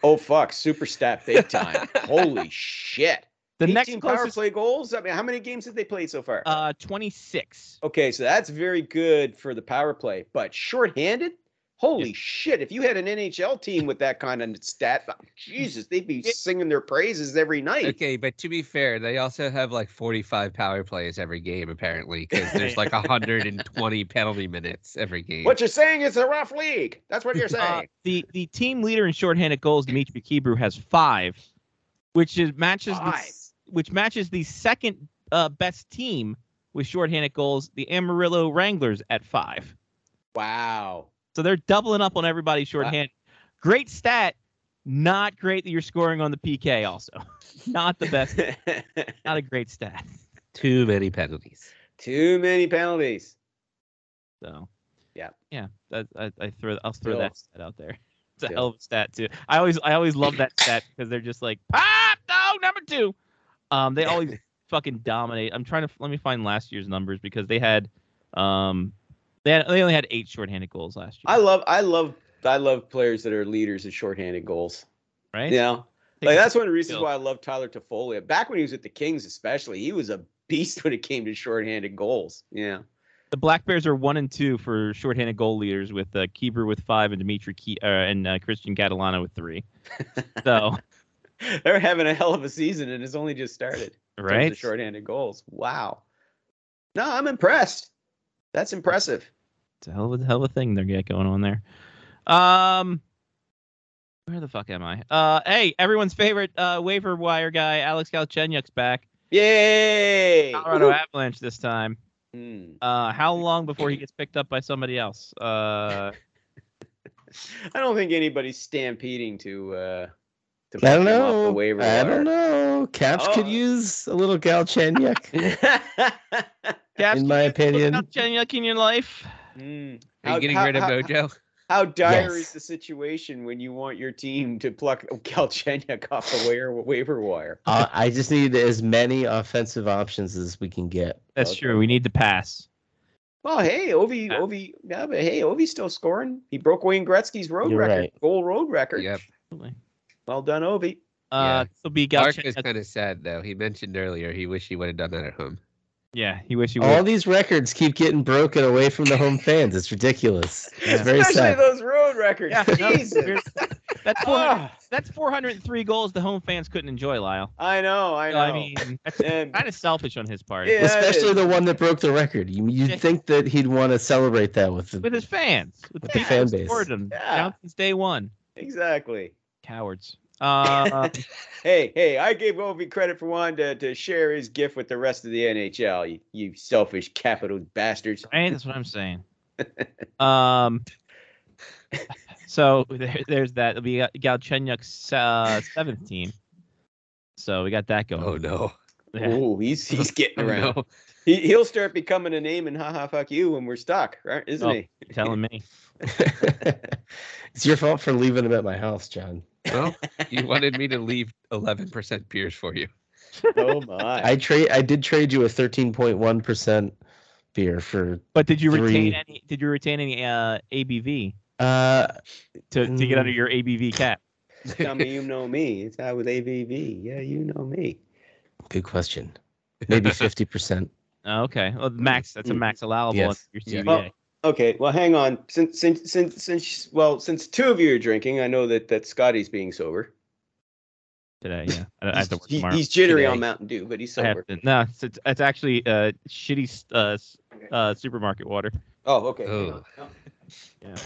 Speaker 6: Oh fuck. Super stat big time. Holy shit.
Speaker 1: The
Speaker 6: 18
Speaker 1: next
Speaker 6: power
Speaker 1: closest,
Speaker 6: play goals. I mean, how many games have they played so far?
Speaker 1: uh, 26.
Speaker 6: Okay, so that's very good for the power play, but shorthanded? Holy shit, if you had an NHL team with that kind of stat, oh, Jesus, they'd be singing their praises every night.
Speaker 3: Okay, but to be fair, they also have like 45 power plays every game, apparently, because there's like 120 penalty minutes every game.
Speaker 6: What you're saying is a rough league. That's what you're
Speaker 1: Uh,
Speaker 6: saying.
Speaker 1: the the team leader in shorthanded goals, Dimitri Kibru, has five, which is matches
Speaker 6: Five.
Speaker 1: The, which matches the second uh, best team with shorthanded goals, the Amarillo Wranglers at five.
Speaker 6: wow.
Speaker 1: So they're doubling up on everybody shorthanded. Great stat, not great that you're scoring on the PK. Also, not the best, not a great stat.
Speaker 3: Too many penalties.
Speaker 6: Too many penalties.
Speaker 1: So
Speaker 6: Yeah.
Speaker 1: yeah, that, I, I throw I'll throw
Speaker 6: Still.
Speaker 1: that stat out there. It's a
Speaker 6: Still.
Speaker 1: hell of a stat too. I always I always love that stat because they're just like pop dog number two. Um, they always fucking dominate. I'm trying to let me find last year's numbers because they had, um, they had, they only had eight shorthanded goals last year.
Speaker 6: I love I love I love players that are leaders in shorthanded goals.
Speaker 1: right.
Speaker 6: You know? Like
Speaker 1: Take-
Speaker 6: that's one of the reasons
Speaker 1: Bill.
Speaker 6: why I love Tyler Toffoli. Back when he was at the Kings, especially, he was a beast when it came to shorthanded goals. Yeah.
Speaker 1: the Black Bears are one and two for shorthanded goal leaders with uh, Kieber with five and Dimitri Ke- uh, and uh, Christian Catalano with three. So
Speaker 6: They're having a hell of a season, and it's only just started. in terms of
Speaker 1: right?
Speaker 6: Shorthanded goals. Wow. No, I'm impressed. That's impressive.
Speaker 1: It's a hell of a hell of a thing they're got going on there. Um, where the fuck am I? Uh, hey, everyone's favorite uh, waiver wire guy, Alex Galchenyuk's back.
Speaker 6: Yay!
Speaker 1: Colorado Avalanche this time.
Speaker 6: Hmm.
Speaker 1: Uh, how long before he gets picked up by somebody else? Uh,
Speaker 6: I don't think anybody's stampeding to uh to
Speaker 5: I
Speaker 6: pick
Speaker 5: don't
Speaker 6: him off the
Speaker 5: know.
Speaker 6: waiver
Speaker 5: I don't
Speaker 6: wire.
Speaker 5: know. Caps could
Speaker 6: Oh.
Speaker 5: use a little Galchenyuk,
Speaker 1: Caps,
Speaker 5: in
Speaker 1: can you put
Speaker 5: my opinion.
Speaker 1: Galchenyuk in your life.
Speaker 6: Hmm.
Speaker 3: Are
Speaker 6: How-
Speaker 3: you getting
Speaker 6: how-
Speaker 3: rid of
Speaker 6: how-
Speaker 3: Mojo?
Speaker 6: How dire
Speaker 5: Yes.
Speaker 6: is the situation when you want your team to pluck Galchenyuk off the waiver, waiver wire?
Speaker 5: Uh, I just need as many offensive options as we can get.
Speaker 1: That's
Speaker 6: Okay.
Speaker 1: true. We need to pass.
Speaker 6: Well, hey, Ovi,
Speaker 1: Yeah.
Speaker 6: Ovi, yeah, but hey, Ovi's still scoring. He broke Wayne Gretzky's road
Speaker 5: You're
Speaker 6: record,
Speaker 5: right.
Speaker 6: goal road record.
Speaker 3: Yep.
Speaker 6: Well done, Ovi.
Speaker 1: Uh, this will be
Speaker 3: Mark was
Speaker 1: Galchenyuk.
Speaker 3: kind of sad though. He mentioned earlier he wished he would have done that at home.
Speaker 1: Yeah, he wish he would.
Speaker 5: All these records keep getting broken away from the home fans. It's ridiculous. It's very
Speaker 6: Especially
Speaker 5: sad.
Speaker 6: those road records.
Speaker 1: Yeah, no,
Speaker 6: Jesus.
Speaker 1: seriously. that's four.
Speaker 6: Ah,
Speaker 1: That's 403 goals the home fans couldn't enjoy, Lyle.
Speaker 6: I know, I
Speaker 1: So,
Speaker 6: know.
Speaker 1: I mean, that's
Speaker 6: And-
Speaker 1: kind of selfish on his part.
Speaker 6: Yeah.
Speaker 5: Especially
Speaker 6: it
Speaker 5: the
Speaker 6: is.
Speaker 5: one that broke the record. You,
Speaker 1: Yeah.
Speaker 5: you'd think that he'd want to celebrate that with the,
Speaker 1: With his fans. With,
Speaker 5: With
Speaker 1: the
Speaker 5: the
Speaker 1: fans
Speaker 5: fan base.
Speaker 1: supported him.
Speaker 6: Yeah.
Speaker 1: Down since day one.
Speaker 6: exactly.
Speaker 1: Cowards. Uh,
Speaker 6: Hey, hey, I gave Ovi credit for wanting to, to share his gift with the rest of the NHL, you, you selfish capital bastards.
Speaker 1: right? That's what I'm saying. Um, so there, there's that. It'll be Galchenyuk's uh, seventh team. So we got that going.
Speaker 3: Oh no.
Speaker 1: Yeah.
Speaker 6: Oh, he's he's getting
Speaker 3: Oh,
Speaker 6: around.
Speaker 3: no.
Speaker 6: He, he'll start becoming a name and haha fuck you when we're stuck, right? Isn't
Speaker 1: Oh.
Speaker 6: he?
Speaker 1: You're telling me.
Speaker 5: it's your fault for leaving him at my house, John.
Speaker 3: Well, you wanted me to leave eleven percent beers for you.
Speaker 6: Oh my!
Speaker 5: I trade. I did trade you a thirteen point one percent beer for.
Speaker 1: But did you retain
Speaker 5: Three.
Speaker 1: any? Did you retain any uh, ABV
Speaker 5: Uh,
Speaker 1: to, to get under
Speaker 5: Mm.
Speaker 1: your ABV cap?
Speaker 6: Tell me you know me. It's out with AVV. Yeah, you know me.
Speaker 5: good question. Maybe fifty percent.
Speaker 1: Oh, okay. Well, max. That's a
Speaker 6: Mm.
Speaker 1: max allowable.
Speaker 5: Yes.
Speaker 1: Under
Speaker 5: Yeah.
Speaker 1: your CBA.
Speaker 6: Well, Okay, well, hang on. Since since since since well, since two of you are drinking, I know that that Scotty's being sober.
Speaker 1: today. Yeah, I, I have to work
Speaker 6: He-
Speaker 1: tomorrow.
Speaker 6: he's jittery
Speaker 3: Today.
Speaker 6: on Mountain Dew, but he's
Speaker 1: I have
Speaker 6: sober.
Speaker 1: to, no, it's, it's, it's actually uh, shitty s- uh, s- uh, supermarket water.
Speaker 6: Oh, okay.
Speaker 3: Oh.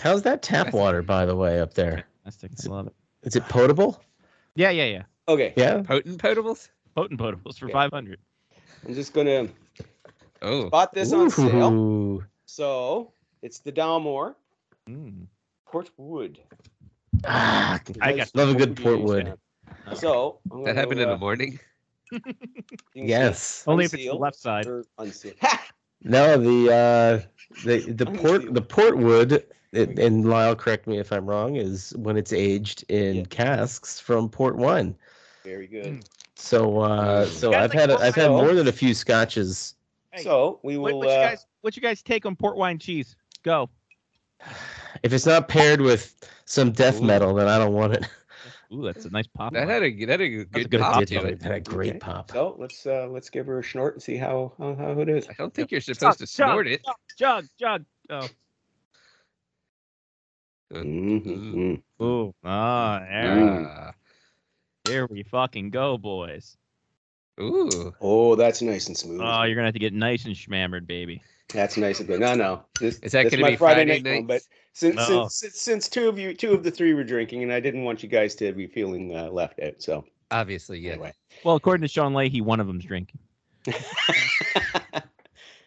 Speaker 5: How's that tap water, by the way, up there?
Speaker 1: Fantastic. I love it.
Speaker 5: Is it potable?
Speaker 1: Yeah, yeah, yeah.
Speaker 6: Okay,
Speaker 5: Yeah.
Speaker 3: Potent potables?
Speaker 1: Potent potables for
Speaker 6: Yeah.
Speaker 1: 500.
Speaker 6: I'm just gonna
Speaker 3: Oh.
Speaker 6: bought this on sale.
Speaker 5: Ooh.
Speaker 6: So it's the Dalmore
Speaker 1: Mm.
Speaker 6: Portwood.
Speaker 5: Ah,
Speaker 1: I got-
Speaker 5: love a good
Speaker 6: Portwood you
Speaker 5: Portwood.
Speaker 6: use down. So I'm
Speaker 3: That
Speaker 6: gonna,
Speaker 3: happened in
Speaker 6: uh,
Speaker 3: the morning.
Speaker 6: you can see
Speaker 5: Yes.
Speaker 1: Only if it's the
Speaker 6: Unsealed.
Speaker 1: left side.
Speaker 6: or unsealed.
Speaker 5: No, the uh, the the
Speaker 6: I'm
Speaker 5: port
Speaker 6: sealed.
Speaker 5: the portwood, it, and Lyle, correct me if I'm wrong, is when it's aged in
Speaker 6: Yeah.
Speaker 5: casks from port wine.
Speaker 6: Very good.
Speaker 5: So uh,
Speaker 3: Mm.
Speaker 5: so
Speaker 1: Guys
Speaker 5: I've
Speaker 1: like
Speaker 5: had
Speaker 1: port
Speaker 5: I've had
Speaker 6: wine.
Speaker 5: more than a few scotches.
Speaker 1: Hey,
Speaker 6: So we
Speaker 1: What,
Speaker 6: will.
Speaker 1: what you
Speaker 6: uh,
Speaker 1: guys? What you guys take on port wine cheese? Go.
Speaker 5: If it's not paired with some death
Speaker 3: Ooh.
Speaker 5: metal, then I don't want it.
Speaker 1: Ooh, that's a nice pop.
Speaker 3: That
Speaker 1: wine.
Speaker 3: had a that had a good,
Speaker 5: That's a good
Speaker 3: pop
Speaker 5: did,
Speaker 3: to
Speaker 5: though. It
Speaker 3: it.
Speaker 5: had a great
Speaker 6: Okay.
Speaker 5: pop.
Speaker 6: So let's uh, let's give her a snort and see how how, how it is.
Speaker 3: I don't think you're supposed to snort it.
Speaker 1: jug, jug. Oh.
Speaker 3: Mm-hmm.
Speaker 6: Mhm.
Speaker 1: Ooh. Ah, there,
Speaker 3: Ah.
Speaker 1: here we fucking go, boys.
Speaker 3: ooh.
Speaker 6: Oh, that's nice and smooth.
Speaker 3: Uh,
Speaker 1: Oh, you're gonna have to get nice and schmammered, baby.
Speaker 6: that's nice and good. No, no, this,
Speaker 3: Is that
Speaker 6: that's
Speaker 3: gonna
Speaker 6: my
Speaker 3: be
Speaker 6: Friday,
Speaker 3: Friday
Speaker 6: night one. But
Speaker 3: nights?
Speaker 6: since,
Speaker 1: No.
Speaker 6: since since since two of you, two of the three were drinking, and I didn't want you guys to be feeling uh, left out. So
Speaker 3: Obviously, yeah.
Speaker 6: anyway,
Speaker 1: Well, according to Sean Leahy, one of them's drinking.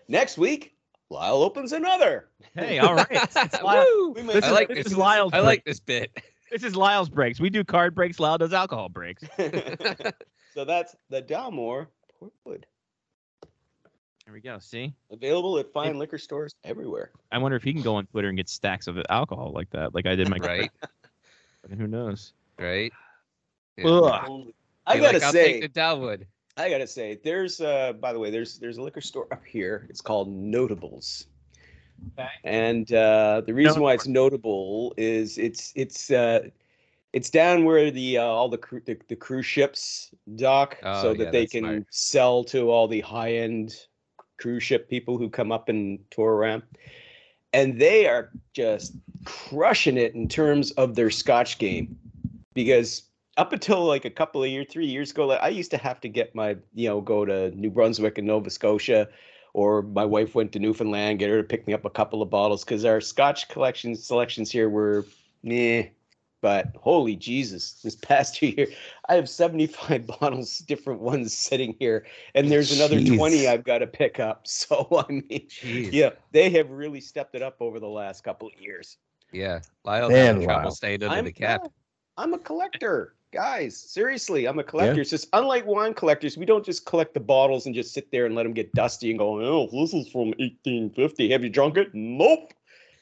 Speaker 6: next week Lyle opens another.
Speaker 1: Hey, all right. It's Lyle-
Speaker 3: Woo!
Speaker 6: We may-
Speaker 1: This
Speaker 3: I
Speaker 1: is,
Speaker 3: like
Speaker 1: this
Speaker 3: this.
Speaker 1: is Lyle's.
Speaker 3: I
Speaker 1: break.
Speaker 3: like this bit.
Speaker 1: this is Lyle's breaks. We do card breaks. Lyle does alcohol breaks.
Speaker 6: so that's the Dalmore Portwood,
Speaker 1: There we go. See,
Speaker 6: available at fine liquor stores everywhere.
Speaker 1: I wonder if he can go on Twitter and get stacks of alcohol like that, like I did my
Speaker 3: Right,
Speaker 1: Who knows?
Speaker 3: right. Yeah.
Speaker 1: Ugh.
Speaker 6: I
Speaker 3: Be
Speaker 6: gotta
Speaker 3: like, I'll
Speaker 6: say,
Speaker 3: take the Dalwood.
Speaker 6: I gotta say, there's uh by the way, there's there's a liquor store up here. It's called Notables. And uh the reason why it's notable is it's it's uh it's down where the uh, all the, cru- the the cruise ships dock
Speaker 3: Oh,
Speaker 6: so that
Speaker 3: yeah,
Speaker 6: they
Speaker 3: that's
Speaker 6: can
Speaker 3: smart.
Speaker 6: sell to all the high-end cruise ship people who come up and tour around. And they are just crushing it in terms of their scotch game because up until like a couple of years, three years ago, like I used to have to get my, you know, go to New Brunswick and Nova Scotia, or my wife went to Newfoundland, get her to pick me up a couple of bottles because our Scotch collection selections here were meh. But holy Jesus, this past year, I have 75 bottles, different ones sitting here, and there's another
Speaker 3: Jeez.
Speaker 6: 20 I've got to pick up. So I mean,
Speaker 3: Jeez.
Speaker 6: yeah, they have really stepped it up over the last couple of years.
Speaker 3: Yeah. Lyle's
Speaker 5: Man,
Speaker 3: having trouble
Speaker 5: Lyle.
Speaker 3: staying under the cap.
Speaker 6: I'm a collector, guys. Seriously, I'm a collector. It's just unlike wine collectors, we don't just collect the bottles and just sit there and let them get dusty and go, oh, this is from 1850. Have you drunk it? Nope.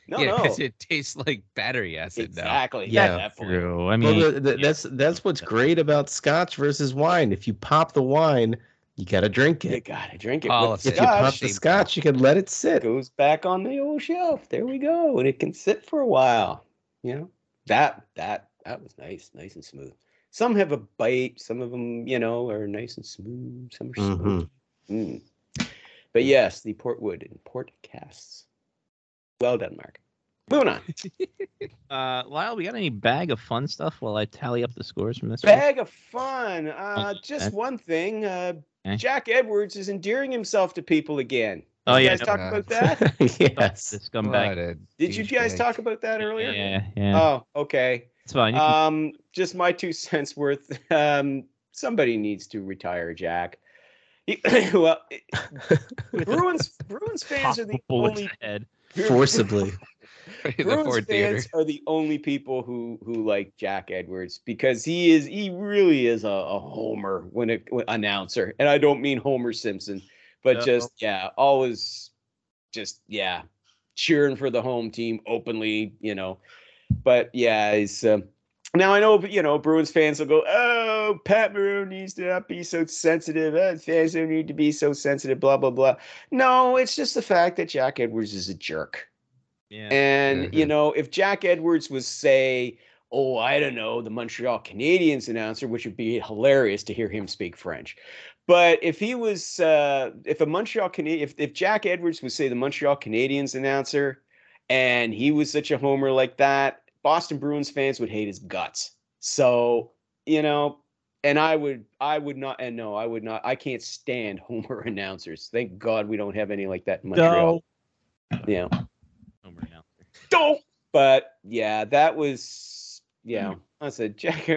Speaker 6: No,
Speaker 3: yeah,
Speaker 6: no.
Speaker 3: because it tastes like battery acid now.
Speaker 6: exactly.
Speaker 5: Yeah,
Speaker 6: at that point.
Speaker 1: True. I
Speaker 5: Well,
Speaker 1: mean,
Speaker 5: the- the- that's that's what's great about Scotch versus wine. If you pop the wine, you gotta drink
Speaker 6: You
Speaker 5: it.
Speaker 6: gotta drink it.
Speaker 3: All
Speaker 6: with
Speaker 3: of
Speaker 5: If
Speaker 3: it.
Speaker 5: you pop
Speaker 6: scotch,
Speaker 5: the
Speaker 3: Same.
Speaker 5: Scotch, you can let it
Speaker 6: it
Speaker 5: sit.
Speaker 6: goes back on the old shelf. There we go. And it can sit for a while. You know, that, that, that was nice, nice and smooth. Some have a bite. Some of them, you know, are nice and smooth. Some are smooth.
Speaker 1: Mm-hmm.
Speaker 5: Mhm.
Speaker 6: Mm. But yes, the Portwood and Port casts. Well done, Mark. Moving on.
Speaker 1: uh, Lyle, we got any bag of fun stuff while I tally up the scores from this? week?
Speaker 6: Bag of fun. Uh, just
Speaker 1: Okay.
Speaker 6: one thing. Uh,
Speaker 1: Oh, Okay.
Speaker 6: Jack Edwards is endearing himself to people again.
Speaker 1: Oh,
Speaker 6: you
Speaker 1: yeah,
Speaker 6: guys
Speaker 1: no,
Speaker 6: talk
Speaker 3: uh,
Speaker 6: about that.
Speaker 5: yes.
Speaker 1: This scumbag.
Speaker 3: What a
Speaker 6: Did you guys
Speaker 3: douchebag.
Speaker 6: talk about that earlier?
Speaker 1: Yeah, yeah.
Speaker 6: Oh, okay.
Speaker 1: it's fine. You can-
Speaker 6: Um, just my two cents worth. Um, somebody needs to retire, Jack. well, Bruins Bruins fans are the
Speaker 1: possible bullets
Speaker 6: only
Speaker 1: ahead.
Speaker 5: Forcibly.
Speaker 3: the
Speaker 6: Bruins
Speaker 3: Ford Theater.
Speaker 6: fans are the only people who who like Jack Edwards because he is he really is a, a homer when it when announcer, and I don't mean Homer Simpson, but
Speaker 1: No.
Speaker 6: just yeah, always just yeah, cheering for the home team openly, you know. But yeah, he's. Um, now I know you know Bruins fans will go, oh, Pat Maroon needs to not be so sensitive. Uh, fans don't need to be so sensitive. Blah blah blah. No, it's just the fact that Jack Edwards is a jerk.
Speaker 1: Yeah.
Speaker 6: And you
Speaker 3: Mhm.
Speaker 6: know, if Jack Edwards was say, oh, I don't know, the Montreal Canadiens announcer, which would be hilarious to hear him speak French. But if he was, uh, if a Montreal Canadian, if, if Jack Edwards was say the Montreal Canadiens announcer, and he was such a homer like that, Boston Bruins fans would hate his guts. So you know, and I would, I would not, and no, I would not. I can't stand homer announcers. Thank God we don't have any like that in Montreal. Yeah
Speaker 1: Homer now.
Speaker 6: don't. But yeah, that was yeah.
Speaker 3: Mm.
Speaker 6: I said Jack.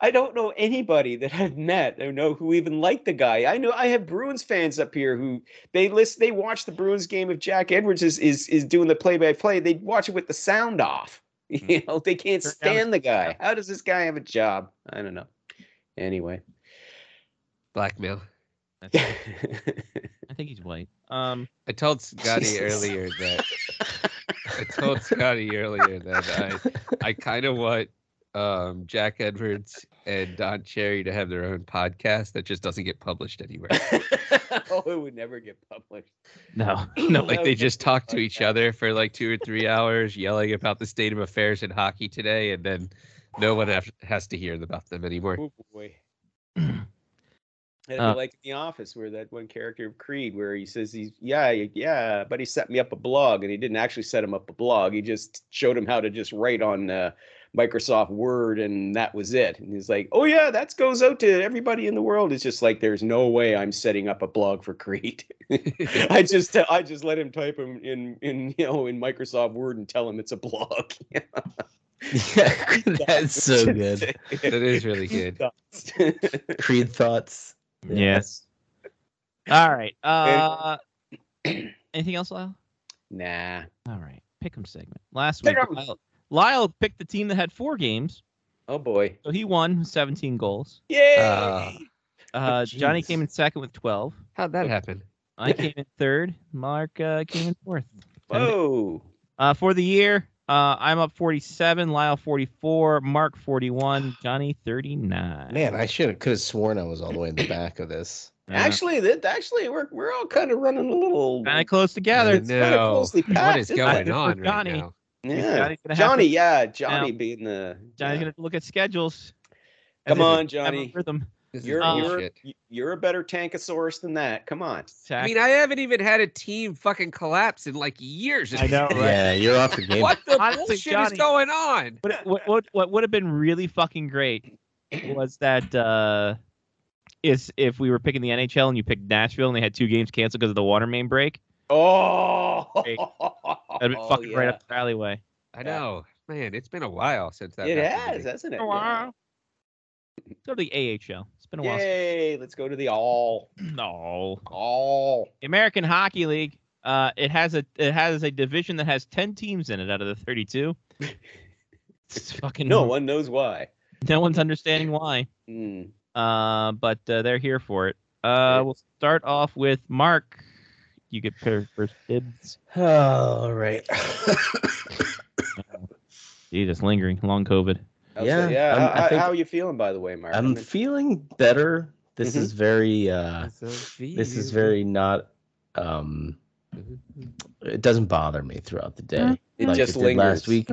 Speaker 6: I don't know anybody that I've met or know who even liked the guy. I know I have Bruins fans up here who they list they watch the Bruins game if Jack Edwards is is, is doing the play by play. They watch it with the sound off.
Speaker 3: Mm.
Speaker 6: You know they can't
Speaker 1: Turn down the-
Speaker 6: stand the guy. How does this guy have a job? I don't know. Anyway,
Speaker 3: Blackmail.
Speaker 1: That's- I think he's white. Um,
Speaker 3: I told Scotty
Speaker 6: Jesus.
Speaker 3: earlier that I told Scotty earlier that I I kind of want um, Jack Edwards and Don Cherry to have their own podcast that just doesn't get published anywhere.
Speaker 6: oh, it would never get published.
Speaker 1: no, no.
Speaker 3: Like they just talk to each other for like two or three hours, yelling about the state of affairs in hockey today, and then no one have, has to hear about them anymore.
Speaker 6: Oh boy. It'd
Speaker 1: Uh,
Speaker 6: be like in The Office, where that one character of Creed, where he says he's yeah, yeah, but he set me up a blog, and he didn't actually set him up a blog. He just showed him how to just write on uh, Microsoft Word, and that was it. And he's like, oh yeah, that goes out to everybody in the world. It's just like there's no way I'm setting up a blog for Creed. I just I just let him type him in in you know in Microsoft Word and tell him it's a blog.
Speaker 5: Yeah, that's so good.
Speaker 3: That is really good.
Speaker 5: Creed thoughts.
Speaker 1: Yes. All right. Uh, anything else, Lyle?
Speaker 5: Uh.
Speaker 6: nah.
Speaker 1: All right. Pick 'em segment. Last week,
Speaker 6: Pick 'em.
Speaker 1: Lyle, Lyle picked the team that had four games,
Speaker 6: Oh boy.
Speaker 1: so he won with 17 goals.
Speaker 6: Yay!
Speaker 3: Uh,
Speaker 1: Uh, Johnny
Speaker 6: Oh, jeez.
Speaker 1: came in second with 12.
Speaker 3: How'd that happen?
Speaker 1: I came in third. Mark uh, came in fourth.
Speaker 6: Oh. Whoa.
Speaker 1: Uh, for the year, uh, I'm up 47, Lyle 44, Mark 41, Johnny 39.
Speaker 5: Man, I should have could have sworn I was all the way in the back of this.
Speaker 1: Uh,
Speaker 6: Actually, that actually we're we're all kind of running a little
Speaker 1: kind of close together.
Speaker 3: I
Speaker 1: It's-
Speaker 6: kinda
Speaker 3: know.
Speaker 6: closely
Speaker 3: What
Speaker 6: packed,
Speaker 3: is
Speaker 6: isn't
Speaker 1: I-
Speaker 3: going
Speaker 6: it?
Speaker 3: on right
Speaker 1: Johnny.
Speaker 3: now?
Speaker 1: Johnny's
Speaker 6: Yeah.
Speaker 1: gonna have
Speaker 6: Johnny,
Speaker 1: to-
Speaker 6: yeah, Johnny
Speaker 1: Now-
Speaker 6: being the
Speaker 1: Johnny's
Speaker 6: yeah.
Speaker 1: going to look at schedules. and
Speaker 6: Come
Speaker 1: then
Speaker 6: on,
Speaker 1: have a
Speaker 6: Johnny.
Speaker 1: Rhythm.
Speaker 3: This is
Speaker 6: You're
Speaker 1: Uh,
Speaker 6: you're
Speaker 3: bullshit.
Speaker 6: you're a better tankosaurus than that. Come on.
Speaker 3: I mean, I haven't even had a team fucking collapse in like years. at
Speaker 1: I know,
Speaker 3: this point.
Speaker 1: right?
Speaker 5: Yeah, you're off your game.
Speaker 3: What the
Speaker 1: Honestly,
Speaker 3: bullshit
Speaker 1: Johnny-
Speaker 3: is going on?
Speaker 1: what, what, what, what would have been really fucking great was that uh, is if we were picking the NHL and you picked Nashville and they had two games canceled because of the water main break,
Speaker 6: Oh,
Speaker 1: that'd been fucking right
Speaker 6: yeah.
Speaker 1: up the alleyway.
Speaker 3: I know, man. It's been a while since that.
Speaker 6: It
Speaker 3: happened to
Speaker 6: has,
Speaker 3: me.
Speaker 6: hasn't it?
Speaker 1: Let's go to the AHL. It's been a
Speaker 6: Yeah.
Speaker 1: while.
Speaker 6: Yay! Let's go to the all,
Speaker 1: since- No.
Speaker 6: all.
Speaker 1: The American Hockey League. Uh, it has a it has a division that has ten teams in it out of the thirty two. It's fucking
Speaker 6: No one knows why.
Speaker 1: No one's understanding why.
Speaker 6: Mm.
Speaker 1: Uh, but uh, they're here for it. Uh, we'll start off with Mark. You get pair first dibs.
Speaker 5: All right.
Speaker 1: Jesus, lingering long COVID.
Speaker 6: I was
Speaker 5: Yeah,
Speaker 6: like, yeah.
Speaker 5: I'm- I
Speaker 6: how, how-
Speaker 5: think-
Speaker 6: how are you feeling, by the way, Mark?
Speaker 5: I'm feeling better. This is very uh this is very not um it doesn't bother me throughout the day.
Speaker 6: It
Speaker 5: like
Speaker 6: just
Speaker 5: Mm-hmm. it did last
Speaker 6: lingers.
Speaker 5: week.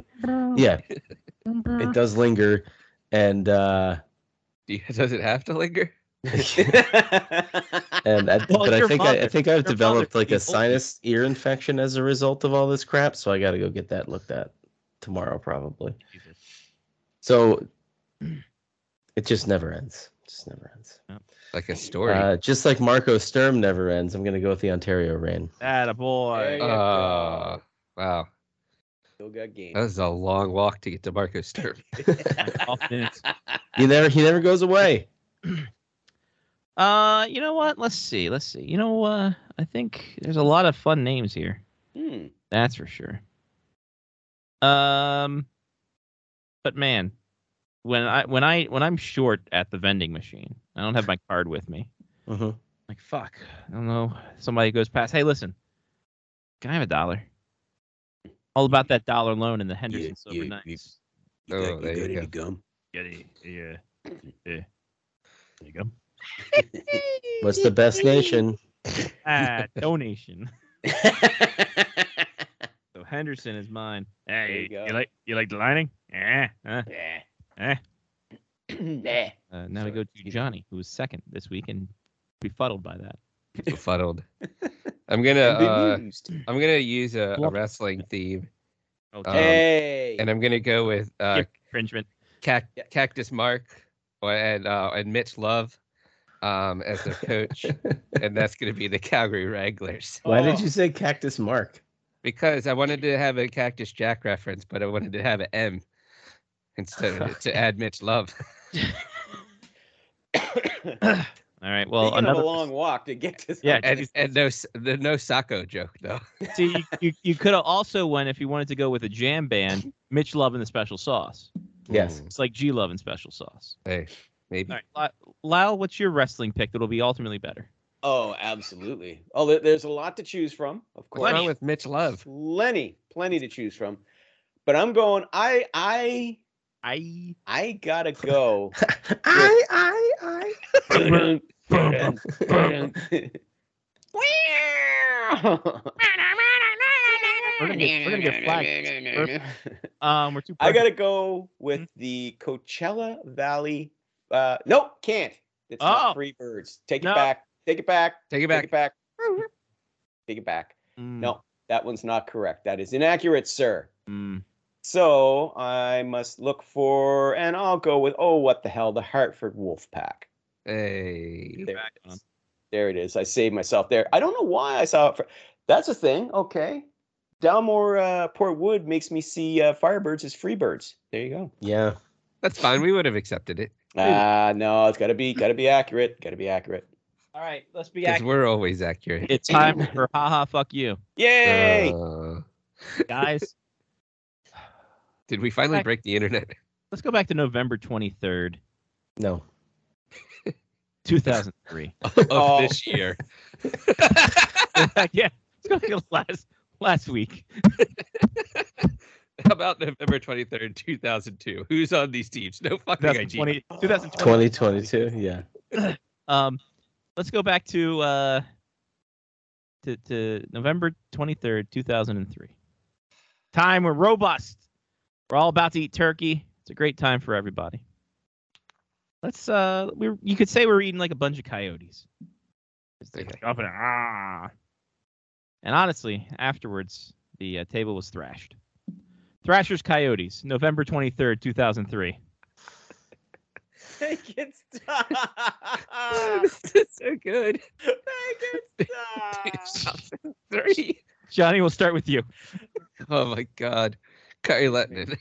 Speaker 5: Yeah. it does linger and uh
Speaker 3: Do you- Does it have to linger?
Speaker 5: and I,
Speaker 1: Well,
Speaker 5: but I
Speaker 1: your
Speaker 5: think I, I
Speaker 1: mother-
Speaker 5: think I've
Speaker 1: your
Speaker 5: developed
Speaker 1: mother
Speaker 5: like a
Speaker 1: is old.
Speaker 5: sinus ear infection as a result of all this crap, so I got to go get that looked at tomorrow probably. So it just never ends. Just never ends.
Speaker 3: Like a story.
Speaker 5: Uh, just like Marco Sturm never ends. I'm gonna go with the Ontario rain.
Speaker 1: That a boy.
Speaker 6: Hey. yeah,
Speaker 3: Uh, wow,
Speaker 6: Still got game.
Speaker 3: that was a long walk to get to Marco Sturm.
Speaker 1: Ah.
Speaker 5: He never he never goes away.
Speaker 1: Uh, you know what? Let's see. Let's see. You know, uh, I think there's a lot of fun names here.
Speaker 6: Hmm.
Speaker 1: That's for sure. Um, but man, when I when I when I'm short at the vending machine, I don't have my card with me.
Speaker 5: Mhm.
Speaker 1: Like fuck, I don't know. Somebody goes past. Hey, listen, can I have a dollar? All about that dollar loan in the Henderson
Speaker 3: Yeah,
Speaker 1: Silver
Speaker 3: yeah,
Speaker 1: Knights.
Speaker 3: yeah. Oh, there you go.
Speaker 1: Yeah, yeah, yeah. There you go.
Speaker 5: What's the best nation?
Speaker 1: Ah, donation. So Henderson is mine. Hey,
Speaker 6: you go.
Speaker 1: you like you like the lining? Yeah. huh?
Speaker 6: Yeah.
Speaker 1: Eh.
Speaker 6: Nah.
Speaker 1: Uh, now we go to Johnny, who was second this week and befuddled by that.
Speaker 3: befuddled. I'm gonna uh,
Speaker 6: Bemused.
Speaker 3: I'm gonna use a, a
Speaker 1: Bluff.
Speaker 3: wrestling theme,
Speaker 1: Oh,
Speaker 6: Uh,
Speaker 3: Um,
Speaker 6: hey.
Speaker 3: and I'm gonna go with uh,
Speaker 1: infringement.
Speaker 3: Cac- Cactus Mark or- and uh, and Mitch Love um, as their coach, and that's gonna be the Calgary Wranglers
Speaker 5: Why did
Speaker 6: Oh.
Speaker 5: you say Cactus Mark?
Speaker 3: because I wanted to have a Cactus Jack reference, but I wanted to have an M instead of, to add Mitch Love.
Speaker 1: All right. Well,
Speaker 6: Speaking
Speaker 1: another
Speaker 6: of a long walk to get to.
Speaker 1: Yeah,
Speaker 6: something.
Speaker 3: And, and no, s- the no Sacco joke though.
Speaker 1: See, you, you, you could have also went if you wanted to go with a jam band, Mitch Love and the Special Sauce.
Speaker 5: Yes.
Speaker 1: It's like G Love and Special Sauce.
Speaker 3: Hey, maybe.
Speaker 1: All right, Lyle- Lyle, what's your wrestling pick that'll be ultimately better?
Speaker 6: Oh, absolutely. Oh, there- there's a lot to choose from, of
Speaker 3: What's
Speaker 6: course.
Speaker 3: wrong with Mitch Love?
Speaker 6: Plenty, plenty to choose from. But I'm going. I, I,
Speaker 1: I
Speaker 6: I gotta go.
Speaker 5: I I I
Speaker 1: We're gonna get- we're gonna get flagged. um, we're too.
Speaker 6: I gotta go with
Speaker 3: Mm-hmm.
Speaker 6: the Coachella Valley. Uh, nope, can't. It's
Speaker 1: Oh.
Speaker 6: not free birds. Take
Speaker 1: No.
Speaker 6: it back. Take it back.
Speaker 3: Take it
Speaker 6: Take
Speaker 3: back.
Speaker 6: it back. Take it back.
Speaker 1: Mm,
Speaker 6: No, that one's not correct. That is inaccurate, sir.
Speaker 1: mm.
Speaker 6: So I must look for, and I'll go with, oh, what the hell, the Hartford Wolfpack.
Speaker 3: Hey,
Speaker 6: There
Speaker 1: back
Speaker 6: it
Speaker 1: on.
Speaker 6: is. There it is. I saved myself there. I don't know why I saw it. For, that's a thing. Okay. Dalmore uh, Port Wood makes me see uh, Firebirds as Freebirds. There you go.
Speaker 5: yeah.
Speaker 3: that's fine. We would have accepted it
Speaker 6: Ah, no, it's gotta be gotta be accurate. Gotta be accurate.
Speaker 1: All right, let's be
Speaker 3: because
Speaker 1: active.
Speaker 3: we're always accurate.
Speaker 1: It's time for haha, fuck you,
Speaker 6: Yay!
Speaker 3: Uh,
Speaker 1: guys.
Speaker 3: did we finally
Speaker 1: Back.
Speaker 3: break the internet?
Speaker 1: let's go back to November twenty third,
Speaker 5: No.
Speaker 1: two thousand three.
Speaker 3: of
Speaker 6: Oh.
Speaker 3: this year.
Speaker 1: yeah, let's go back to last last week.
Speaker 3: How about November 23rd, 2002? Who's on these teams? No fucking idea.
Speaker 1: 2020, 2020.
Speaker 5: 2022. Yeah.
Speaker 1: Um, let's go back to uh to to November twenty third, two thousand and three. Time we're robust. We're all about to eat turkey. It's a great time for everybody. Let's uh, we are you could say we're eating like a bunch of coyotes. Just like
Speaker 3: Okay.
Speaker 1: jumping, ah. And honestly, afterwards, the uh, table was thrashed. Thrashers Coyotes, November 23rd, 2003.
Speaker 6: Make it stop.
Speaker 3: this is so good.
Speaker 6: Make it stop.
Speaker 3: 2003.
Speaker 1: Johnny, we'll start with you.
Speaker 3: Oh my god. Kari Lettinen.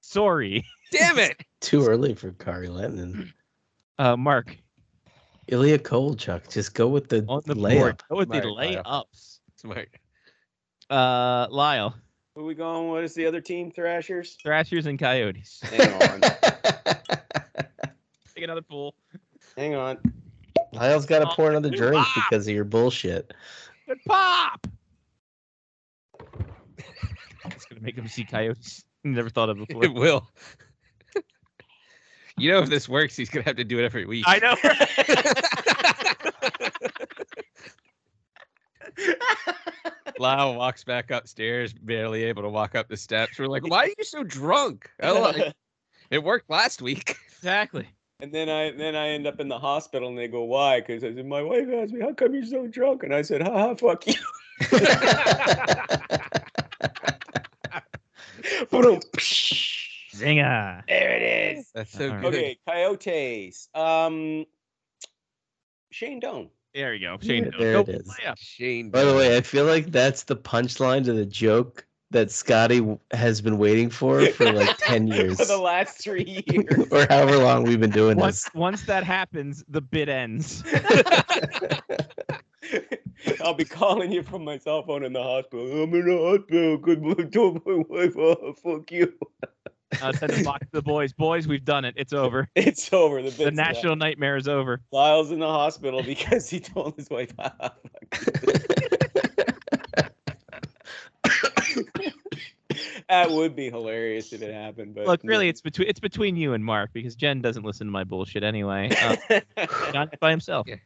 Speaker 1: Sorry.
Speaker 3: Damn it.
Speaker 5: Too early for Kari Lennon.
Speaker 1: Uh, Mark,
Speaker 5: Ilya Kolchuk. Just go with the,
Speaker 1: on the
Speaker 5: layup.
Speaker 1: board. Go with the
Speaker 3: Mark, Lyle.
Speaker 1: layups.
Speaker 3: Smart.
Speaker 1: Uh, Lyle,
Speaker 6: Who we going? What is the other team? Thrashers?
Speaker 1: Thrashers and Coyotes.
Speaker 6: Hang on.
Speaker 1: Take another pool.
Speaker 6: Hang on.
Speaker 5: Lyle's got to pour another drink because of your bullshit.
Speaker 1: Good pop. It's gonna make him see coyotes. Never thought of before.
Speaker 3: It will. you know, if this works, he's gonna have to do it every week.
Speaker 1: I know.
Speaker 3: Lyle walks back upstairs, barely able to walk up the steps. We're like, "Why are you so drunk?" Oh, like, it worked last week.
Speaker 1: exactly.
Speaker 6: And then I then I end up in the hospital, and they go, "Why?" Because I said, "My wife asked me, how come you're so drunk?" And I said, "Ha ha, fuck you." Boom.
Speaker 1: Zinger.
Speaker 6: there it is.
Speaker 3: That's so
Speaker 1: All right.
Speaker 3: good.
Speaker 6: Okay, coyotes. Um, Shane Doan.
Speaker 1: There you go. Shane,
Speaker 5: Yeah, there
Speaker 1: go
Speaker 5: it is.
Speaker 1: layup.
Speaker 3: Shane.
Speaker 5: By the way, I feel like that's the punchline to the joke that Scotty w- has been waiting for for like 10 years
Speaker 6: for the last three years.
Speaker 5: or however long we've been doing
Speaker 1: Once
Speaker 5: this.
Speaker 1: once that happens, the bid ends.
Speaker 6: I'll be calling you from my cell phone in the hospital. I'm in the hospital. Good luck to my wife. Oh, fuck you.
Speaker 1: Uh, send a box to the boys. Boys, we've done it. It's over.
Speaker 6: It's over. The,
Speaker 1: The
Speaker 6: bit's done.
Speaker 1: national nightmare is over.
Speaker 6: Lyle's in the hospital because he told his wife. "Ah, "Ha, ha, fuck you." that would be hilarious if it happened. But
Speaker 1: Look, really, it's between it's between you and Mark because Jen doesn't listen to my bullshit anyway. Uh, John's by himself.
Speaker 3: Yeah.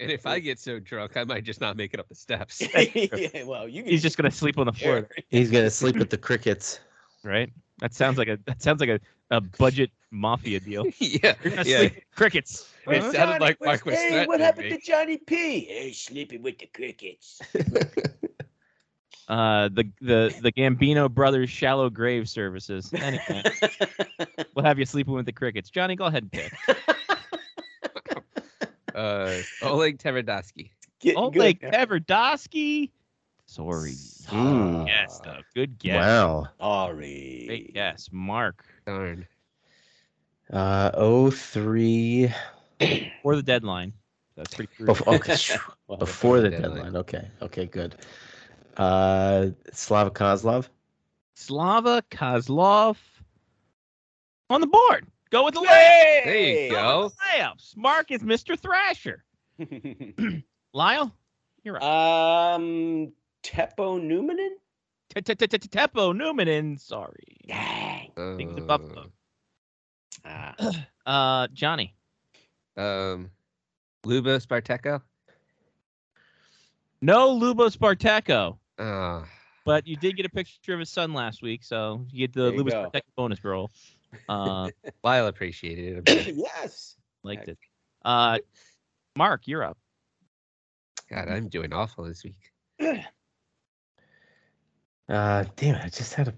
Speaker 3: and
Speaker 5: uh,
Speaker 3: if I get so drunk, I might just not make it up the steps.
Speaker 6: yeah, well, you can
Speaker 1: He's just gonna sleep on the floor,
Speaker 6: Sure.
Speaker 5: He's going to sleep with the crickets.
Speaker 1: right? That sounds like a that sounds like a, a budget mafia deal.
Speaker 3: yeah,
Speaker 1: You're gonna
Speaker 3: yeah.
Speaker 1: sleep with crickets.
Speaker 3: It
Speaker 1: Huh?
Speaker 3: sounded like Mark was
Speaker 6: Hey,
Speaker 3: threatening
Speaker 6: what happened
Speaker 3: me.
Speaker 6: to Johnny P? Hey, sleeping with the crickets.
Speaker 1: Uh, the the the Gambino brothers shallow grave services. Anyway, we'll have you sleeping with the crickets. Johnny, go ahead and pick.
Speaker 3: Uh, Oleg Teredoski.
Speaker 6: Getting
Speaker 1: Oleg
Speaker 6: good now.
Speaker 1: Tverdosky. Sorry.
Speaker 5: Mm.
Speaker 1: Yes, though. Good guess.
Speaker 5: Wow.
Speaker 6: Sorry.
Speaker 1: Great guess, Mark.
Speaker 3: Darn.
Speaker 5: Uh, oh three
Speaker 1: Or the deadline. That's pretty true.
Speaker 5: before, okay,
Speaker 6: Well,
Speaker 5: before the
Speaker 3: deadline.
Speaker 5: deadline. Okay. Okay. Good. Uh, Slava Kozlov.
Speaker 1: Slava Kozlov on the board. Go with the layup.
Speaker 3: There you
Speaker 6: Hey!
Speaker 3: go.
Speaker 1: layups. Mark is Mr. Thrasher. Lyle, you're up.
Speaker 6: um, Teppo Newman?
Speaker 1: Tepo Newman. Sorry.
Speaker 6: Dang.
Speaker 1: Things
Speaker 3: Uh,
Speaker 1: of Buffalo.
Speaker 6: Ah.
Speaker 1: Uh, Johnny.
Speaker 3: Um, Lubo Sparteco.
Speaker 1: No Lubo Sparteco,
Speaker 3: Uh,
Speaker 1: but you did get a picture of his son last week, so you get the
Speaker 6: There you
Speaker 1: Lubo
Speaker 6: go.
Speaker 1: Sparteco bonus roll. Uh,
Speaker 3: Lyle appreciated it. a bit.
Speaker 6: yes.
Speaker 1: liked it. Uh, Mark, you're up.
Speaker 3: God, I'm doing awful this week.
Speaker 5: Uh, damn it. I just had a.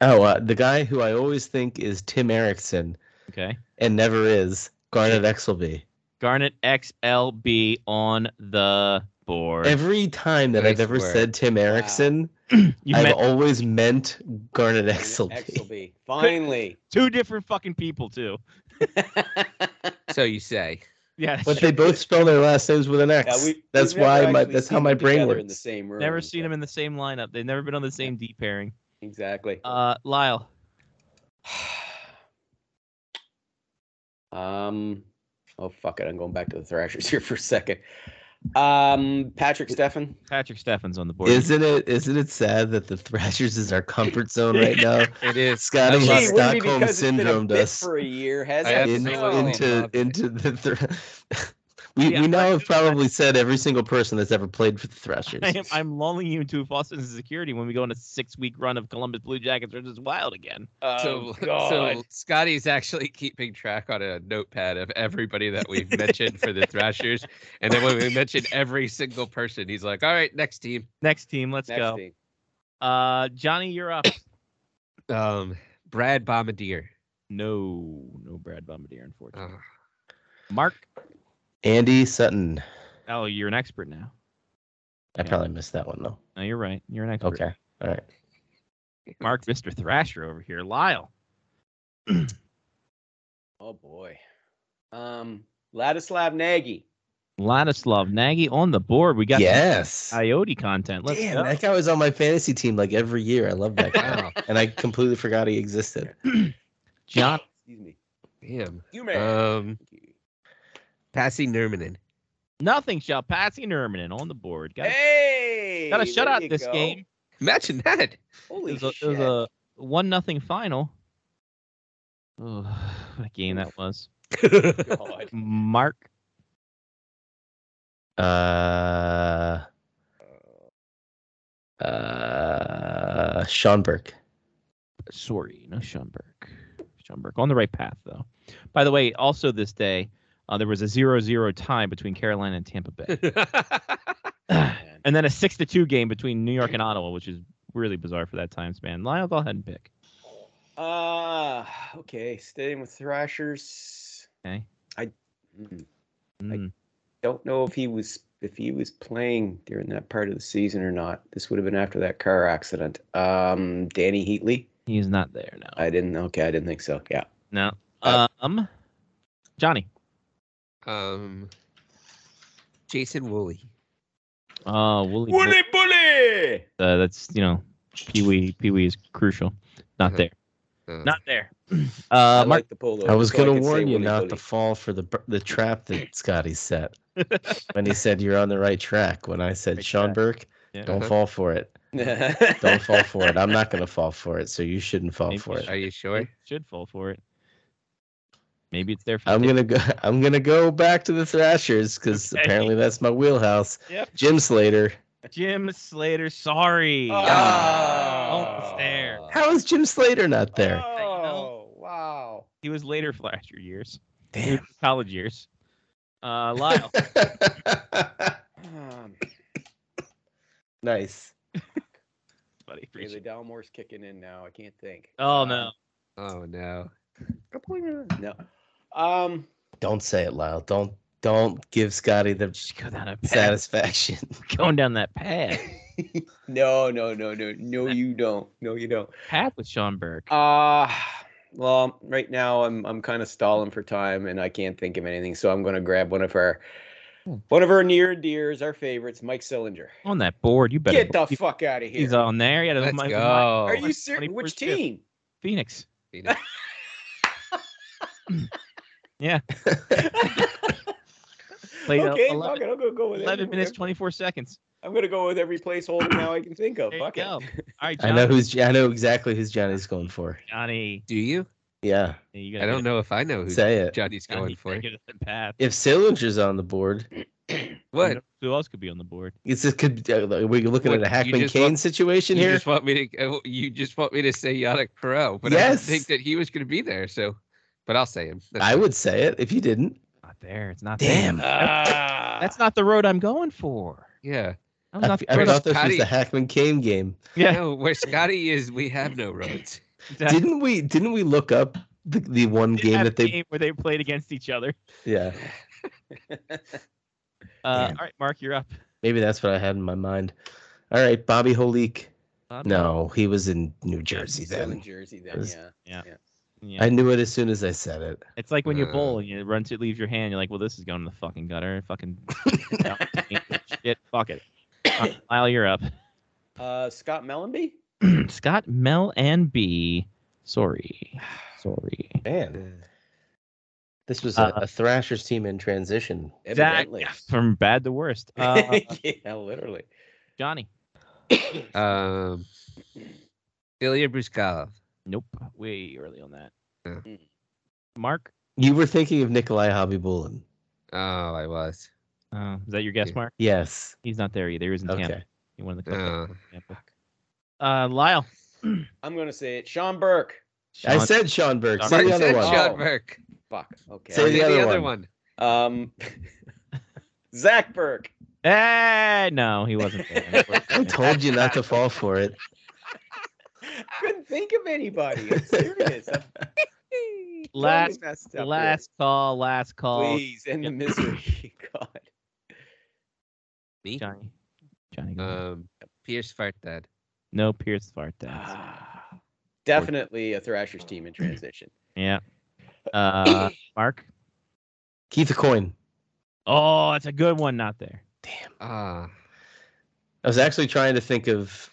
Speaker 5: Oh, uh, the guy who I always think is Tim Erickson
Speaker 1: Okay.
Speaker 5: and never is, Garnet Exelby.
Speaker 1: Garnet XLB on the board.
Speaker 5: Every time that
Speaker 3: Nice
Speaker 5: I've ever
Speaker 3: work.
Speaker 5: said Tim Erickson,
Speaker 1: you
Speaker 5: I've
Speaker 1: met
Speaker 5: always meant Garnet Exelby.
Speaker 6: Exelby. Finally.
Speaker 1: two different fucking people too.
Speaker 3: So you say.
Speaker 1: Yeah.
Speaker 5: But they both spell their last names with an X.
Speaker 6: Yeah, we-
Speaker 5: that's
Speaker 6: we've never
Speaker 5: why my
Speaker 6: actually
Speaker 5: that's how
Speaker 6: seen
Speaker 5: my
Speaker 6: them
Speaker 5: brain
Speaker 6: together In the
Speaker 5: works.
Speaker 6: same room.
Speaker 1: Never seen them in the same lineup. They've never been on the same D pairing.
Speaker 6: Exactly.
Speaker 1: Uh, Lyle.
Speaker 6: um, oh fuck it, I'm going back to the Thrashers here for a second. Um, Patrick Steffen.
Speaker 1: Patrick Steffen's on the board.
Speaker 5: Isn't it isn't it sad that the Thrashers is our comfort zone right now?
Speaker 3: It is.
Speaker 5: Scotty
Speaker 3: I love
Speaker 5: has
Speaker 3: it.
Speaker 6: wouldn't it be
Speaker 5: Stockholm
Speaker 6: because it's been a
Speaker 5: syndrome
Speaker 6: bit
Speaker 5: us
Speaker 6: for a year,
Speaker 3: I
Speaker 6: hasn't
Speaker 3: have
Speaker 6: it?
Speaker 5: in,
Speaker 3: no idea.
Speaker 5: into into the thr- we
Speaker 1: Yeah,
Speaker 5: we now
Speaker 1: I-
Speaker 5: have probably said every single person that's ever played for the Thrashers.
Speaker 1: I am, I'm lulling you into a false sense of security when we go on a six week run of Columbus Blue Jackets versus Wild again.
Speaker 6: Oh,
Speaker 3: So,
Speaker 6: God.
Speaker 3: so Scotty's actually keeping track on a notepad of everybody that we've mentioned for the Thrashers, and then when we mention every single person, he's like, "All right, next team."
Speaker 1: Next team, let's
Speaker 6: Next
Speaker 1: go.
Speaker 6: team.
Speaker 1: Uh, Johnny, you're up.
Speaker 3: Um, Brad Bombardier.
Speaker 1: no, no Brad Bombardier, unfortunately.
Speaker 3: Oh,
Speaker 1: Mark.
Speaker 5: Andy Sutton.
Speaker 1: Oh, you're an expert now.
Speaker 5: I
Speaker 1: Yeah.
Speaker 5: probably missed that one though.
Speaker 1: No, you're right. You're an expert.
Speaker 5: Okay. All right.
Speaker 1: Mark, Mr. Thrasher over here. Lyle.
Speaker 6: Oh boy. Um, Ladislav Nagy.
Speaker 1: Ladislav Nagy on the board. We got
Speaker 5: yes.
Speaker 1: Coyote content. Let's
Speaker 5: Damn,
Speaker 1: go.
Speaker 5: that guy was on my fantasy team like every year. I love that guy.
Speaker 3: Wow.
Speaker 5: and I completely forgot he existed.
Speaker 1: John.
Speaker 6: Excuse me.
Speaker 3: Damn.
Speaker 6: You
Speaker 5: Uh,
Speaker 3: Um, Passy Nurmanen.
Speaker 1: Nothing shall Patsy Nermanen on the board. Got,
Speaker 6: hey.
Speaker 1: got a
Speaker 6: there
Speaker 1: shutout
Speaker 6: you
Speaker 1: this
Speaker 6: go.
Speaker 1: game.
Speaker 3: Imagine that.
Speaker 1: It
Speaker 6: Holy
Speaker 1: was a, it
Speaker 6: shit.
Speaker 1: was a one nothing final. Oh, what a game that was.
Speaker 6: God.
Speaker 1: Mark.
Speaker 5: Uh uh Schonberg.
Speaker 1: Sorry, no Schoenberg. Schoenberg on the right path though. By the way, also this day, uh, there was a 0-0 tie between Carolina and Tampa Bay,
Speaker 6: Man.
Speaker 1: and then a six to two game between New York and Ottawa, which is really bizarre for that time span. Lyle, go ahead and pick.
Speaker 6: Uh, okay. Staying with Thrashers.
Speaker 1: Okay.
Speaker 6: I mm,
Speaker 1: Mm.
Speaker 6: don't know if he was if he was playing during that part of the season or not. This would have been after that car accident. Um, Danny Heatley.
Speaker 1: He is not there now.
Speaker 6: I didn't. Okay, I didn't think so. Yeah.
Speaker 1: No. Um, Johnny.
Speaker 3: um, Jason Woolley.
Speaker 1: Oh, Wooly.
Speaker 6: bully.
Speaker 1: Uh, that's you know, Pee Wee. Pee Wee is crucial. Not
Speaker 3: Uh-huh.
Speaker 1: there.
Speaker 3: Uh,
Speaker 1: Not there.
Speaker 6: I
Speaker 1: Uh, Mark.
Speaker 6: like the polo.
Speaker 5: I was
Speaker 6: so
Speaker 5: going to
Speaker 6: could say
Speaker 5: warn you
Speaker 6: Willy
Speaker 5: not
Speaker 6: Bully.
Speaker 5: to fall for the br- the trap that Scotty set when he said you're on the right track. When I said
Speaker 1: Right track.
Speaker 5: Schonberg,
Speaker 1: Yeah.
Speaker 5: don't
Speaker 3: Uh-huh.
Speaker 5: fall for it. Don't fall for it. I'm not going to fall for it, so you shouldn't fall
Speaker 1: Maybe
Speaker 5: for it.
Speaker 3: Are you sure?
Speaker 1: Should fall for it. Maybe it's there for.
Speaker 5: I'm
Speaker 3: Um,
Speaker 1: the-
Speaker 5: gonna go. I'm gonna go back to the Thrashers because
Speaker 1: Okay.
Speaker 5: apparently that's my wheelhouse.
Speaker 1: Yep.
Speaker 5: Jim Slater.
Speaker 1: Jim Slater. Sorry.
Speaker 6: Oh.
Speaker 1: Almost there.
Speaker 5: How is Jim Slater not there?
Speaker 6: Oh, wow.
Speaker 1: He was later Flasher years. He was
Speaker 5: Damn.
Speaker 1: College years. Uh, Lyle.
Speaker 3: Oh.
Speaker 6: Um,
Speaker 5: nice.
Speaker 1: buddy,
Speaker 6: okay, the
Speaker 1: appreciate it.
Speaker 6: Dalmore's kicking in now. I can't think.
Speaker 1: Oh
Speaker 6: Uh,
Speaker 1: no.
Speaker 3: Oh no.
Speaker 6: No. Um.
Speaker 5: Don't say it, Lyle. Don't don't give Scotty the
Speaker 1: Just go down a path.
Speaker 5: satisfaction.
Speaker 1: Going down that path.
Speaker 6: No, no, no, no, no. You don't. No, you don't.
Speaker 1: path with Sean Burke.
Speaker 6: Uh well, right now I'm I'm kind of stalling for time and I can't think of anything, so I'm going to grab one of our
Speaker 1: Hmm.
Speaker 6: one of our near and dears, our favorites, Mike Sillinger.
Speaker 1: on that board. You better
Speaker 6: Get the fuck out of
Speaker 1: He's
Speaker 6: here.
Speaker 1: on there. Yeah,
Speaker 3: Let's
Speaker 1: my- my-
Speaker 3: go.
Speaker 6: Are you
Speaker 1: like
Speaker 6: serious?
Speaker 1: 21st
Speaker 6: Which
Speaker 1: fifth.
Speaker 6: team?
Speaker 1: Phoenix.
Speaker 3: Phoenix.
Speaker 1: Played a-
Speaker 6: okay,
Speaker 1: 11,
Speaker 6: fuck it. I'm going to go with every-
Speaker 1: 11 minutes,
Speaker 6: every-
Speaker 1: 24 seconds.
Speaker 6: I'm going to go with every placeholder now I can think of.
Speaker 1: There you
Speaker 6: Fuck it.
Speaker 1: go. All right,
Speaker 5: I
Speaker 1: Johnny.
Speaker 5: know who's. I know exactly who's Johnny's going for.
Speaker 1: Johnny.
Speaker 3: Do you?
Speaker 5: Yeah,
Speaker 1: You gotta
Speaker 3: I don't
Speaker 1: get-
Speaker 3: know if I know who
Speaker 5: say it.
Speaker 3: Johnny's
Speaker 1: Johnny,
Speaker 3: going
Speaker 1: you
Speaker 3: for.
Speaker 1: gotta get on the path.
Speaker 5: If Sillinger's on the board,
Speaker 3: What?
Speaker 1: Who else could be on the board?
Speaker 5: it's just could. Uh, we're looking
Speaker 3: What,
Speaker 5: at a
Speaker 3: you
Speaker 5: Hackman
Speaker 3: just
Speaker 5: Kane
Speaker 3: want-
Speaker 5: situation
Speaker 3: You
Speaker 5: here.
Speaker 3: just want me to? uh, You just want me to say Yannick Perot, but I didn't
Speaker 5: Yes.
Speaker 3: think that he was going to be there. So, but I'll say him. That's
Speaker 5: I
Speaker 3: fine.
Speaker 5: would say it if you didn't.
Speaker 1: Not there. It's not
Speaker 5: Damn.
Speaker 1: there. That's not the road I'm going for.
Speaker 3: Yeah.
Speaker 1: That was
Speaker 5: I,
Speaker 1: not the
Speaker 5: I
Speaker 1: road
Speaker 3: Where's
Speaker 5: thought this
Speaker 3: Scotty?
Speaker 5: was the Hackman Kane game.
Speaker 1: Yeah.
Speaker 3: No, where Scotty is, we have no roads.
Speaker 1: That-
Speaker 5: Didn't we? Didn't we look up the, the one game
Speaker 1: had
Speaker 5: that
Speaker 1: a
Speaker 5: they?
Speaker 1: game where they played against each other.
Speaker 5: Yeah,
Speaker 1: Uh,
Speaker 5: Damn.
Speaker 1: all right, Mark, you're up.
Speaker 5: maybe that's what I had in my mind. All right, Bobby Holik.
Speaker 1: Bobby.
Speaker 5: No, he was in New Jersey
Speaker 6: Still in
Speaker 5: then.
Speaker 6: Jersey then,
Speaker 5: That's-
Speaker 6: yeah.
Speaker 1: Yeah.
Speaker 5: I knew it as soon as I said it.
Speaker 1: it's like when you
Speaker 3: Uh.
Speaker 1: bowl and you run to leave your hand. You're like, well, this is going in the fucking gutter. Fucking shit. Fuck it. Uh, Lyle, you're up.
Speaker 6: Uh, Scott Mellenby?
Speaker 1: Scott, Mel, and B. Sorry. Sorry.
Speaker 5: Man, this was
Speaker 1: Uh,
Speaker 5: a, a Thrashers team in transition.
Speaker 6: Evidently.
Speaker 1: from bad to worst. Uh,
Speaker 6: yeah, literally.
Speaker 1: Johnny.
Speaker 3: Um, Ilya Brizgalov.
Speaker 1: Nope. Way early on that.
Speaker 3: Yeah.
Speaker 6: Mm.
Speaker 1: Mark.
Speaker 5: You were thinking of Nikolai Habibulin.
Speaker 3: Oh, I was.
Speaker 1: Uh, is that your guess,
Speaker 3: Yeah.
Speaker 1: Mark?
Speaker 5: Yes.
Speaker 1: He's not there either. He was in Tampa.
Speaker 5: Okay.
Speaker 1: He won the cup.
Speaker 3: Uh,
Speaker 1: in Tampa. Uh, Lyle.
Speaker 6: I'm going to say it. Sean Burke.
Speaker 5: I
Speaker 1: Sean-
Speaker 5: said Sean Burke.
Speaker 1: Sorry.
Speaker 5: Say
Speaker 3: Martin
Speaker 5: the other
Speaker 3: said
Speaker 5: one.
Speaker 3: Sean
Speaker 6: Oh.
Speaker 3: Burke.
Speaker 6: Fuck. Okay.
Speaker 5: Say
Speaker 3: Say
Speaker 5: the other one.
Speaker 6: Um, Zach Burke.
Speaker 1: Eh, no, he wasn't there.
Speaker 5: I
Speaker 1: unfortunately.
Speaker 5: told you not to fall for it.
Speaker 6: Couldn't think of anybody. I'm serious. I'm- totally
Speaker 1: last-
Speaker 6: messed up
Speaker 1: Last call, last
Speaker 6: here.
Speaker 1: call.
Speaker 6: Please end the misery. God.
Speaker 3: Me?
Speaker 1: Johnny. Johnny. go ahead.
Speaker 3: Um, Pierce Fart Dad.
Speaker 1: no Pierce fart dance.
Speaker 6: Ah. Definitely a Thrasher's team in transition.
Speaker 1: Yeah. Uh, Mark.
Speaker 5: Keith a coin.
Speaker 1: Oh, that's a good one. Not there.
Speaker 3: Ah,
Speaker 5: I was actually trying to think of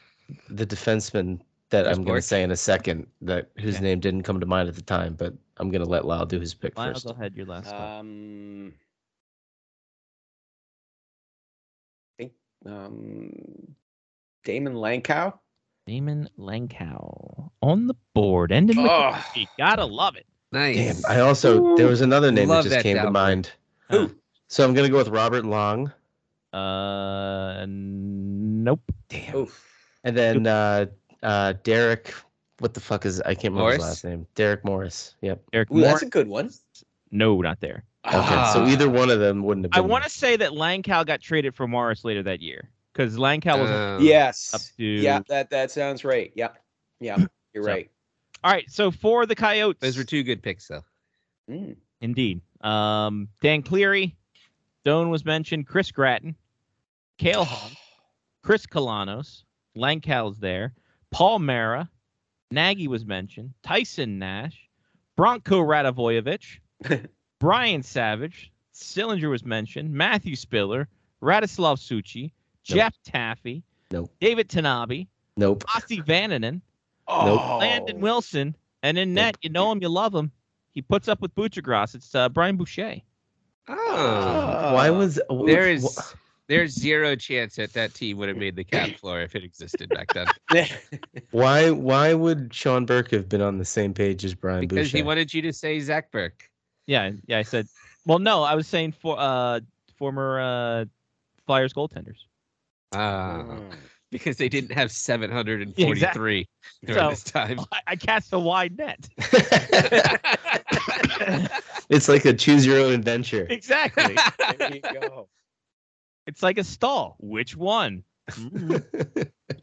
Speaker 5: the defenseman that
Speaker 3: Chris
Speaker 5: I'm going
Speaker 3: Bork?
Speaker 5: to say in a second that whose
Speaker 1: Okay.
Speaker 5: name didn't come to mind at the time, but I'm going to let Lyle do his pick
Speaker 1: Lyle,
Speaker 5: first.
Speaker 1: go ahead. Your last call.
Speaker 6: Um, think um, Damon Lankow.
Speaker 1: Damon Lankow on the board. Ending with the
Speaker 6: Oh,
Speaker 1: streak. Gotta love it.
Speaker 5: Damn.
Speaker 3: nice.
Speaker 5: I also there was another name
Speaker 3: Love
Speaker 5: that
Speaker 3: that
Speaker 5: just came to
Speaker 3: downgrade.
Speaker 5: mind.
Speaker 1: Who?
Speaker 5: So I'm going to go with Robert Long,
Speaker 1: Uh, nope. Damn.
Speaker 6: oof.
Speaker 5: and then uh, uh, Derek. What the fuck is I can't remember his
Speaker 3: Morris?
Speaker 5: last name. Derek Morris. Yep.
Speaker 1: Eric
Speaker 6: Ooh, that's
Speaker 1: Morris.
Speaker 6: a good one.
Speaker 1: No, not there.
Speaker 6: Ah.
Speaker 5: Okay.
Speaker 3: Ah.
Speaker 5: so either one of them wouldn't have.
Speaker 1: I
Speaker 5: Been
Speaker 1: want to say that Lankow got traded for Morris later that year because Lankow was.
Speaker 3: Um,
Speaker 6: Yes.
Speaker 1: up to-
Speaker 6: Yeah, that that sounds right. Yep. Yeah, you're
Speaker 1: So-
Speaker 6: right.
Speaker 1: All right. So for the Coyotes,
Speaker 3: Those were two good picks, though.
Speaker 6: Mm.
Speaker 1: Indeed. Um, Dan Cleary, Doan was mentioned. Chris Gratton, Kale Hall, Chris Kalanos, Lankow's there. Paul Mara, Nagy was mentioned. Tyson Nash, Bronco Radivojevich, Brian Savage, Sillinger was mentioned. Matthew Spiller, Radislav Suchi, Jeff Taffy,
Speaker 5: Nope.
Speaker 1: David Tanabe,
Speaker 5: Nope.
Speaker 1: Ossie Vananen,
Speaker 6: Oh,
Speaker 1: Landon Wilson, and in net, you know him, you love him. He puts up with Butchergrass. It's uh, Brian Boucher.
Speaker 3: Oh,
Speaker 5: Why was
Speaker 3: there is there's zero chance that that team would have made the cap floor if it existed back then,
Speaker 5: why why would Sean Burke have been on the same page as Brian
Speaker 3: because
Speaker 5: Boucher?
Speaker 3: he wanted you to say Zach Burke.
Speaker 1: Yeah, yeah. I said, well, no, I was saying for uh, former uh, Flyers goaltenders.
Speaker 3: Ah,
Speaker 6: Mm.
Speaker 3: because they didn't have 743 during
Speaker 1: So-
Speaker 3: this time.
Speaker 1: I, I cast a wide net.
Speaker 5: it's like a choose your own adventure.
Speaker 1: Exactly.
Speaker 6: there you go.
Speaker 1: it's like a stall. Which one?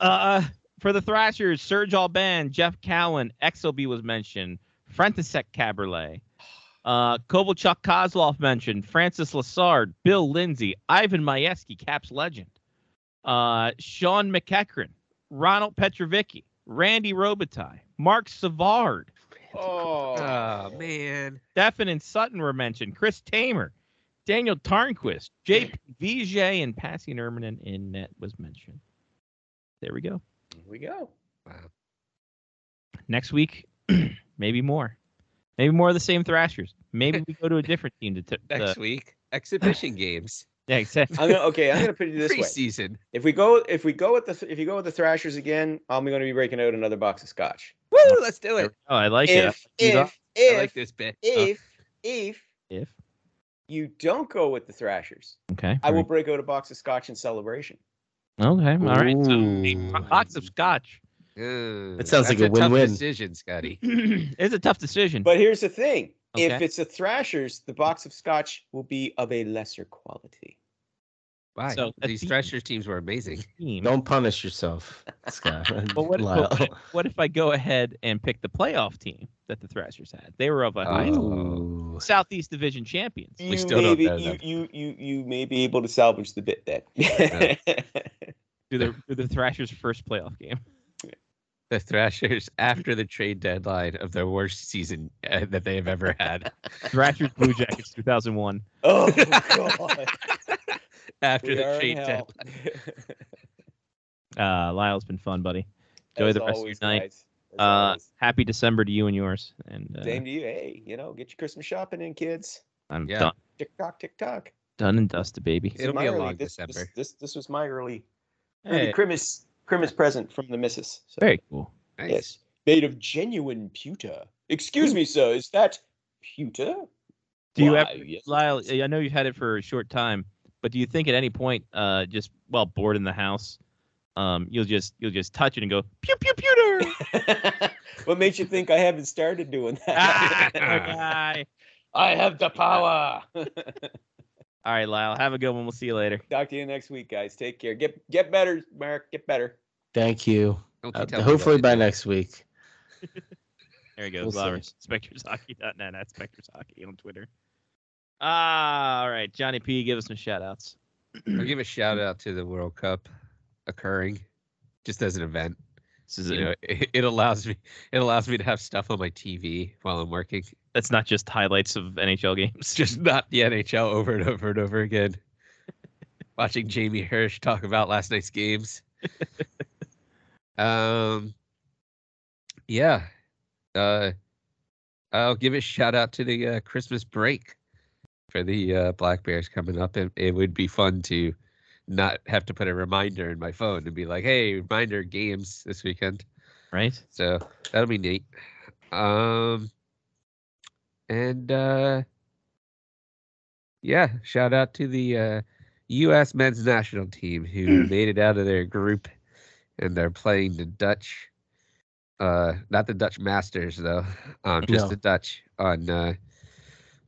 Speaker 1: Uh, for the Thrashers, Serge Alban, Jeff Cowan, Exelby was mentioned, Frantisek Caberlet, uh, Kovalchuk Kozlov mentioned, Francis Lassard, Bill Lindsay, Ivan Majewski, Caps legend, uh, Sean McEachran, Ronald Petrovicki, Randy Robitaille, Mark Savard,
Speaker 6: Oh,
Speaker 3: oh man,
Speaker 1: Stefan and Sutton were mentioned, Chris Tamer, Daniel Tarnquist, JP Vijay, and Passy Nerman in net was mentioned. There we go.
Speaker 6: Here we go.
Speaker 1: next week, maybe more. Maybe more of the same Thrashers. Maybe we go to a different team to. T-
Speaker 3: next
Speaker 1: the-
Speaker 3: week exhibition games,
Speaker 1: yeah, exactly.
Speaker 6: I'm gonna, okay, I'm gonna put it this way.
Speaker 3: preseason.
Speaker 6: If we go, if we go with the, if you go with the Thrashers again, I'm gonna be breaking out another box of scotch.
Speaker 3: Woo, let's do it.
Speaker 1: Oh, I like it.
Speaker 6: If,
Speaker 1: He's
Speaker 6: if,
Speaker 1: off.
Speaker 6: if,
Speaker 3: I like this bit.
Speaker 6: if, if
Speaker 1: If
Speaker 6: you don't go with the Thrashers,
Speaker 1: okay,
Speaker 6: I will break out a box of scotch in celebration.
Speaker 1: Okay, all right.
Speaker 5: Ooh.
Speaker 1: So, box of scotch
Speaker 3: It
Speaker 5: That sounds like a win-win.
Speaker 3: decision, Scotty.
Speaker 1: is a tough decision.
Speaker 6: But here's the thing: if
Speaker 1: Okay.
Speaker 6: it's a Thrashers, the box of scotch will be of a lesser quality.
Speaker 3: Why?
Speaker 1: So, a
Speaker 3: These
Speaker 1: team-
Speaker 3: Thrashers teams were amazing.
Speaker 1: team.
Speaker 5: Don't punish yourself, Scott.
Speaker 1: But what,
Speaker 5: Lyle.
Speaker 1: but what, if, what if I go ahead and pick the playoff team that the Thrashers had? They were of a high
Speaker 5: Ooh.
Speaker 1: Southeast Division champions.
Speaker 6: You
Speaker 3: still
Speaker 6: may
Speaker 3: don't
Speaker 6: be,
Speaker 3: know
Speaker 6: you,
Speaker 3: them.
Speaker 6: you you you may be able to salvage the bit then.
Speaker 1: Do the do the Thrashers' first playoff game?
Speaker 3: The Thrashers after the trade deadline of their worst season uh, that they have ever had.
Speaker 1: Thrashers Blue Jackets 2001.
Speaker 6: oh God!
Speaker 3: after
Speaker 6: We
Speaker 3: the
Speaker 6: are in
Speaker 3: trade deadline.
Speaker 6: hell.
Speaker 1: Uh, Lyle's been fun, buddy. Enjoy
Speaker 6: As
Speaker 1: the rest of your
Speaker 6: always,
Speaker 1: night.
Speaker 6: guys. As
Speaker 1: Uh,
Speaker 6: always.
Speaker 1: happy December to you and yours. And uh,
Speaker 6: Same to you. Hey, you know, get your Christmas shopping in, kids.
Speaker 1: I'm
Speaker 3: Yeah.
Speaker 1: done,
Speaker 6: Tick tock, tick tock.
Speaker 1: done and dusted, baby.
Speaker 6: This is
Speaker 3: It'll
Speaker 6: my
Speaker 3: be a
Speaker 6: early-
Speaker 3: long
Speaker 6: this, this-
Speaker 3: December.
Speaker 6: This, this was my early, early
Speaker 1: Hey,
Speaker 6: Christmas Christmas present from the missus. So,
Speaker 1: very cool.
Speaker 3: Nice.
Speaker 6: Yes, made of genuine pewter. Excuse me, sir. Is that pewter?
Speaker 1: Do you
Speaker 6: Why,
Speaker 1: ever,
Speaker 6: yes, it
Speaker 1: Lyle?
Speaker 6: is.
Speaker 1: I know you've had it for a short time, but do you think at any point, uh, just while bored in the house, um, you'll just you'll just touch it and go pew pew pewter?
Speaker 6: what makes you think I haven't started doing that?
Speaker 1: Bye.
Speaker 6: I have the power.
Speaker 1: All right, Lyle. Have a good one. We'll see you later.
Speaker 6: Talk to you next week, guys. Take care. Get get better, Mark. Get better.
Speaker 5: Thank you.
Speaker 3: Don't you
Speaker 5: Uh,
Speaker 3: tell me what
Speaker 5: hopefully
Speaker 3: to
Speaker 5: by
Speaker 3: do.
Speaker 5: next week.
Speaker 1: There he goes,
Speaker 5: We'll see.
Speaker 1: Glover. Spectre's Hockey. No, not Spectre's Hockey on Twitter. Ah, all right. Johnny P, give us some shout outs.
Speaker 3: I'll give a shout out to the World Cup occurring just as an event.
Speaker 1: This is
Speaker 3: You know, it, it allows me it allows me to have stuff on my TV while I'm working.
Speaker 1: That's not just highlights of NHL games.
Speaker 3: It's just not the NHL over and over and over again. Watching Jamie Hirsch talk about last night's games. um, yeah. Uh, I'll give a shout out to the uh, Christmas break for the uh, Black Bears coming up. It, it would be fun to not have to put a reminder in my phone and be like, hey, reminder games this weekend.
Speaker 1: Right?
Speaker 3: So that'll be neat. Um, and uh, yeah, shout out to the uh, U.S. men's national team who made it out of their group and they're playing the Dutch. Uh, not the Dutch Masters though, um, just
Speaker 5: No.
Speaker 3: the Dutch on uh,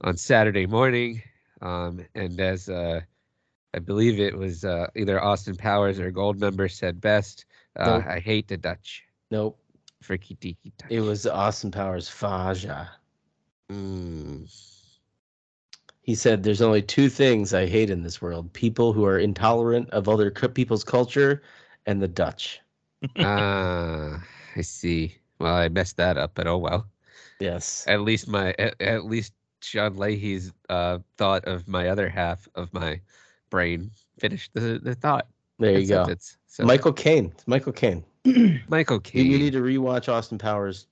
Speaker 3: on Saturday morning. Um, and as uh, I believe it was uh, either Austin Powers or Gold Number said best, uh,
Speaker 5: Nope.
Speaker 3: I hate the Dutch.
Speaker 5: Nope.
Speaker 3: Freaky deaky Dutch.
Speaker 5: It was Austin Powers Faja.
Speaker 3: Mm.
Speaker 5: He said, "There's only two things I hate in this world: people who are intolerant of other cu- people's culture, and the Dutch."
Speaker 3: ah, I see. Well, I messed that up, but oh well.
Speaker 5: Yes.
Speaker 3: At least my at, at least Sean Leahy's uh, thought of my other half of my brain finished the, the thought.
Speaker 5: There
Speaker 3: and
Speaker 5: you go.
Speaker 3: sentence. So
Speaker 5: Michael Caine. It's Michael Caine.
Speaker 3: Michael
Speaker 5: You,
Speaker 3: Caine.
Speaker 5: you need to rewatch Austin Powers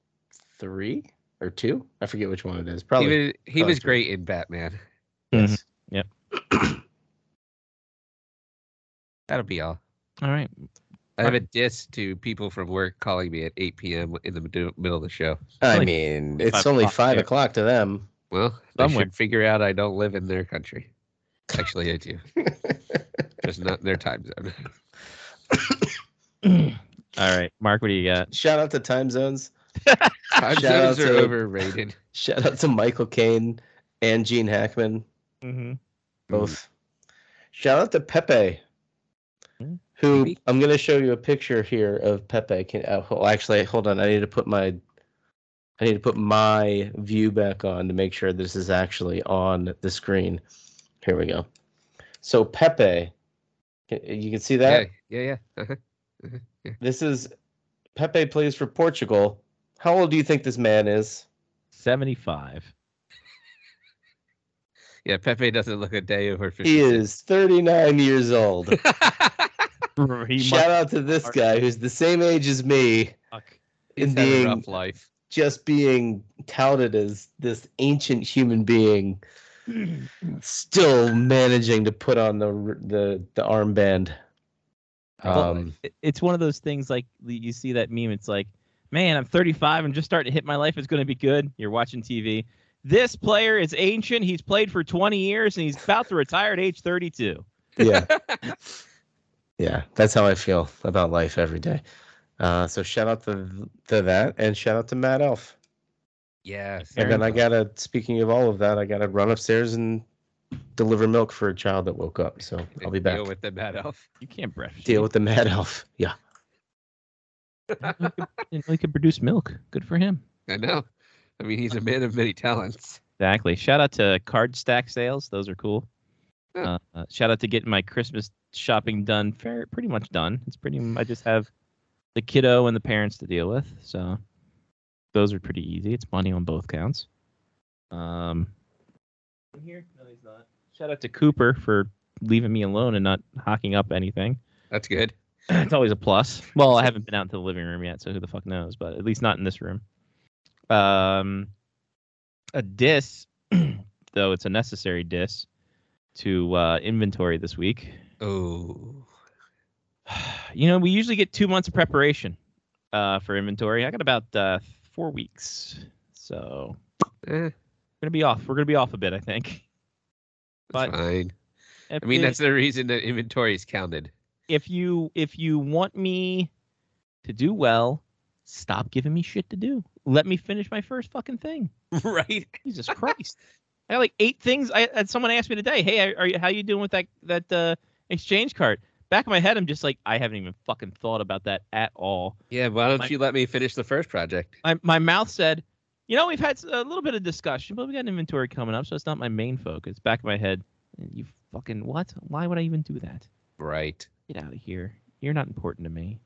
Speaker 5: three or two. I forget which one it is.
Speaker 3: he
Speaker 5: Probably.
Speaker 3: was, he
Speaker 5: probably
Speaker 3: was
Speaker 5: three.
Speaker 3: great in Batman.
Speaker 1: Mm-hmm.
Speaker 5: yes.
Speaker 3: That'll be all.
Speaker 1: All right.
Speaker 3: I have a diss to people from work calling me at 8 p.m. in the middle middle of the show.
Speaker 5: I
Speaker 1: like
Speaker 5: mean,
Speaker 1: five
Speaker 5: it's only
Speaker 1: o'clock
Speaker 5: five
Speaker 1: here.
Speaker 5: o'clock to them.
Speaker 3: Well, they
Speaker 1: Somewhere.
Speaker 3: should figure out I don't live in their country. Actually, I do. Just not in their time zone.
Speaker 1: All right. Mark, what do you got?
Speaker 5: Shout out to time zones.
Speaker 3: Time
Speaker 5: Shout out
Speaker 3: zones are
Speaker 5: to-
Speaker 3: overrated.
Speaker 5: Shout out to Michael Caine and Gene Hackman.
Speaker 1: Mm-hmm.
Speaker 5: both. Mm. Shout out to Pepe,
Speaker 1: Hmm.
Speaker 5: who
Speaker 3: Pepe.
Speaker 5: I'm going to show you a picture here of Pepe. Can uh, ho- actually hold on. I need to put my I need to put my view back on to make sure this is actually on the screen. Here we go. So Pepe, can- you can see that
Speaker 3: yeah, yeah, yeah. uh-huh.
Speaker 5: this is Pepe plays for Portugal. How old do you think this man is?
Speaker 1: 75.
Speaker 3: Yeah, Pepe doesn't look a day over 50.
Speaker 5: He is 39 years old.
Speaker 1: He
Speaker 5: Shout out to this guy who's the same age as me.
Speaker 1: Fuck.
Speaker 3: He's
Speaker 5: in
Speaker 3: had a
Speaker 5: being
Speaker 3: rough life.
Speaker 5: just being touted as this ancient human being, still managing to put on the the the armband. Um,
Speaker 1: It- it's one of those things like the- you see that meme. It's like, man, I'm 35. I'm just starting to hit my life. It's going to be good. You're watching TV. This player is ancient. He's played for 20 years and he's about to retire at age 32.
Speaker 5: yeah, yeah, that's how I feel about life every day. Uh, so shout out to to that, and shout out to Matt Elf.
Speaker 3: Yes.
Speaker 5: And then I gotta, speaking of all of that, I gotta run upstairs and deliver milk for a child that woke up. So I'll be back.
Speaker 3: Deal with the bad elf.
Speaker 1: You can't breastfeed.
Speaker 5: Deal with the Mad Elf. Yeah.
Speaker 1: Didn't know he could produce milk. Good for him.
Speaker 3: I know. I mean, he's a man of many talents.
Speaker 1: Exactly. Shout out to card stack sales. Those are cool.
Speaker 3: Yeah.
Speaker 1: Uh, uh, shout out to getting my Christmas shopping done. Fair, pretty much done. It's pretty. I just have the kiddo and the parents to deal with. So those are pretty easy. It's money on both counts. Um, here? No, he's not. Shout out to Cooper for leaving me alone and not hocking up anything.
Speaker 3: That's good.
Speaker 1: it's always a plus. Well, I haven't been out into the living room yet, so who the fuck knows? But at least not in this room. Um, a diss, though it's a necessary diss to uh, inventory this week.
Speaker 3: Oh.
Speaker 1: You know, we usually get two months of preparation uh, for inventory. I got about uh, four weeks, so
Speaker 3: Eh,
Speaker 1: we're gonna be off. We're gonna be off a bit, I think. But-
Speaker 3: that's fine.
Speaker 1: If
Speaker 3: I mean,
Speaker 1: it-
Speaker 3: that's the reason that inventory is counted.
Speaker 1: if you if you want me to do well, stop giving me shit to do. Let me finish my first fucking thing.
Speaker 3: right?
Speaker 1: Jesus Christ! I got like eight things. I had someone asked me today, "Hey, are you how you doing with that that uh, exchange card?" Back of my head, I'm just like, I haven't even fucking thought about that at all.
Speaker 3: Yeah, why don't
Speaker 1: My-
Speaker 3: you let me finish the first project?
Speaker 1: My my mouth said, You know, we've had a little bit of discussion, but we got an inventory coming up, so it's not my main focus. Back of my head, you fucking what? Why would I even do that?
Speaker 3: Right.
Speaker 1: Get out of here. You're not important to me.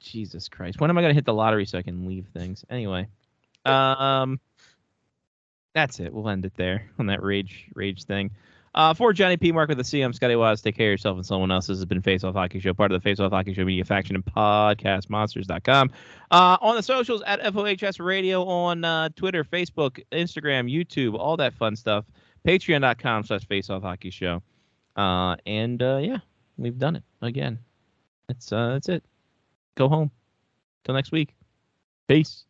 Speaker 1: Jesus Christ. When am I going to hit the lottery so I can leave things? Anyway. Um That's it. We'll end it there on that rage rage thing. Uh, for Johnny P. Mark with the CM, Scotty Wise, take care of yourself and someone else. This has been Face Off Hockey Show, part of the Face Off Hockey Show media faction and podcastmonsters.com. Uh, on the socials at FOHS Radio on uh, Twitter, Facebook, Instagram, YouTube, all that fun stuff. Patreon.com slash Face Off Hockey Show. Uh, and uh, yeah, we've done it again. That's uh, that's it. Go home. Till next week. Peace.